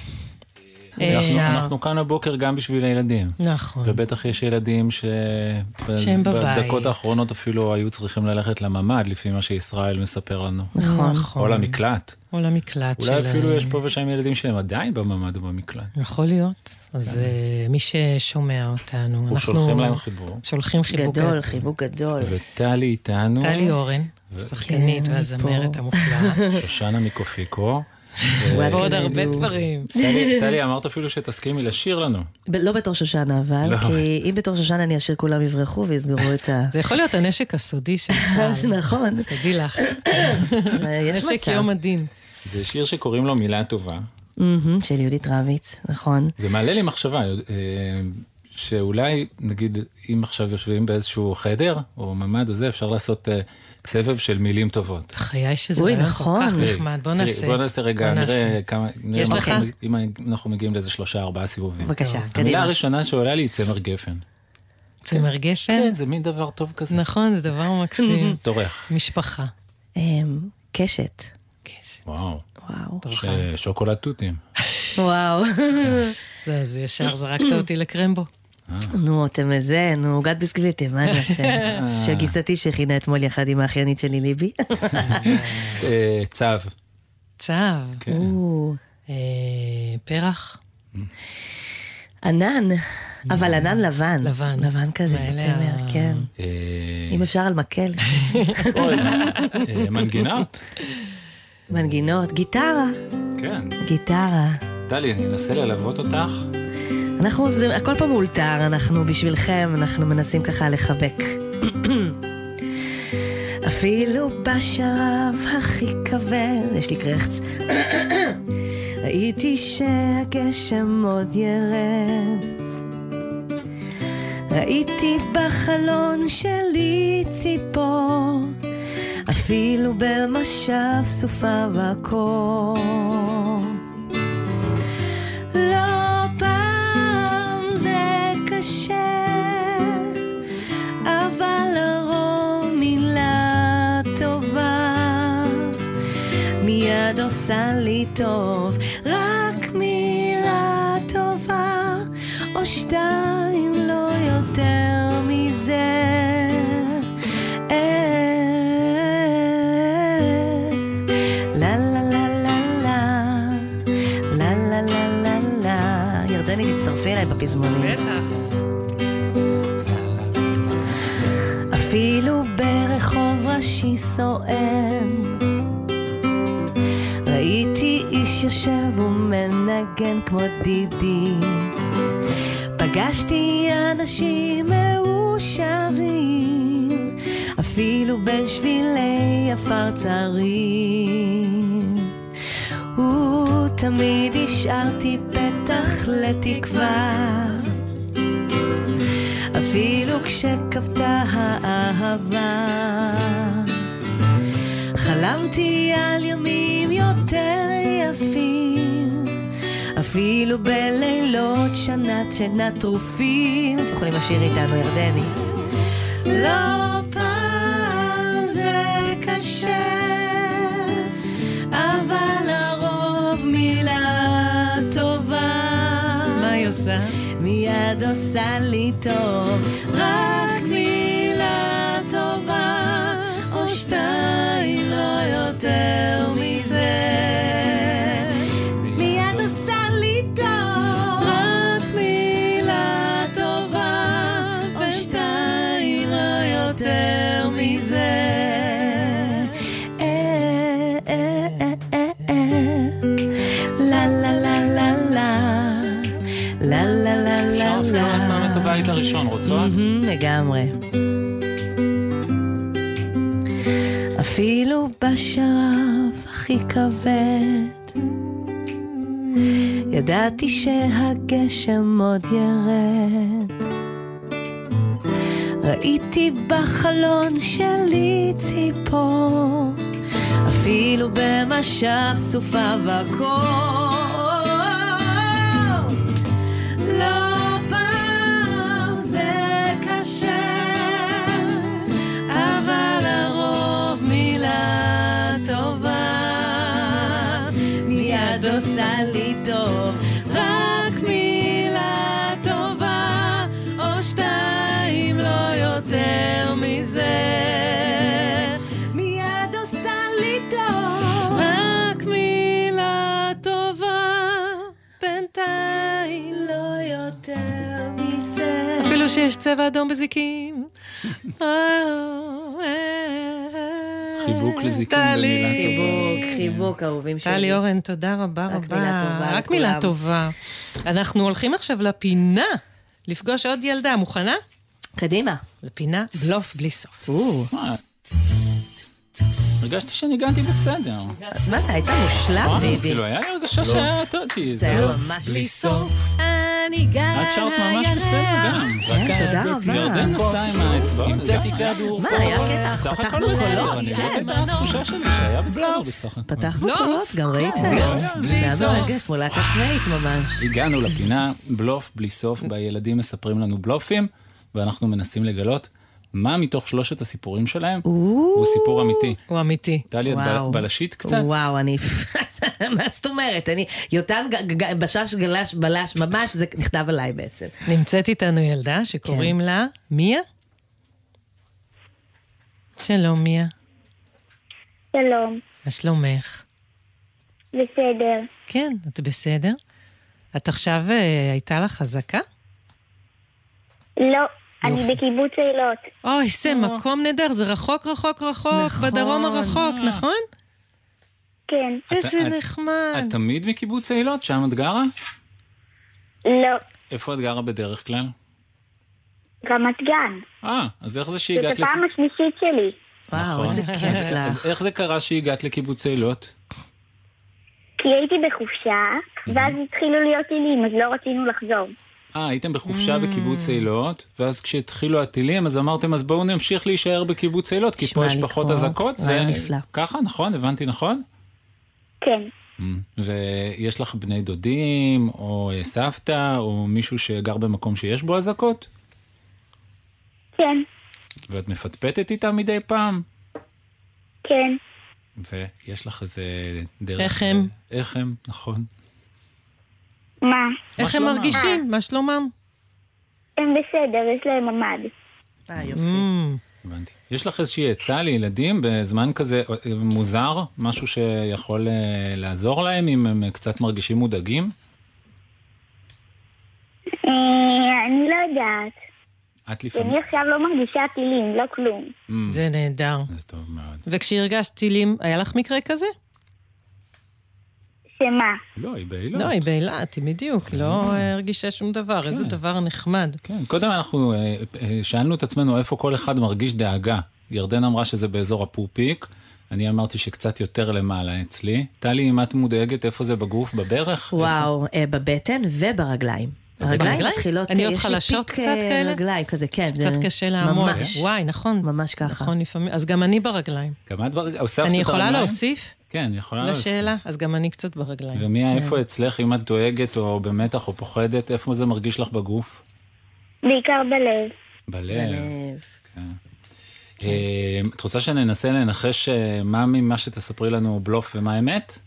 [SPEAKER 5] אנחנו-
[SPEAKER 3] אה,
[SPEAKER 5] אנחנו כאן הבוקר גם בשביל הילדים.
[SPEAKER 3] נכון.
[SPEAKER 5] ובטח יש ילדים ש...
[SPEAKER 3] שהם בבית.
[SPEAKER 5] בדקות האחרונות אפילו היו צריכים ללכת לממ"ד, לפי מה שישראל מספר לנו.
[SPEAKER 3] נכון.
[SPEAKER 5] או
[SPEAKER 3] נכון.
[SPEAKER 5] למקלט.
[SPEAKER 3] או למקלט שלהם.
[SPEAKER 5] אולי אפילו יש פה ושם ילדים שהם עדיין בממ"ד ובמקלט.
[SPEAKER 3] יכול להיות. אז אה, מי ששומע אותנו, אנחנו...
[SPEAKER 5] שולחים להם חיבור.
[SPEAKER 3] שולחים חיבוק
[SPEAKER 14] גדול, חיבוק גדול.
[SPEAKER 5] וטלי איתנו.
[SPEAKER 3] טלי אורן,
[SPEAKER 5] ו-
[SPEAKER 3] שחקנית
[SPEAKER 14] כן,
[SPEAKER 3] והזמרת המופלאה.
[SPEAKER 5] שושנה מקופיקו.
[SPEAKER 14] ועד
[SPEAKER 3] ועוד
[SPEAKER 14] כאן
[SPEAKER 3] הרבה
[SPEAKER 14] העדות.
[SPEAKER 3] דברים.
[SPEAKER 5] טלי- טלי, אמרת אפילו שתסכימי לשיר לנו.
[SPEAKER 14] ב- לא בתור שושנה אבל,
[SPEAKER 5] לא.
[SPEAKER 14] כי אם בתור שושנה אני אשאיר כולם יברחו ויסגרו את ה...
[SPEAKER 3] זה יכול להיות הנשק הסודי של צה"ל.
[SPEAKER 14] נכון. אה,
[SPEAKER 3] תדעי לך.
[SPEAKER 14] יש
[SPEAKER 3] נשק
[SPEAKER 14] מצב.
[SPEAKER 3] יום הדין.
[SPEAKER 5] זה שיר שקוראים לו מילה טובה.
[SPEAKER 14] מהמם, של יהודית רביץ, נכון.
[SPEAKER 5] זה מעלה לי מחשבה, אה, שאולי, נגיד, אם עכשיו יושבים באיזשהו חדר, או ממ"ד או זה, אפשר לעשות אה, סבב של מילים טובות.
[SPEAKER 3] בחיי שזה
[SPEAKER 14] אוי,
[SPEAKER 3] רעיון כל
[SPEAKER 14] נכון.
[SPEAKER 3] כך
[SPEAKER 5] תראי,
[SPEAKER 3] נחמד, בוא
[SPEAKER 5] תראי,
[SPEAKER 3] נעשה.
[SPEAKER 5] בוא נעשה רגע,
[SPEAKER 3] בוא
[SPEAKER 5] נראה
[SPEAKER 3] נעשה.
[SPEAKER 5] כמה, נראה
[SPEAKER 3] יש
[SPEAKER 5] מה
[SPEAKER 3] לך?
[SPEAKER 5] אנחנו- אם אנחנו מגיעים לאיזה שלושה, ארבעה סיבובים.
[SPEAKER 14] בבקשה,
[SPEAKER 5] המילה
[SPEAKER 14] קדימה.
[SPEAKER 5] הראשונה שעולה לי היא צמר גפן.
[SPEAKER 3] צמר גפן?
[SPEAKER 5] כן, זה מין דבר טוב כזה.
[SPEAKER 3] נכון, זה דבר מקסים.
[SPEAKER 5] טורח.
[SPEAKER 3] משפחה.
[SPEAKER 14] אמ, קשת.
[SPEAKER 5] וואו.
[SPEAKER 14] וואו.
[SPEAKER 5] ש- שוקולד תותים.
[SPEAKER 14] וואו.
[SPEAKER 3] זה- אז ישר זרקת אותי לקרמבו.
[SPEAKER 14] אה. נו, אתם איזה, נו, עוגת ביסקוויטים, מה אני אעשה?
[SPEAKER 5] אה.
[SPEAKER 14] של גיסתי שהכינה אתמול יחד עם האחיינית שלי ליבי.
[SPEAKER 5] אה, צו.
[SPEAKER 3] צו.
[SPEAKER 5] כן.
[SPEAKER 14] או,
[SPEAKER 3] אה, פרח. אה,
[SPEAKER 14] ענן, אבל ענן לבן.
[SPEAKER 3] לבן.
[SPEAKER 14] לבן כזה, זה
[SPEAKER 3] ואלה
[SPEAKER 14] צמר,
[SPEAKER 3] ה-
[SPEAKER 14] כן.
[SPEAKER 5] אה,
[SPEAKER 14] אם אפשר על מקל.
[SPEAKER 5] אה, מנגינות.
[SPEAKER 14] מנגינות, גיטרה,
[SPEAKER 5] כן.
[SPEAKER 14] גיטרה.
[SPEAKER 5] טלי, אני אנסה ללוות אותך.
[SPEAKER 14] אנחנו, זה הכל פה מאולתר, אנחנו בשבילכם, אנחנו מנסים ככה לחבק. אפילו בשרב הכי כבד, יש לי קרחץ, ראיתי שהגשם עוד ירד. ראיתי בחלון שלי ציפור, אפילו במשב סופה וקור. לא פעם זה קשה, עושה לי טוב, רק מילה טובה, או שתיים לא יותר מזה. אה, לה לה לה לה לה, לה לה לה לה לה. ירדני, תצטרפי אליי בפזמונים.
[SPEAKER 20] בטח.
[SPEAKER 14] אפילו ברחוב ראשי סואם. ראיתי איש יושב ומנגן כמו דידי. פגשתי אנשים מאושרים, אפילו בין שבילי עפר צרים. ותמיד השארתי פתח לתקווה. אפילו כשכבתה האהבה. חלמתי על ימים יותר יפים, אפילו בלילות שנת שינה טרופים. אתם יכולים לשיר איתנו, ירדני. לא פעם זה קשה, אבל לרוב מילה טובה.
[SPEAKER 3] מה היא עושה?
[SPEAKER 14] מיד עושה לי טוב, רק מילה טובה, או שתיים לא יותר מזה. מיד עושה לי טוב, רק מילה טובה, או שתיים לא יותר מזה. אה, אה, אה, אה, אה. לה לה לה לה לה לה לה לה לה
[SPEAKER 5] אפילו
[SPEAKER 14] לה
[SPEAKER 5] עד מאמת הבית הראשון, רוצות?
[SPEAKER 14] מהמם, לגמרי. אפילו בשרב הכי כבד, ידעתי שהגשם עוד ירד. ראיתי בחלון שלי ציפור, אפילו במשך סופה וקור. לא פעם זה קשה, אבל לרוב מילה טובה מיד עושה לי טוב. רק מילה טובה, או שתיים לא יותר מזה. מיד עושה לי טוב. רק מילה טובה. בינתיים לא יותר מזה.
[SPEAKER 3] אפילו שיש צבע אדום בזיקים.
[SPEAKER 2] חיבוק
[SPEAKER 3] לזיקים טלי. במילה טובה.
[SPEAKER 5] כן.
[SPEAKER 2] חיבוק, חיבוק, אהובים שלי.
[SPEAKER 3] טלי אורן, תודה רבה רבה.
[SPEAKER 2] רק מילה טובה
[SPEAKER 3] רק מילה
[SPEAKER 2] לכולם.
[SPEAKER 3] טובה. אנחנו הולכים עכשיו לפינה, לפגוש עוד ילדה. מוכנה?
[SPEAKER 2] קדימה.
[SPEAKER 3] לפינה בלוף בלי סוף.
[SPEAKER 5] מה? הרגשתי שניגנתי בסדר.
[SPEAKER 2] מה זה, היית מושלם,
[SPEAKER 5] נכון?
[SPEAKER 2] ביבי.
[SPEAKER 5] כאילו, היה לי הרגשה
[SPEAKER 2] לא.
[SPEAKER 5] שהיה טוטי.
[SPEAKER 2] זה היה ממש
[SPEAKER 5] לא.
[SPEAKER 2] אה,
[SPEAKER 5] בלי
[SPEAKER 2] בלי
[SPEAKER 5] סוף.
[SPEAKER 14] אני גאה
[SPEAKER 5] את שרת ממש בסדר גם.
[SPEAKER 2] כן,
[SPEAKER 5] רק
[SPEAKER 2] תודה
[SPEAKER 5] את-
[SPEAKER 2] רבה.
[SPEAKER 5] ירדן עשתה עם האצבעות.
[SPEAKER 2] המצאתי
[SPEAKER 5] לגמרי.
[SPEAKER 2] כדור מה, היה סוף. קטע?
[SPEAKER 5] סך הכל
[SPEAKER 2] פתחנו
[SPEAKER 5] בסדר,
[SPEAKER 2] קולות,
[SPEAKER 5] אני
[SPEAKER 2] כן.
[SPEAKER 5] לא יודעת, התחושה שלי שהיה
[SPEAKER 2] אה,
[SPEAKER 5] לא, בסדר בסך הכל.
[SPEAKER 2] פתחנו
[SPEAKER 3] לא.
[SPEAKER 2] קולות, גם ראיתם.
[SPEAKER 5] בלי
[SPEAKER 2] זה היה
[SPEAKER 5] סוף.
[SPEAKER 2] מרגש, מולה עצמאית ממש.
[SPEAKER 5] הגענו לפינה בלוף בלי סוף, בה ילדים מספרים לנו בלופים, ואנחנו מנסים לגלות מה מתוך שלושת הסיפורים שלהם הוא סיפור אמיתי.
[SPEAKER 3] הוא אמיתי.
[SPEAKER 5] טלי, את בל-
[SPEAKER 2] וואו.
[SPEAKER 5] בלשית קצת?
[SPEAKER 2] וואו, אני... מה זאת אומרת? אני... יותם ג- ג- בשש גלש בלש ממש, זה נכתב עליי בעצם.
[SPEAKER 3] נמצאת איתנו ילדה שקוראים
[SPEAKER 2] כן.
[SPEAKER 3] לה מיה? שלום, מיה.
[SPEAKER 11] שלום,
[SPEAKER 3] מה שלומך?
[SPEAKER 11] בסדר,
[SPEAKER 3] כן, את בסדר? את עכשיו אה, הייתה לך חזקה?
[SPEAKER 11] לא, אני בקיבוץ אילות.
[SPEAKER 3] אוי,
[SPEAKER 14] אה.
[SPEAKER 3] זה מקום נהדר, זה רחוק, רחוק, רחוק,
[SPEAKER 11] נכון.
[SPEAKER 3] בדרום הרחוק,
[SPEAKER 11] אה.
[SPEAKER 3] נכון?
[SPEAKER 11] כן.
[SPEAKER 3] איזה
[SPEAKER 5] את-
[SPEAKER 3] נחמד.
[SPEAKER 5] את תמיד מקיבוץ אילות? שם את גרה?
[SPEAKER 11] לא,
[SPEAKER 5] איפה את גרה בדרך כלל?
[SPEAKER 11] רמת גן.
[SPEAKER 5] אה, אז איך זה שהגעת...
[SPEAKER 11] זאת
[SPEAKER 5] לק-
[SPEAKER 11] הפעם השלישית שלי.
[SPEAKER 5] נכון. אז איך זה קרה שהגעת לקיבוץ אילות?
[SPEAKER 11] כי הייתי בחופשה,
[SPEAKER 5] Mhm.
[SPEAKER 11] ואז התחילו להיות טילים, אז לא רצינו לחזור.
[SPEAKER 5] אה, הייתם
[SPEAKER 2] Mm.
[SPEAKER 5] בחופשה בקיבוץ אילות, ואז כשהתחילו הטילים, אז אמרתם, אז בואו נמשיך להישאר בקיבוץ אילות, כי פה
[SPEAKER 2] נשמע
[SPEAKER 5] יש
[SPEAKER 2] לי
[SPEAKER 5] פחות
[SPEAKER 2] כמו
[SPEAKER 5] אזעקות. זה
[SPEAKER 2] רעיון נפלא.
[SPEAKER 5] ככה, נכון? הבנתי נכון? Mm.
[SPEAKER 11] כן.
[SPEAKER 5] ויש לך בני דודים, או אה, סבתא, או מישהו שגר במקום שיש בו אזעקות?
[SPEAKER 11] כן,
[SPEAKER 5] ואת מפטפטת איתם מדי פעם?
[SPEAKER 11] כן.
[SPEAKER 5] ויש לך איזה דרך...
[SPEAKER 3] איך הם?
[SPEAKER 5] איך הם, נכון.
[SPEAKER 11] מה?
[SPEAKER 3] איך הם
[SPEAKER 11] שלומם?
[SPEAKER 3] מרגישים? מה שלומם?
[SPEAKER 11] הם בסדר, יש להם ממ"ד.
[SPEAKER 14] אה,
[SPEAKER 3] Mm.
[SPEAKER 5] יש לך איזושהי עצה לילדים בזמן כזה אה, מוזר? משהו שיכול אה, לעזור להם אם הם אה, קצת מרגישים מודאגים?
[SPEAKER 11] אה, אני לא יודעת.
[SPEAKER 5] את
[SPEAKER 11] כי אני
[SPEAKER 5] לפעמים...
[SPEAKER 11] עכשיו לא מרגישה טילים, לא כלום.
[SPEAKER 3] זה נהדר. זה
[SPEAKER 5] טוב מאוד.
[SPEAKER 3] וכשהרגשת טילים, היה לך מקרה כזה?
[SPEAKER 11] שמה?
[SPEAKER 5] לא, כן. היא באילת.
[SPEAKER 3] לא, היא באילת, היא בדיוק, היא לא אה, הרגישה שום דבר, איזה דבר נחמד.
[SPEAKER 5] כן, קודם אנחנו אה, אה, שאלנו את עצמנו איפה כל אחד מרגיש דאגה. ירדן אמרה שזה באזור הפופיק, אני אמרתי שקצת יותר למעלה אצלי. טלי, אם את מודאגת, איפה זה בגוף? בברך?
[SPEAKER 14] וואו, אה, בבטן וברגליים. הרגליים
[SPEAKER 3] ברגליים?
[SPEAKER 14] מתחילות,
[SPEAKER 3] אני
[SPEAKER 14] אה,
[SPEAKER 3] עוד
[SPEAKER 14] יש לי
[SPEAKER 3] חלשות
[SPEAKER 14] פיק
[SPEAKER 3] קצת
[SPEAKER 14] אה,
[SPEAKER 3] כאלה?
[SPEAKER 14] רגליים כזה, כן. זה
[SPEAKER 3] קצת קשה לעמוד.
[SPEAKER 14] ממש.
[SPEAKER 3] וואי, נכון.
[SPEAKER 14] ממש ככה.
[SPEAKER 3] נכון, לפעמים. אז גם אני ברגליים.
[SPEAKER 5] גם את ברגליים? הוספת
[SPEAKER 3] אני יכולה
[SPEAKER 5] ברגליים?
[SPEAKER 3] להוסיף?
[SPEAKER 5] כן, יכולה להוסיף.
[SPEAKER 3] לשאלה, אז גם אני קצת ברגליים.
[SPEAKER 5] ומיה,
[SPEAKER 3] כן.
[SPEAKER 5] איפה אצלך, אם את דואגת או במתח או פוחדת, איפה זה מרגיש לך בגוף?
[SPEAKER 11] בעיקר בלב.
[SPEAKER 5] בלב. אה, את רוצה שננסה לנחש אה, מה ממה שתספרי לנו הוא בלוף ומה אמת?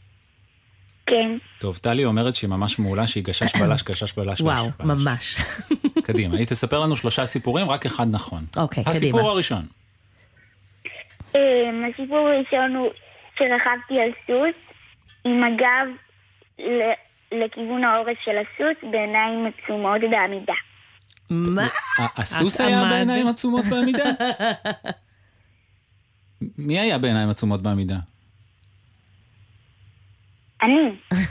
[SPEAKER 11] כן.
[SPEAKER 5] טוב, טלי אומרת שהיא ממש מעולה, שהיא גשש בלש, גשש בלש.
[SPEAKER 14] וואו,
[SPEAKER 5] גשש בלש.
[SPEAKER 14] ממש.
[SPEAKER 5] קדימה, היא תספר לנו שלושה סיפורים, רק אחד נכון.
[SPEAKER 14] אוקיי, קדימה.
[SPEAKER 5] הסיפור הראשון.
[SPEAKER 11] אמ, הסיפור הראשון הוא שרכבתי על סוס עם הגב ל- לכיוון העורף של הסוס בעיניים עצומות בעמידה.
[SPEAKER 14] מה?
[SPEAKER 5] ה- הסוס היה בעיניים עצומות בעמידה? מי היה בעיניים עצומות בעמידה?
[SPEAKER 11] אני.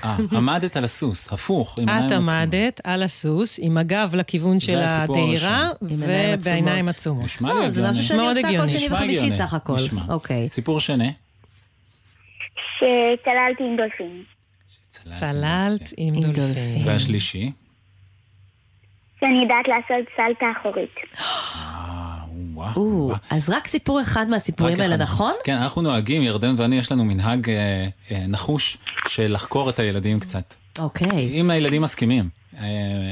[SPEAKER 5] אה, עמדת על הסוס, הפוך, עם
[SPEAKER 3] את
[SPEAKER 5] עיניים עצומות.
[SPEAKER 3] עמדת על הסוס עם הגב לכיוון של
[SPEAKER 5] הסיפור
[SPEAKER 3] הדהירה
[SPEAKER 5] הראשון. עם עיניים עצומות.
[SPEAKER 3] ובעיניים עצומות.
[SPEAKER 5] נשמע
[SPEAKER 3] לא,
[SPEAKER 5] לי
[SPEAKER 3] זה משהו
[SPEAKER 5] הגיוני.
[SPEAKER 3] שאני עושה כל שני
[SPEAKER 5] נשמע
[SPEAKER 3] וחמישי
[SPEAKER 5] הגיוני.
[SPEAKER 3] סך הכל. אוקיי.
[SPEAKER 5] נשמע. סיפור שני.
[SPEAKER 11] שצללתי עם דולפין.
[SPEAKER 3] צללת עם דולפין.
[SPEAKER 5] והשלישי?
[SPEAKER 11] שאני יודעת לעשות סלטה אחורית.
[SPEAKER 14] או, אז רק סיפור אחד מהסיפורים האלה, נכון?
[SPEAKER 5] כן, אנחנו נוהגים, ירדן ואני, יש לנו מנהג אה, אה, נחוש של לחקור את הילדים קצת.
[SPEAKER 14] אוקיי.
[SPEAKER 5] אם הילדים מסכימים, אה,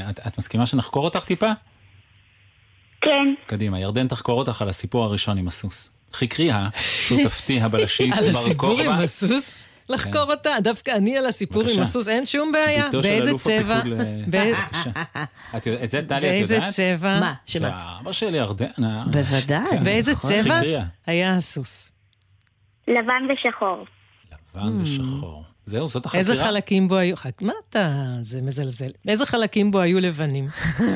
[SPEAKER 5] את, את מסכימה שנחקור אותך טיפה?
[SPEAKER 11] כן.
[SPEAKER 5] קדימה, ירדן תחקור אותך על הסיפור הראשון עם הסוס. חקרי השותפתי הבלשית
[SPEAKER 3] על
[SPEAKER 5] בר
[SPEAKER 3] הסיפור עם
[SPEAKER 5] כוכבא.
[SPEAKER 3] הסוס? לחקור אותה, דווקא אני על הסיפור עם
[SPEAKER 5] כן. בבקשה.
[SPEAKER 3] הסוס, אין שום בעיה.
[SPEAKER 5] בתו של
[SPEAKER 3] באיזה
[SPEAKER 5] אלוף
[SPEAKER 3] צבע?
[SPEAKER 5] הפיקוד ל-
[SPEAKER 3] בא-
[SPEAKER 5] את יודע- את זה, טלי, את יודעת?
[SPEAKER 3] באיזה צבע? מה? שמה?
[SPEAKER 5] שהאבא של ירדן... ה-
[SPEAKER 14] בוודאי.
[SPEAKER 5] כן,
[SPEAKER 3] באיזה
[SPEAKER 5] נכון.
[SPEAKER 3] צבע
[SPEAKER 5] חקריה.
[SPEAKER 3] היה הסוס?
[SPEAKER 11] לבן ושחור.
[SPEAKER 5] לבן ושחור. זהו, זאת החקירה.
[SPEAKER 3] Mm. איזה חלקים בו היו? חק- מה אתה? זה מזלזל. איזה חלקים בו היו לבנים?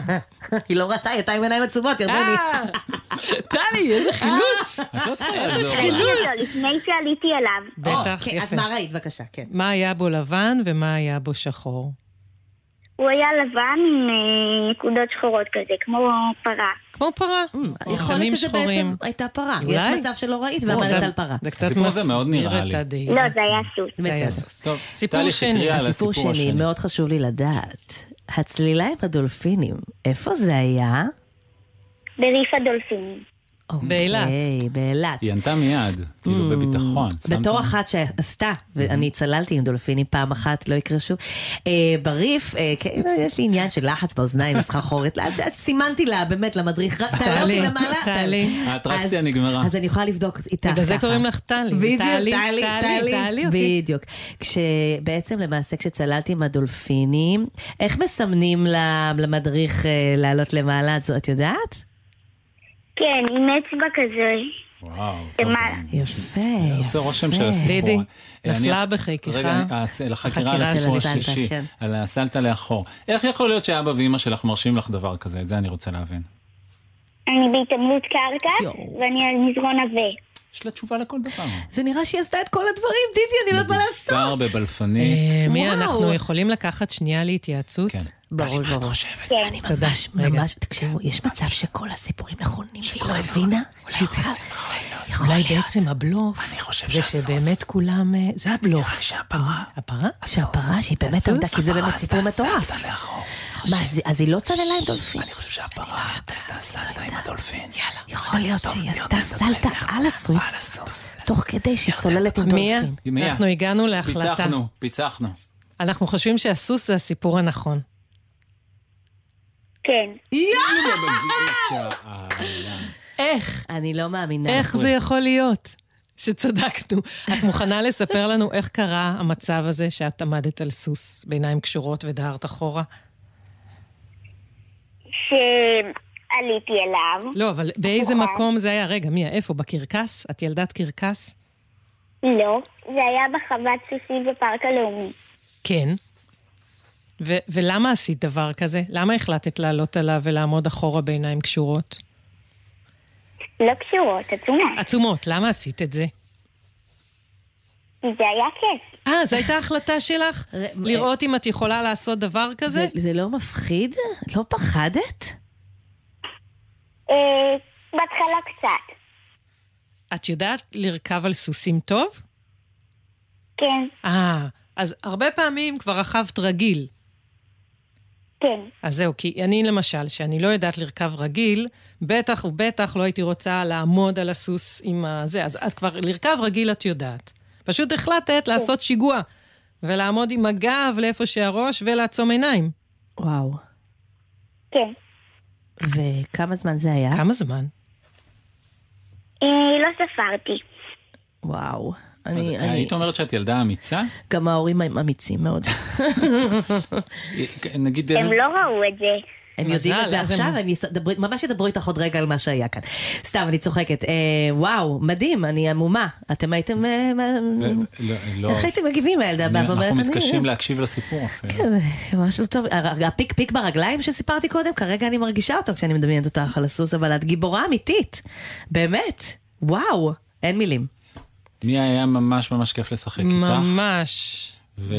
[SPEAKER 14] היא לא ראתה, היא הייתה עם עיניים עצומות, ירדני.
[SPEAKER 3] אה, טלי, איזה חילוץ.
[SPEAKER 5] את לא צריכה
[SPEAKER 11] ראיתי אותו לפני שעליתי עליו.
[SPEAKER 3] בטח, יפה.
[SPEAKER 14] אוקיי, אז מה ראית? בבקשה, כן.
[SPEAKER 3] מה היה בו לבן ומה היה בו שחור?
[SPEAKER 11] הוא היה לבן עם אה, נקודות שחורות כזה, כמו פרה.
[SPEAKER 3] כמו פרה.
[SPEAKER 14] Mm, יכול
[SPEAKER 3] פנים
[SPEAKER 14] להיות שזה בעצם
[SPEAKER 3] שחורים.
[SPEAKER 14] הייתה פרה. יש
[SPEAKER 3] אולי?
[SPEAKER 14] מצב שלא ראית
[SPEAKER 3] סיפור,
[SPEAKER 14] ועמדת
[SPEAKER 3] זה-
[SPEAKER 14] על פרה.
[SPEAKER 3] זה קצת
[SPEAKER 5] הסיפור הזה
[SPEAKER 3] מסביר
[SPEAKER 5] מאוד נראה
[SPEAKER 3] את
[SPEAKER 5] לי.
[SPEAKER 3] הדהייה.
[SPEAKER 11] לא, זה היה סוס.
[SPEAKER 14] זה היה
[SPEAKER 3] סוס.
[SPEAKER 5] טוב,
[SPEAKER 3] סיפור
[SPEAKER 5] טלי
[SPEAKER 3] שני.
[SPEAKER 5] חקריה על
[SPEAKER 14] הסיפור
[SPEAKER 5] הסיפור
[SPEAKER 14] שני,
[SPEAKER 5] השני.
[SPEAKER 14] מאוד חשוב לי לדעת. הצלילה עם הדולפינים, איפה זה היה?
[SPEAKER 11] בריף הדולפינים.
[SPEAKER 3] באילת.
[SPEAKER 14] אוקיי, באילת. Mm.
[SPEAKER 5] היא ענתה מיד, כאילו בביטחון. Mhm. שמת
[SPEAKER 14] בתור אחת שעשתה, ואני צללתי עם דולפינים פעם אחת, לא יקרה שוב. אה, בריף, אה, כן, יש לי עניין של לחץ באוזניים, סחרחורת. לאט- לאט סימנתי לה, באמת, למדריך, "רק תעלה אותי
[SPEAKER 3] טלי,
[SPEAKER 14] למעלה.
[SPEAKER 3] טלי.
[SPEAKER 5] האטרקציה נגמרה.
[SPEAKER 14] אז אני יכולה לבדוק איתך ככה.
[SPEAKER 3] בגלל זה קוראים לך טלי.
[SPEAKER 14] בדיוק,
[SPEAKER 3] טלי,
[SPEAKER 14] טלי,
[SPEAKER 3] טלי, טלי אוקיי. אותי.
[SPEAKER 14] בדיוק. כשבעצם למעשה כשצללתי עם הדולפינים, איך מסמנים ל- למדריך אה, לעלות למעלה הזו, את יודעת?
[SPEAKER 11] כן, עם אצבע כזה.
[SPEAKER 5] וואו.
[SPEAKER 11] למעלה.
[SPEAKER 14] יפה,
[SPEAKER 5] עושה רושם של הסיפור.
[SPEAKER 3] דידי,
[SPEAKER 5] אה, אני
[SPEAKER 3] נפלה
[SPEAKER 5] אח-
[SPEAKER 3] בחיקך.
[SPEAKER 5] רגע, אני- אה, הס- לחקירה על
[SPEAKER 3] החקירה של
[SPEAKER 5] הסיפור
[SPEAKER 3] הסלטה,
[SPEAKER 5] השישי,
[SPEAKER 3] כן.
[SPEAKER 5] על הסלטה לאחור. איך יכול להיות שאבא ואימא שלך מרשים לך דבר כזה? את זה אני רוצה להבין.
[SPEAKER 11] אני בהתעמלות קרקע, ואני על מזרון עבה.
[SPEAKER 5] יש לה תשובה לכל דבר.
[SPEAKER 14] זה נראה שהיא עשתה את כל הדברים, דידי, אני לא יודעת מה לעשות.
[SPEAKER 5] שר בבלפנית.
[SPEAKER 3] אה, מיה,
[SPEAKER 14] וואו.
[SPEAKER 3] אנחנו יכולים לקחת שנייה להתייעצות? כן.
[SPEAKER 14] ברור, ברור.
[SPEAKER 11] אני
[SPEAKER 14] ממש, ממש, תקשיבו, יש מצב שכל הסיפורים נכונים, שהיא לא הבינה? שהיא צריכה...
[SPEAKER 3] אולי בעצם הבלוף, זה שבאמת כולם, אה, זה הבלוף. שהפרה. הפרה?
[SPEAKER 14] שהפרה, שהיא באמת עמדה, כי זה באמת סיפור מטורף. מה, אז- אז היא לא צללה עם דולפין?
[SPEAKER 5] אני לא חושב שהפרה עשתה סלטה עם
[SPEAKER 14] לא
[SPEAKER 5] הדולפין. לא יאללה.
[SPEAKER 14] יכול להיות שהיא עשתה סלטה על הסוס, תוך כדי שהיא צוללת עם
[SPEAKER 3] מיה,
[SPEAKER 14] דולפין.
[SPEAKER 3] אנחנו הגענו להחלטה.
[SPEAKER 5] פיצחנו, פיצחנו.
[SPEAKER 3] אנחנו חושבים שהסוס זה הסיפור הנכון.
[SPEAKER 11] כן.
[SPEAKER 3] איך?
[SPEAKER 14] אני לא מאמינה.
[SPEAKER 3] איך זה יכול להיות? שצדקנו. את מוכנה לספר לנו איך קרה המצב הזה שאת עמדת על סוס, בעיניים קשורות ודהרת אחורה?
[SPEAKER 11] שעליתי אליו.
[SPEAKER 3] לא, אבל באיזה מקום זה היה? רגע, מיה, איפה? בקרקס? את ילדת קרקס?
[SPEAKER 11] לא, זה היה בחוות סוסים בפארק הלאומי.
[SPEAKER 3] כן. ו- ולמה עשית דבר כזה? למה החלטת לעלות עליו ולעמוד אחורה בעיניים קשורות?
[SPEAKER 11] לא קשורות, עצומות.
[SPEAKER 3] עצומות, למה עשית את זה?
[SPEAKER 14] אה.
[SPEAKER 11] כי זה היה כיף.
[SPEAKER 3] אה, זו הייתה החלטה שלך? לראות אם את יכולה לעשות דבר כזה?
[SPEAKER 14] זה לא מפחיד? לא פחדת?
[SPEAKER 11] אה, בהתחלה קצת.
[SPEAKER 3] את יודעת לרכב על סוסים טוב?
[SPEAKER 11] כן.
[SPEAKER 3] אה, אז הרבה פעמים כבר רכבת רגיל.
[SPEAKER 11] כן.
[SPEAKER 3] אז זהו, כי אני למשל, שאני לא יודעת לרכב רגיל, בטח ובטח לא הייתי רוצה לעמוד על הסוס עם הזה. אז את כבר, לרכב רגיל את יודעת. פשוט
[SPEAKER 11] כן.
[SPEAKER 3] החלטת לעשות שיגוע, ולעמוד עם הגב לאיפה שהראש ולעצום עיניים.
[SPEAKER 14] וואו.
[SPEAKER 11] כן.
[SPEAKER 14] וכמה זמן זה היה?
[SPEAKER 3] כמה זמן?
[SPEAKER 11] אה, לא ספרתי.
[SPEAKER 14] וואו.
[SPEAKER 5] אז
[SPEAKER 14] אני, אני...
[SPEAKER 5] היית אומרת שאת ילדה אמיצה?
[SPEAKER 14] גם ההורים הם אמיצים מאוד.
[SPEAKER 5] נגיד
[SPEAKER 11] הם
[SPEAKER 5] איזה...
[SPEAKER 11] לא ראו את זה.
[SPEAKER 14] הם
[SPEAKER 5] מזל,
[SPEAKER 14] יודעים את זה
[SPEAKER 5] אז
[SPEAKER 14] עכשיו,
[SPEAKER 5] הם-
[SPEAKER 14] הם יס... דברי, ממש ידברו איתך עוד רגע על מה שהיה כאן. סתם, אני צוחקת. אה, וואו, מדהים, אני המומה. אתם הייתם... אה, מה-
[SPEAKER 5] ו- לא, לא.
[SPEAKER 14] איך הייתם מגיבים מהילדה הבאה?
[SPEAKER 5] אנחנו מתקשים להקשיב לסיפור אפילו.
[SPEAKER 14] זה ממש לא טוב. הר- הפיק פיק ברגליים שסיפרתי קודם, כרגע אני מרגישה אותו כשאני מדמיינת אותך על הסוס, אבל את גיבורה אמיתית. באמת. וואו, אין מילים.
[SPEAKER 5] מי היה ממש ממש כיף לשחק איתך.
[SPEAKER 3] ממש.
[SPEAKER 5] ו...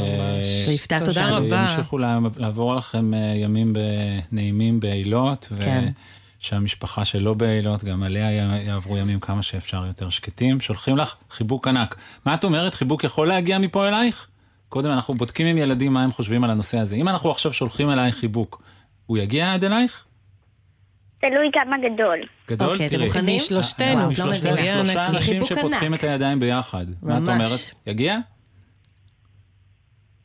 [SPEAKER 14] והפתעת תודה אותנו. רבה.
[SPEAKER 5] שימשיכו לעבור לכם אה, ימים ב- נעימים באילות,
[SPEAKER 14] כן.
[SPEAKER 5] ושהמשפחה שלא באילות, גם עליה י- יעברו ימים כמה שאפשר יותר שקטים. שולחים לך חיבוק ענק. מה את אומרת? חיבוק יכול להגיע מפה אלייך? קודם אנחנו בודקים עם ילדים מה הם חושבים על הנושא הזה. אם אנחנו עכשיו שולחים אלייך חיבוק, הוא יגיע עד אלייך?
[SPEAKER 11] תלוי כמה גדול.
[SPEAKER 5] גדול,
[SPEAKER 11] אוקיי, אתם
[SPEAKER 5] תראי.
[SPEAKER 11] מוכנים?
[SPEAKER 3] משלושתנו,
[SPEAKER 5] אה,
[SPEAKER 3] את לא
[SPEAKER 5] משלושתנו,
[SPEAKER 3] מבינה.
[SPEAKER 5] שלושה
[SPEAKER 3] חיבוק
[SPEAKER 5] אנשים
[SPEAKER 3] ענק.
[SPEAKER 5] שפותחים את הידיים ביחד. מה את
[SPEAKER 11] ממש.
[SPEAKER 5] אומרת? יגיע?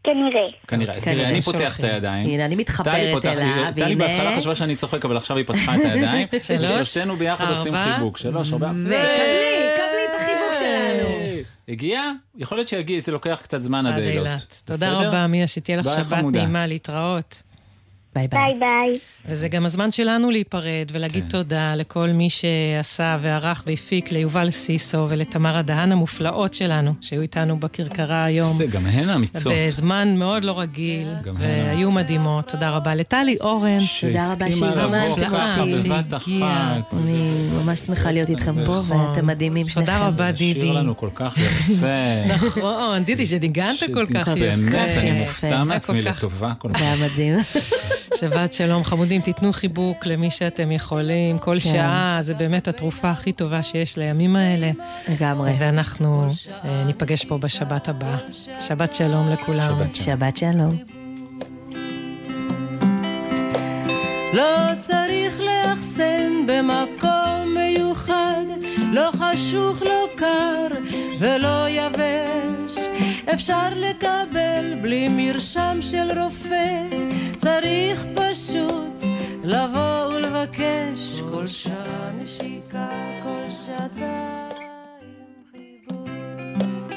[SPEAKER 11] כנראה.
[SPEAKER 5] כנראה. אז תראי,
[SPEAKER 14] כנראה
[SPEAKER 5] אני פותח
[SPEAKER 14] שהולכים.
[SPEAKER 5] את הידיים.
[SPEAKER 14] הנה, אני מתחברת
[SPEAKER 5] טלי פותחת-
[SPEAKER 14] אליו,
[SPEAKER 5] טלי
[SPEAKER 14] והנה-
[SPEAKER 5] בהתחלה חשבה שאני צוחק, אבל עכשיו היא פתחה את הידיים.
[SPEAKER 14] שלוש,
[SPEAKER 5] ושלושתנו ביחד עושים
[SPEAKER 14] ארבע.
[SPEAKER 5] חיבוק. שלוש, ארבע.
[SPEAKER 14] וקבלי, קבלי את החיבוק שלנו.
[SPEAKER 5] הגיע? יכול להיות שיגיע, זה לוקח קצת זמן עד
[SPEAKER 3] עד
[SPEAKER 5] אילות.
[SPEAKER 3] אילת. תודה
[SPEAKER 5] בסדר?
[SPEAKER 3] רבה, מיה, שתהיה לך
[SPEAKER 5] ביי,
[SPEAKER 3] שבת
[SPEAKER 5] חמודה.
[SPEAKER 3] נעימה, להתראות.
[SPEAKER 14] ביי
[SPEAKER 11] ביי ביי.
[SPEAKER 3] וזה גם הזמן שלנו להיפרד
[SPEAKER 5] כן.
[SPEAKER 3] ולהגיד תודה לכל מי שעשה וערך והפיק ליובל סיסו ולתמרה דהן המופלאות שלנו, שהיו איתנו בכרכרה היום.
[SPEAKER 5] זה, גם הן אמיצות.
[SPEAKER 3] בזמן מאוד לא רגיל,
[SPEAKER 5] גם הן
[SPEAKER 3] והיו מדהימות. תודה רבה לטלי אורן.
[SPEAKER 14] תודה רבה שהזמנתם אותי. אני ממש שמחה להיות איתכם פה, ואתם מדהימים שניכם.
[SPEAKER 3] נכון. תודה רבה, דידי.
[SPEAKER 5] שיר נכון. לנו כל כך יפה.
[SPEAKER 3] נכון, דידי, שניגנת כל כך יפה.
[SPEAKER 5] באמת, אני
[SPEAKER 3] היה
[SPEAKER 5] מופתע
[SPEAKER 3] כל
[SPEAKER 5] מעצמי
[SPEAKER 3] כך
[SPEAKER 5] לטובה כל כך.
[SPEAKER 14] זה היה מדהים.
[SPEAKER 3] שבת שלום, חמודים, תיתנו חיבוק למי שאתם יכולים. כל
[SPEAKER 14] כן.
[SPEAKER 3] שעה זה באמת התרופה הכי טובה שיש לימים האלה.
[SPEAKER 14] לגמרי.
[SPEAKER 3] ואנחנו אה, ניפגש פה בשבת הבאה. שבת שלום לכולם.
[SPEAKER 14] שבת שלום.
[SPEAKER 13] לא צריך לאחסן במקום מיוחד, לא חשוך, לא קר ולא יבש. אפשר לקבל בלי מרשם של רופא, צריך פשוט לבוא ולבקש כל שעה נשיקה, כל שעתיים.